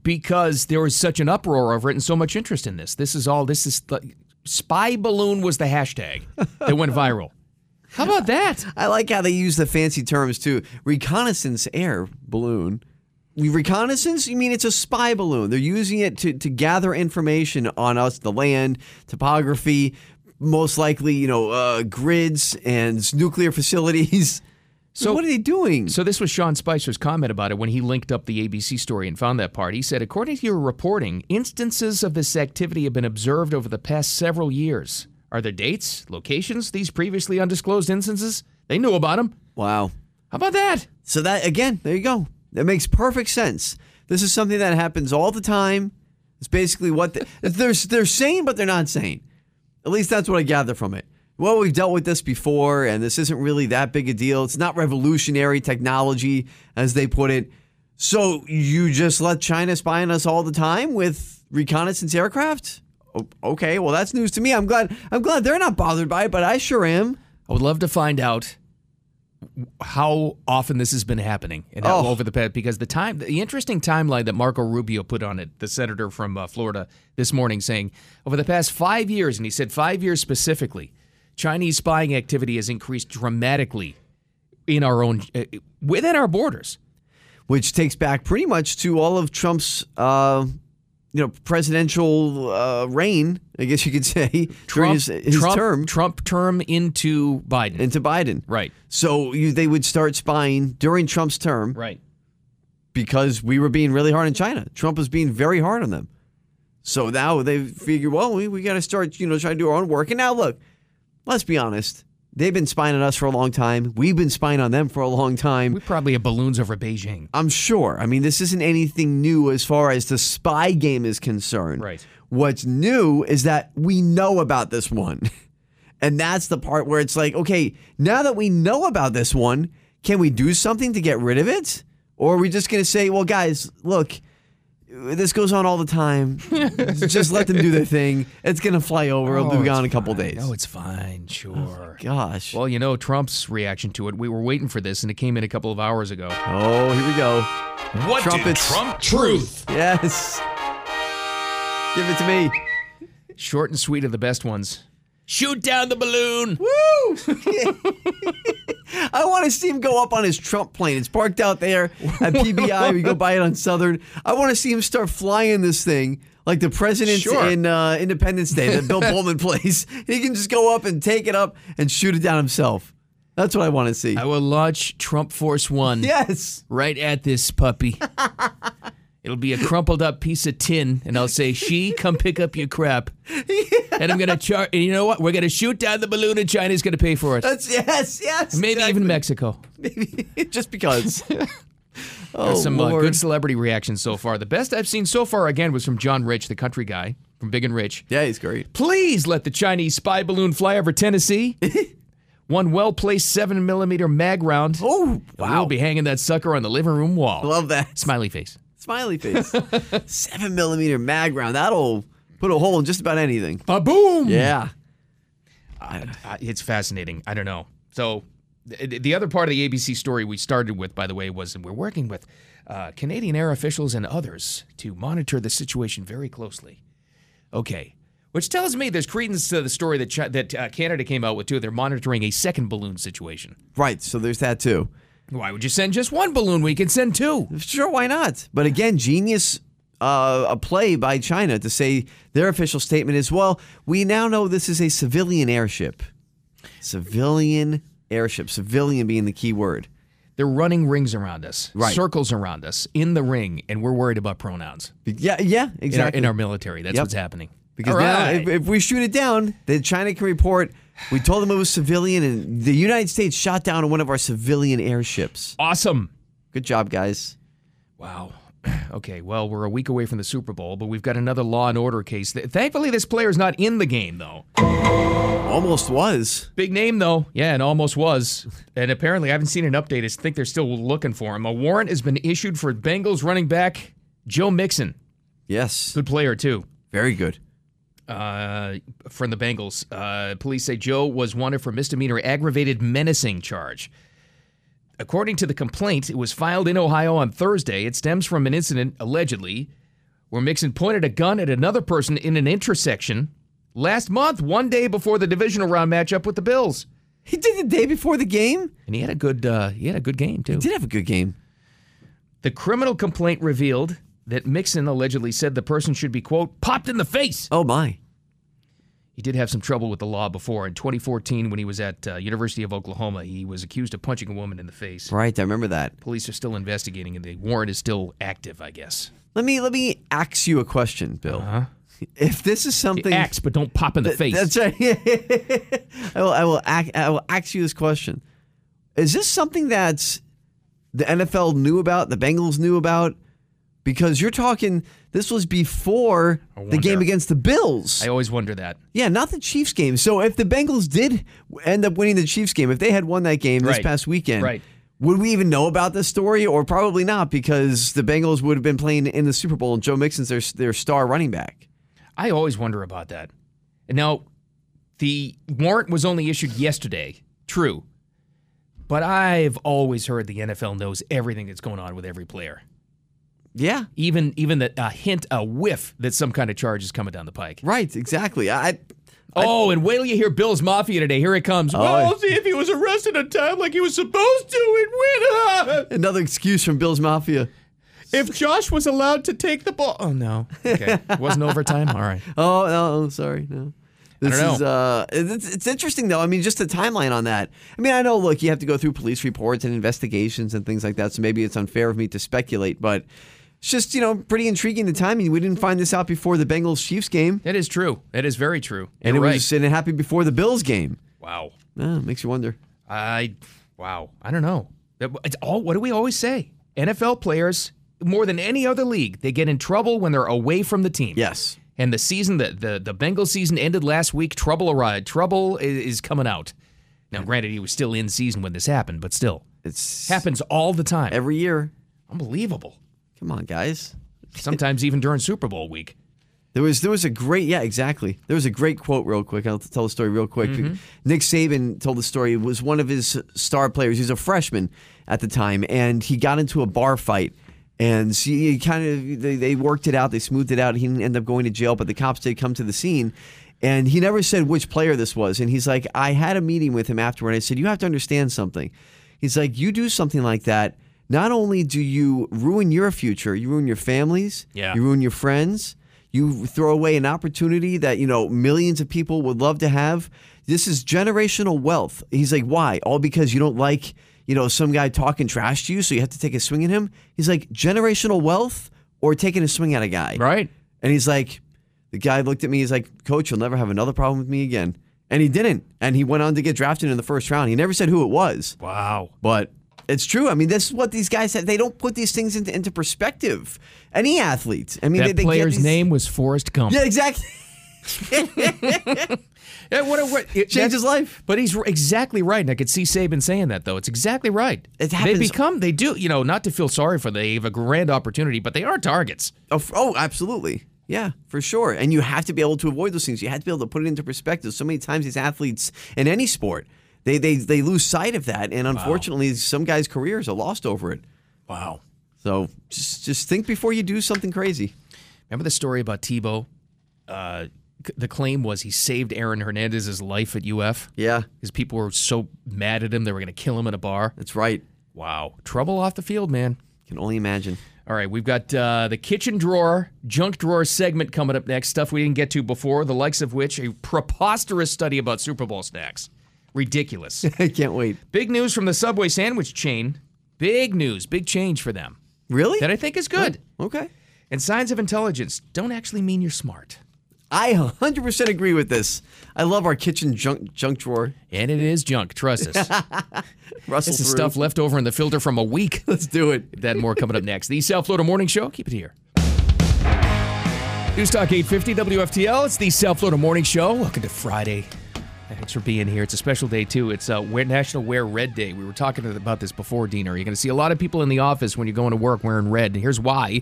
because there was such an uproar over it and so much interest in this. This is all. This is like, spy balloon was the hashtag that went viral. How about that? I like how they use the fancy terms too. Reconnaissance air balloon. We- Reconnaissance? You mean it's a spy balloon? They're using it to, to gather information on us, the land, topography, most likely, you know, uh, grids and nuclear facilities. So what are they doing? So this was Sean Spicer's comment about it when he linked up the ABC story and found that part. He said, according to your reporting, instances of this activity have been observed over the past several years. Are there dates, locations, these previously undisclosed instances? They knew about them. Wow. How about that? So that again, there you go. That makes perfect sense. This is something that happens all the time. It's basically what the, they're they're saying, but they're not saying. At least that's what I gather from it. Well, we've dealt with this before, and this isn't really that big a deal. It's not revolutionary technology, as they put it. So you just let China spy on us all the time with reconnaissance aircraft? O- Okay, well that's news to me. I'm glad. I'm glad they're not bothered by it, but I sure am. I would love to find out how often this has been happening and how Oh. over the past because the time the interesting timeline that Marco Rubio put on it the senator from uh, Florida this morning saying over the past 5 years and he said 5 years specifically Chinese spying activity has increased dramatically in our own uh, within our borders which takes back pretty much to all of Trump's, uh, you know, presidential uh, reign. I guess you could say during his, his Trump- term, Trump term into Biden, into Biden, right? So you, they would start spying during Trump's term, right? Because we were being really hard on China. Trump was being very hard on them. So now they figure, well, we, we got to start, you know, trying to do our own work. And now look, let's be honest. They've been spying on us for a long time. We've been spying on them for a long time. We probably have balloons over Beijing. I'm sure. I mean, this isn't anything new as far as the spy game is concerned. Right. What's new is that we know about this one. And that's the part where it's like, okay, now that we know about this one, can we do something to get rid of it? Or are we just going to say, well, guys, look, this goes on all the time. just let them do their thing. It's going to fly over. It'll Oh, be it's gone in a couple fine. days. Oh, it's fine. Sure. gosh. Well, you know Trump's reaction to it. We were waiting for this, and it came in a couple of hours ago. Oh, here we go. What did Trump truth? Yes. Give it to me. Short and sweet are the best ones. Shoot down the balloon. Woo! I want to see him go up on his Trump plane. It's parked out there at PBI. we go buy it on Southern. I want to see him start flying this thing like the president Sure. in uh, Independence Day that Bill Pullman plays. He can just go up and take it up and shoot it down himself. That's what I want to see. I will launch Trump Force One. Yes. Right at this puppy. It'll be a crumpled up piece of tin, and I'll say, "She, come pick up your crap." And I'm gonna char. And you know what? We're gonna shoot down the balloon, and China's gonna pay for it. That's yes, yes. Maybe even Mexico. just because. There's oh, some uh, Lord. good celebrity reactions so far. The best I've seen so far, again, was from John Rich, the country guy from Big and Rich. Yeah, he's great. Please let the Chinese spy balloon fly over Tennessee. One well placed seven millimeter mag round. Oh, wow. We'll be hanging that sucker on the living room wall. Love that. Smiley face. Smiley face. Seven millimeter mag round. That'll put a hole in just about anything. Ba boom. Yeah. Uh, it's fascinating. I don't know. So, th- the other part of the ABC story we started with, by the way, was we're working with uh, Canadian air officials and others to monitor the situation very closely. Okay. Which tells me there's credence to the story that Chi- that uh, Canada came out with too. They're monitoring a second balloon situation. Right. So there's that too. Why would you send just one balloon? We can send two. Sure, why not? But again, genius uh, a play by China to say their official statement is well, we now know this is a civilian airship. Civilian airship. Civilian being the key word. They're running rings around us, Right. circles around us in the ring, and we're worried about pronouns. Yeah, yeah, exactly. In our, in our military, that's Yep. what's happening. Because All now, right. if, if we shoot it down, then China can report we told them it was civilian, and the United States shot down one of our civilian airships. Awesome. Good job, guys. Wow. Okay, well, we're a week away from the Super Bowl, but we've got another Law and Order case. Th- Thankfully, this player's not in the game, though. Almost was. Big name, though. Yeah, it almost was. And apparently, I haven't seen an update. I think they're still looking for him. A warrant has been issued for Bengals running back Joe Mixon. Yes. Good player, too. Very good. Uh, from the Bengals. Uh, police say Joe was wanted for misdemeanor aggravated menacing charge. According to the complaint, it was filed in Ohio on Thursday. It stems from an incident, allegedly, where Mixon pointed a gun at another person in an intersection last month, one day before the divisional round matchup with the Bills. He did the day before the game? And he had a good uh, he had a good game too. He did have a good game. The criminal complaint revealed that Mixon allegedly said the person should be quote popped in the face. Oh my. He did have some trouble with the law before. In 2014, when he was at uh, University of Oklahoma, he was accused of punching a woman in the face. Right, I remember that. Police are still investigating, and the warrant is still active, I guess. Let me let me ask you a question, Bill. If this is something Uh-huh. axe, but don't pop in the Th- face. That's right. I will I will ac- I will ask you this question. Is this something that's the NFL knew about, the Bengals knew about? Because you're talking this was before the game against the Bills. I always wonder that. Yeah, not the Chiefs game. So if the Bengals did end up winning the Chiefs game, if they had won that game Right. this past weekend, Right. would we even know about this story? Or probably not, because the Bengals would have been playing in the Super Bowl, and Joe Mixon's their their star running back. I always wonder about that. And Now, the warrant was only issued yesterday. True. But I've always heard the NFL knows everything that's going on with every player. Yeah. Even even the, a hint, a whiff that some kind of charge is coming down the pike. Right, exactly. I, Oh, and wait till you hear Bill's Mafia today. Here it comes. Oh, well, I- see if he was arrested on time like he was supposed to in winter. Another excuse from Bill's Mafia. If Josh was allowed to take the ball. Oh, no. Okay. Wasn't overtime? All right. Oh, no, I'm sorry. No. I don't This is know. uh it's, it's interesting though. I mean, just the timeline on that. I mean, I know look, you have to go through police reports and investigations and things like that, so maybe it's unfair of me to speculate, but it's just, you know, pretty intriguing the timing. We didn't find this out before the Bengals Chiefs game. That is true. That is very true. And You're it right. was and it happened before the Bills game. Wow. Oh, makes you wonder. I wow, I don't know. That- It's all what do we always say? NFL players more than any other league, they get in trouble when they're away from the team. Yes. And the season that the the Bengals season ended last week, trouble arrived. Trouble i- is, coming out. Now, granted, he was still in season when this happened, but still, it's happens all the time, every year. Unbelievable. Come on, guys. Sometimes even during Super Bowl week. There was there was a great yeah exactly there was a great quote real quick I'll tell the story real quick Mhm. Nick Saban told the story it was one of his star players he was a freshman at the time and he got into a bar fight and so he kind of they, they worked it out they smoothed it out he didn't end up going to jail but the cops did come to the scene and he never said which player this was and he's like I had a meeting with him afterward I said you have to understand something He's like, you do something like that, not only do you ruin your future, you ruin your families, Yeah. you ruin your friends, you throw away an opportunity that, you know, millions of people would love to have. This is generational wealth. He's like, why? All because you don't like, you know, some guy talking trash to you, so you have to take a swing at him. He's like, generational wealth or taking a swing at a guy. Right. And he's like, the guy looked at me, he's like, Coach, you'll never have another problem with me again. And he didn't. And he went on to get drafted in the first round. He never said who it was. Wow. But it's true. I mean, this is what these guys said. They don't put these things into, into perspective. Any athlete. I mean, that they, they get player's these- name was Forrest Gump. Yeah, exactly. Yeah, what a, what, it Changed his life. But he's exactly right, and I could see Saban saying that though. It's exactly right. It happens- They become they do you know not to feel sorry for them. They have a grand opportunity, but they are targets. Oh, f- oh, absolutely. Yeah, for sure. And you have to be able to avoid those things. You have to be able to put it into perspective. So many times these athletes in any sport, they they, they lose sight of that. And unfortunately, some guys' careers are lost over it. Wow. So just just think before you do something crazy. Remember the story about Tebow? Uh, c- the claim was he saved Aaron Hernandez's life at UF. Yeah, because people were so mad at him they were going to kill him in a bar. That's right. Wow, trouble off the field, man. Can only imagine. All right, we've got uh, the kitchen drawer, junk drawer segment coming up next. Stuff we didn't get to before, the likes of which a preposterous study about Super Bowl snacks. Ridiculous. I can't wait. Big news from the Subway sandwich chain. Big news, big change for them. Really? That I think is good. Okay. And signs of intelligence don't actually mean you're smart. I 100% agree with this. I love our kitchen junk junk drawer. And it is junk, trust us. Russell this is through. stuff left over in the filter from a week. Let's do it. That and more coming up next. The South Florida Morning Show. Keep it here. News Talk 850 WFTL. It's the South Florida Morning Show. Welcome to Friday. Thanks for being here. It's a special day, too. It's uh, Wear- National Wear Red Day. We were talking about this before, Diener. You're going to see a lot of people in the office when you're going to work wearing red. And here's why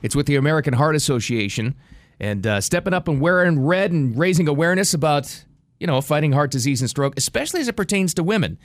it's with the American Heart Association and uh, stepping up and wearing red and raising awareness about, you know, fighting heart disease and stroke, especially as it pertains to women.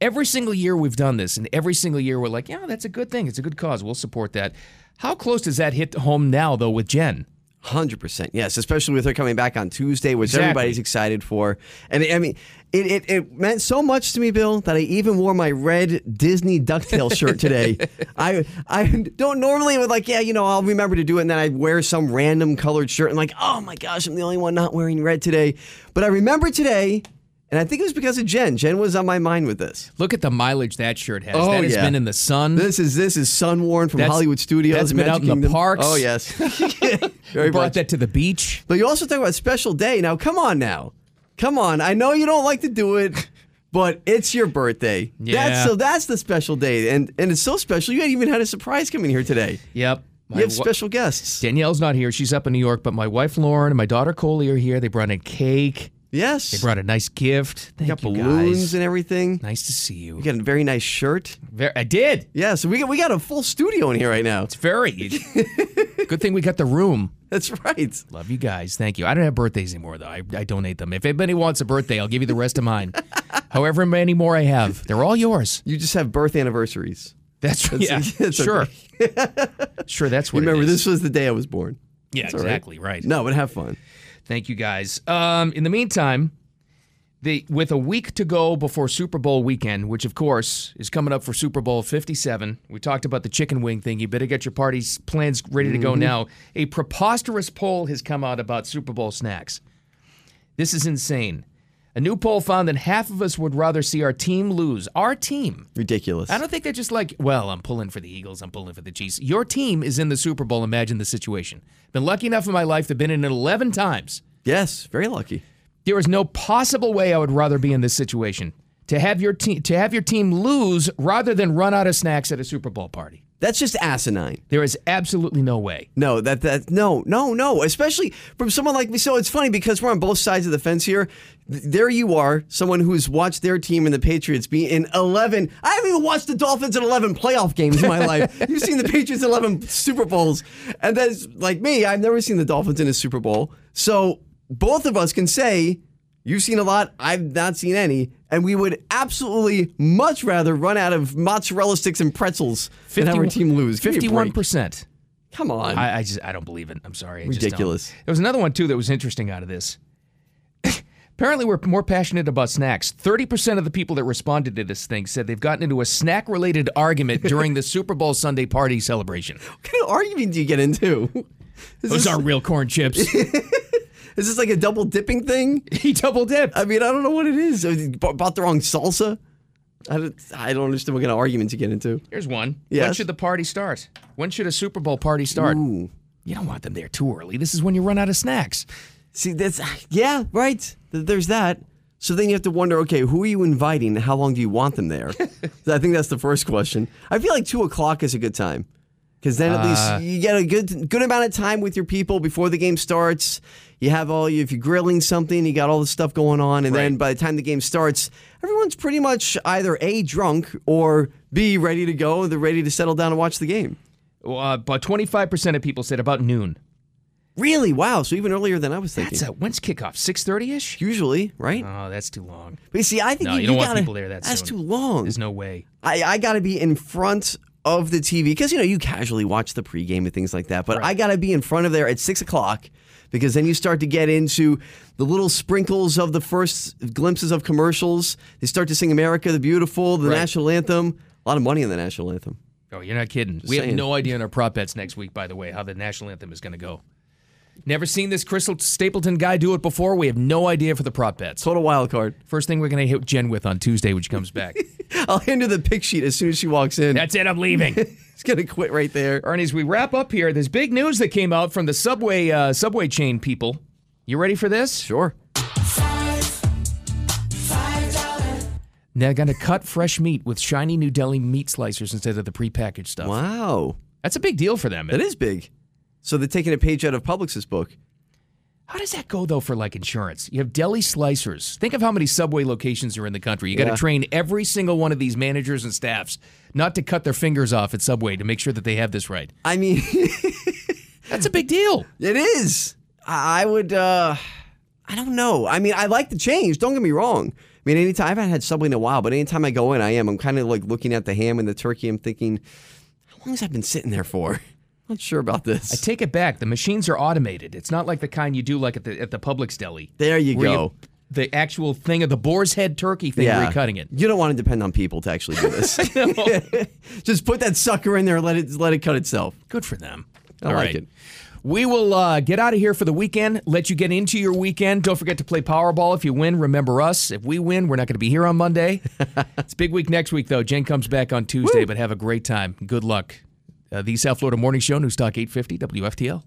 Every single year we've done this, and every single year we're like, yeah, that's a good thing. It's a good cause. We'll support that. How close does that hit home now, though, with Jen? Hundred percent, yes. Especially with her coming back on Tuesday, which Exactly. everybody's excited for. And I mean, it, it, it meant so much to me, Bill, that I even wore my red Disney Ducktail shirt today. I I don't normally would like, yeah, you know, I'll remember to do it, and then I wear some random colored shirt, and like, oh my gosh, I'm the only one not wearing red today. But I remember today, and I think it was because of Jen. Jen was on my mind with this. Look at the mileage that shirt has. that has been in the sun. Oh, This is this is sun worn from That's- Hollywood studios. that's been Magic out in the Kingdom. parks. Oh yes, We brought that to the beach. But you also talk about special day. Now come on now, come on. I know you don't like to do it, but it's your birthday. That's, Yeah. so that's the special day, and and it's so special. You even had a surprise coming here today. Yep. You have special guests. Danielle's not here. She's up in New York, but my wife Lauren and my daughter Coley are here. They brought in cake. Yes. They brought a nice gift. Thank got you balloons guys. and everything. Nice to see you. You got a very nice shirt. Ver- I did. Yeah, so we got we got a full studio in here right now. It's very good thing we got the room. That's right. Love you guys. Thank you. I don't have birthdays anymore though. I, I donate them. If anybody wants a birthday, I'll give you the rest of mine. However many more I have, they're all yours. You just have birth anniversaries. That's right. Yeah, That's- that's sure. sure, that's what. it Remember, is. this was the day I was born. Yeah, It's all right. exactly. Right. No, but have fun. Thank you guys. Um, in the meantime, the with a week to go before Super Bowl weekend, which of course is coming up for Super Bowl 57. We talked about the chicken wing thing. You better get your party's plans ready to go Mhm. now. A preposterous poll has come out about Super Bowl snacks. This is insane. A new poll found that half of us would rather see our team lose. Our team. Ridiculous. I don't think they're just like, well, I'm pulling for the Eagles, I'm pulling for the Chiefs. Your team is in the Super Bowl. Imagine the situation. Been lucky enough in my life to have been in it 11 times. Yes, very lucky. There is no possible way I would rather be in this situation. To have your team to have your team lose rather than run out of snacks at a Super Bowl party. That's just asinine. There is absolutely no way. No, that that no, no, no. Especially from someone like me. So it's funny because we're on both sides of the fence here. Th- There you are, someone who's watched their team and the Patriots be in eleven. I haven't even watched the Dolphins in eleven playoff games in my life. You've seen the Patriots in eleven Super Bowls, and that's like me. I've never seen the Dolphins in a Super Bowl. So both of us can say you've seen a lot. I've not seen any. And we would absolutely much rather run out of mozzarella sticks and pretzels than have our 51 team lose. Give me a break. 51%. Come on. I, I just I don't believe it. I'm sorry. I just don't. Ridiculous. There was another one too that was interesting out of this. Apparently, we're more passionate about snacks. Thirty percent of the people that responded to this thing said they've gotten into a snack-related argument during the Super Bowl Sunday party celebration. What kind of argument do you get into? Is Those this- aren't real corn chips. Is this like a double dipping thing? He double dipped. I mean, I don't know what it is. I mean, b- Bought the wrong salsa. I don't, I don't understand what kind of argument you get into. Here's one. When Yes. should the party start? When should a Super Bowl party start? Ooh. You don't want them there too early. This is when you run out of snacks. See, that's yeah, right. Th- There's that. So then you have to wonder, okay, who are you inviting? and How long do you want them there? I think that's the first question. I feel like two o'clock is a good time because then at Uh, least you get a good good amount of time with your people before the game starts. You have all you if you're grilling something, you got all the stuff going on, and then by the time the game starts, everyone's pretty much either a drunk or b ready to go. They're ready to settle down and watch the game. Uh, about 25% of people said about noon. Really? Wow. So even earlier than I was thinking. That's a, when's kickoff? 6.30ish? Usually, right? Oh, that's too long. But see, I think No, you, you, don't want gotta, people there that That's soon. too long. There's no way. I, I got to be in front of the TV because you know you casually watch the pregame and things like that, but I got to be in front of there at six o'clock because then you start to get into the little sprinkles of the first glimpses of commercials. They start to sing "America the Beautiful," the Right. national anthem. A lot of money in the national anthem. Oh, you're not kidding. Just we have saying. no idea in our prop bets next week, by the way, how the national anthem is going to go. Never seen this Crystal Stapleton guy do it before. We have no idea for the prop bets. Total wild card. First thing we're going to hit Jen with on Tuesday when she comes back. I'll hand her the pick sheet as soon as she walks in. That's it. I'm leaving. She's gonna quit right there. Ernie, as we wrap up here, there's big news that came out from the subway uh, subway chain people. You ready for this? Sure. They're going to cut fresh meat with shiny New Delhi meat slicers instead of the prepackaged stuff. Wow, That's a big deal for them. that is big. So they're taking a page out of Publix's book. How does that go though for like insurance? You have deli slicers. Think of how many subway locations are in the country. You got to Yeah. train every single one of these managers and staffs not to cut their fingers off at Subway to make sure that they have this right. I mean, That's a big deal. It is. I I would. uh I don't know. I mean, I like the change. Don't get me wrong. I mean, anytime I haven't had Subway in a while, but anytime I go in, I am. I'm kind of like looking at the ham and the turkey. I'm thinking, how long has that been sitting there for? Not sure about this. I take it back. The machines are automated. It's not like the kind you do like at the at the Publix deli. There you where go. the actual thing of the boar's head turkey thing where you're cutting it. You don't want to depend on people to actually do this. Just put that sucker in there and let it let it cut itself. Good for them. I All like right. it. We will uh, get out of here for the weekend, let you get into your weekend. Don't forget to play Powerball. If you win, remember us. If we win, we're not going to be here on Monday. it's big week next week, though. Jen comes back on Tuesday, but have a great time. Good luck. Uh, the South Florida Morning Show, News Talk 850, WFTL.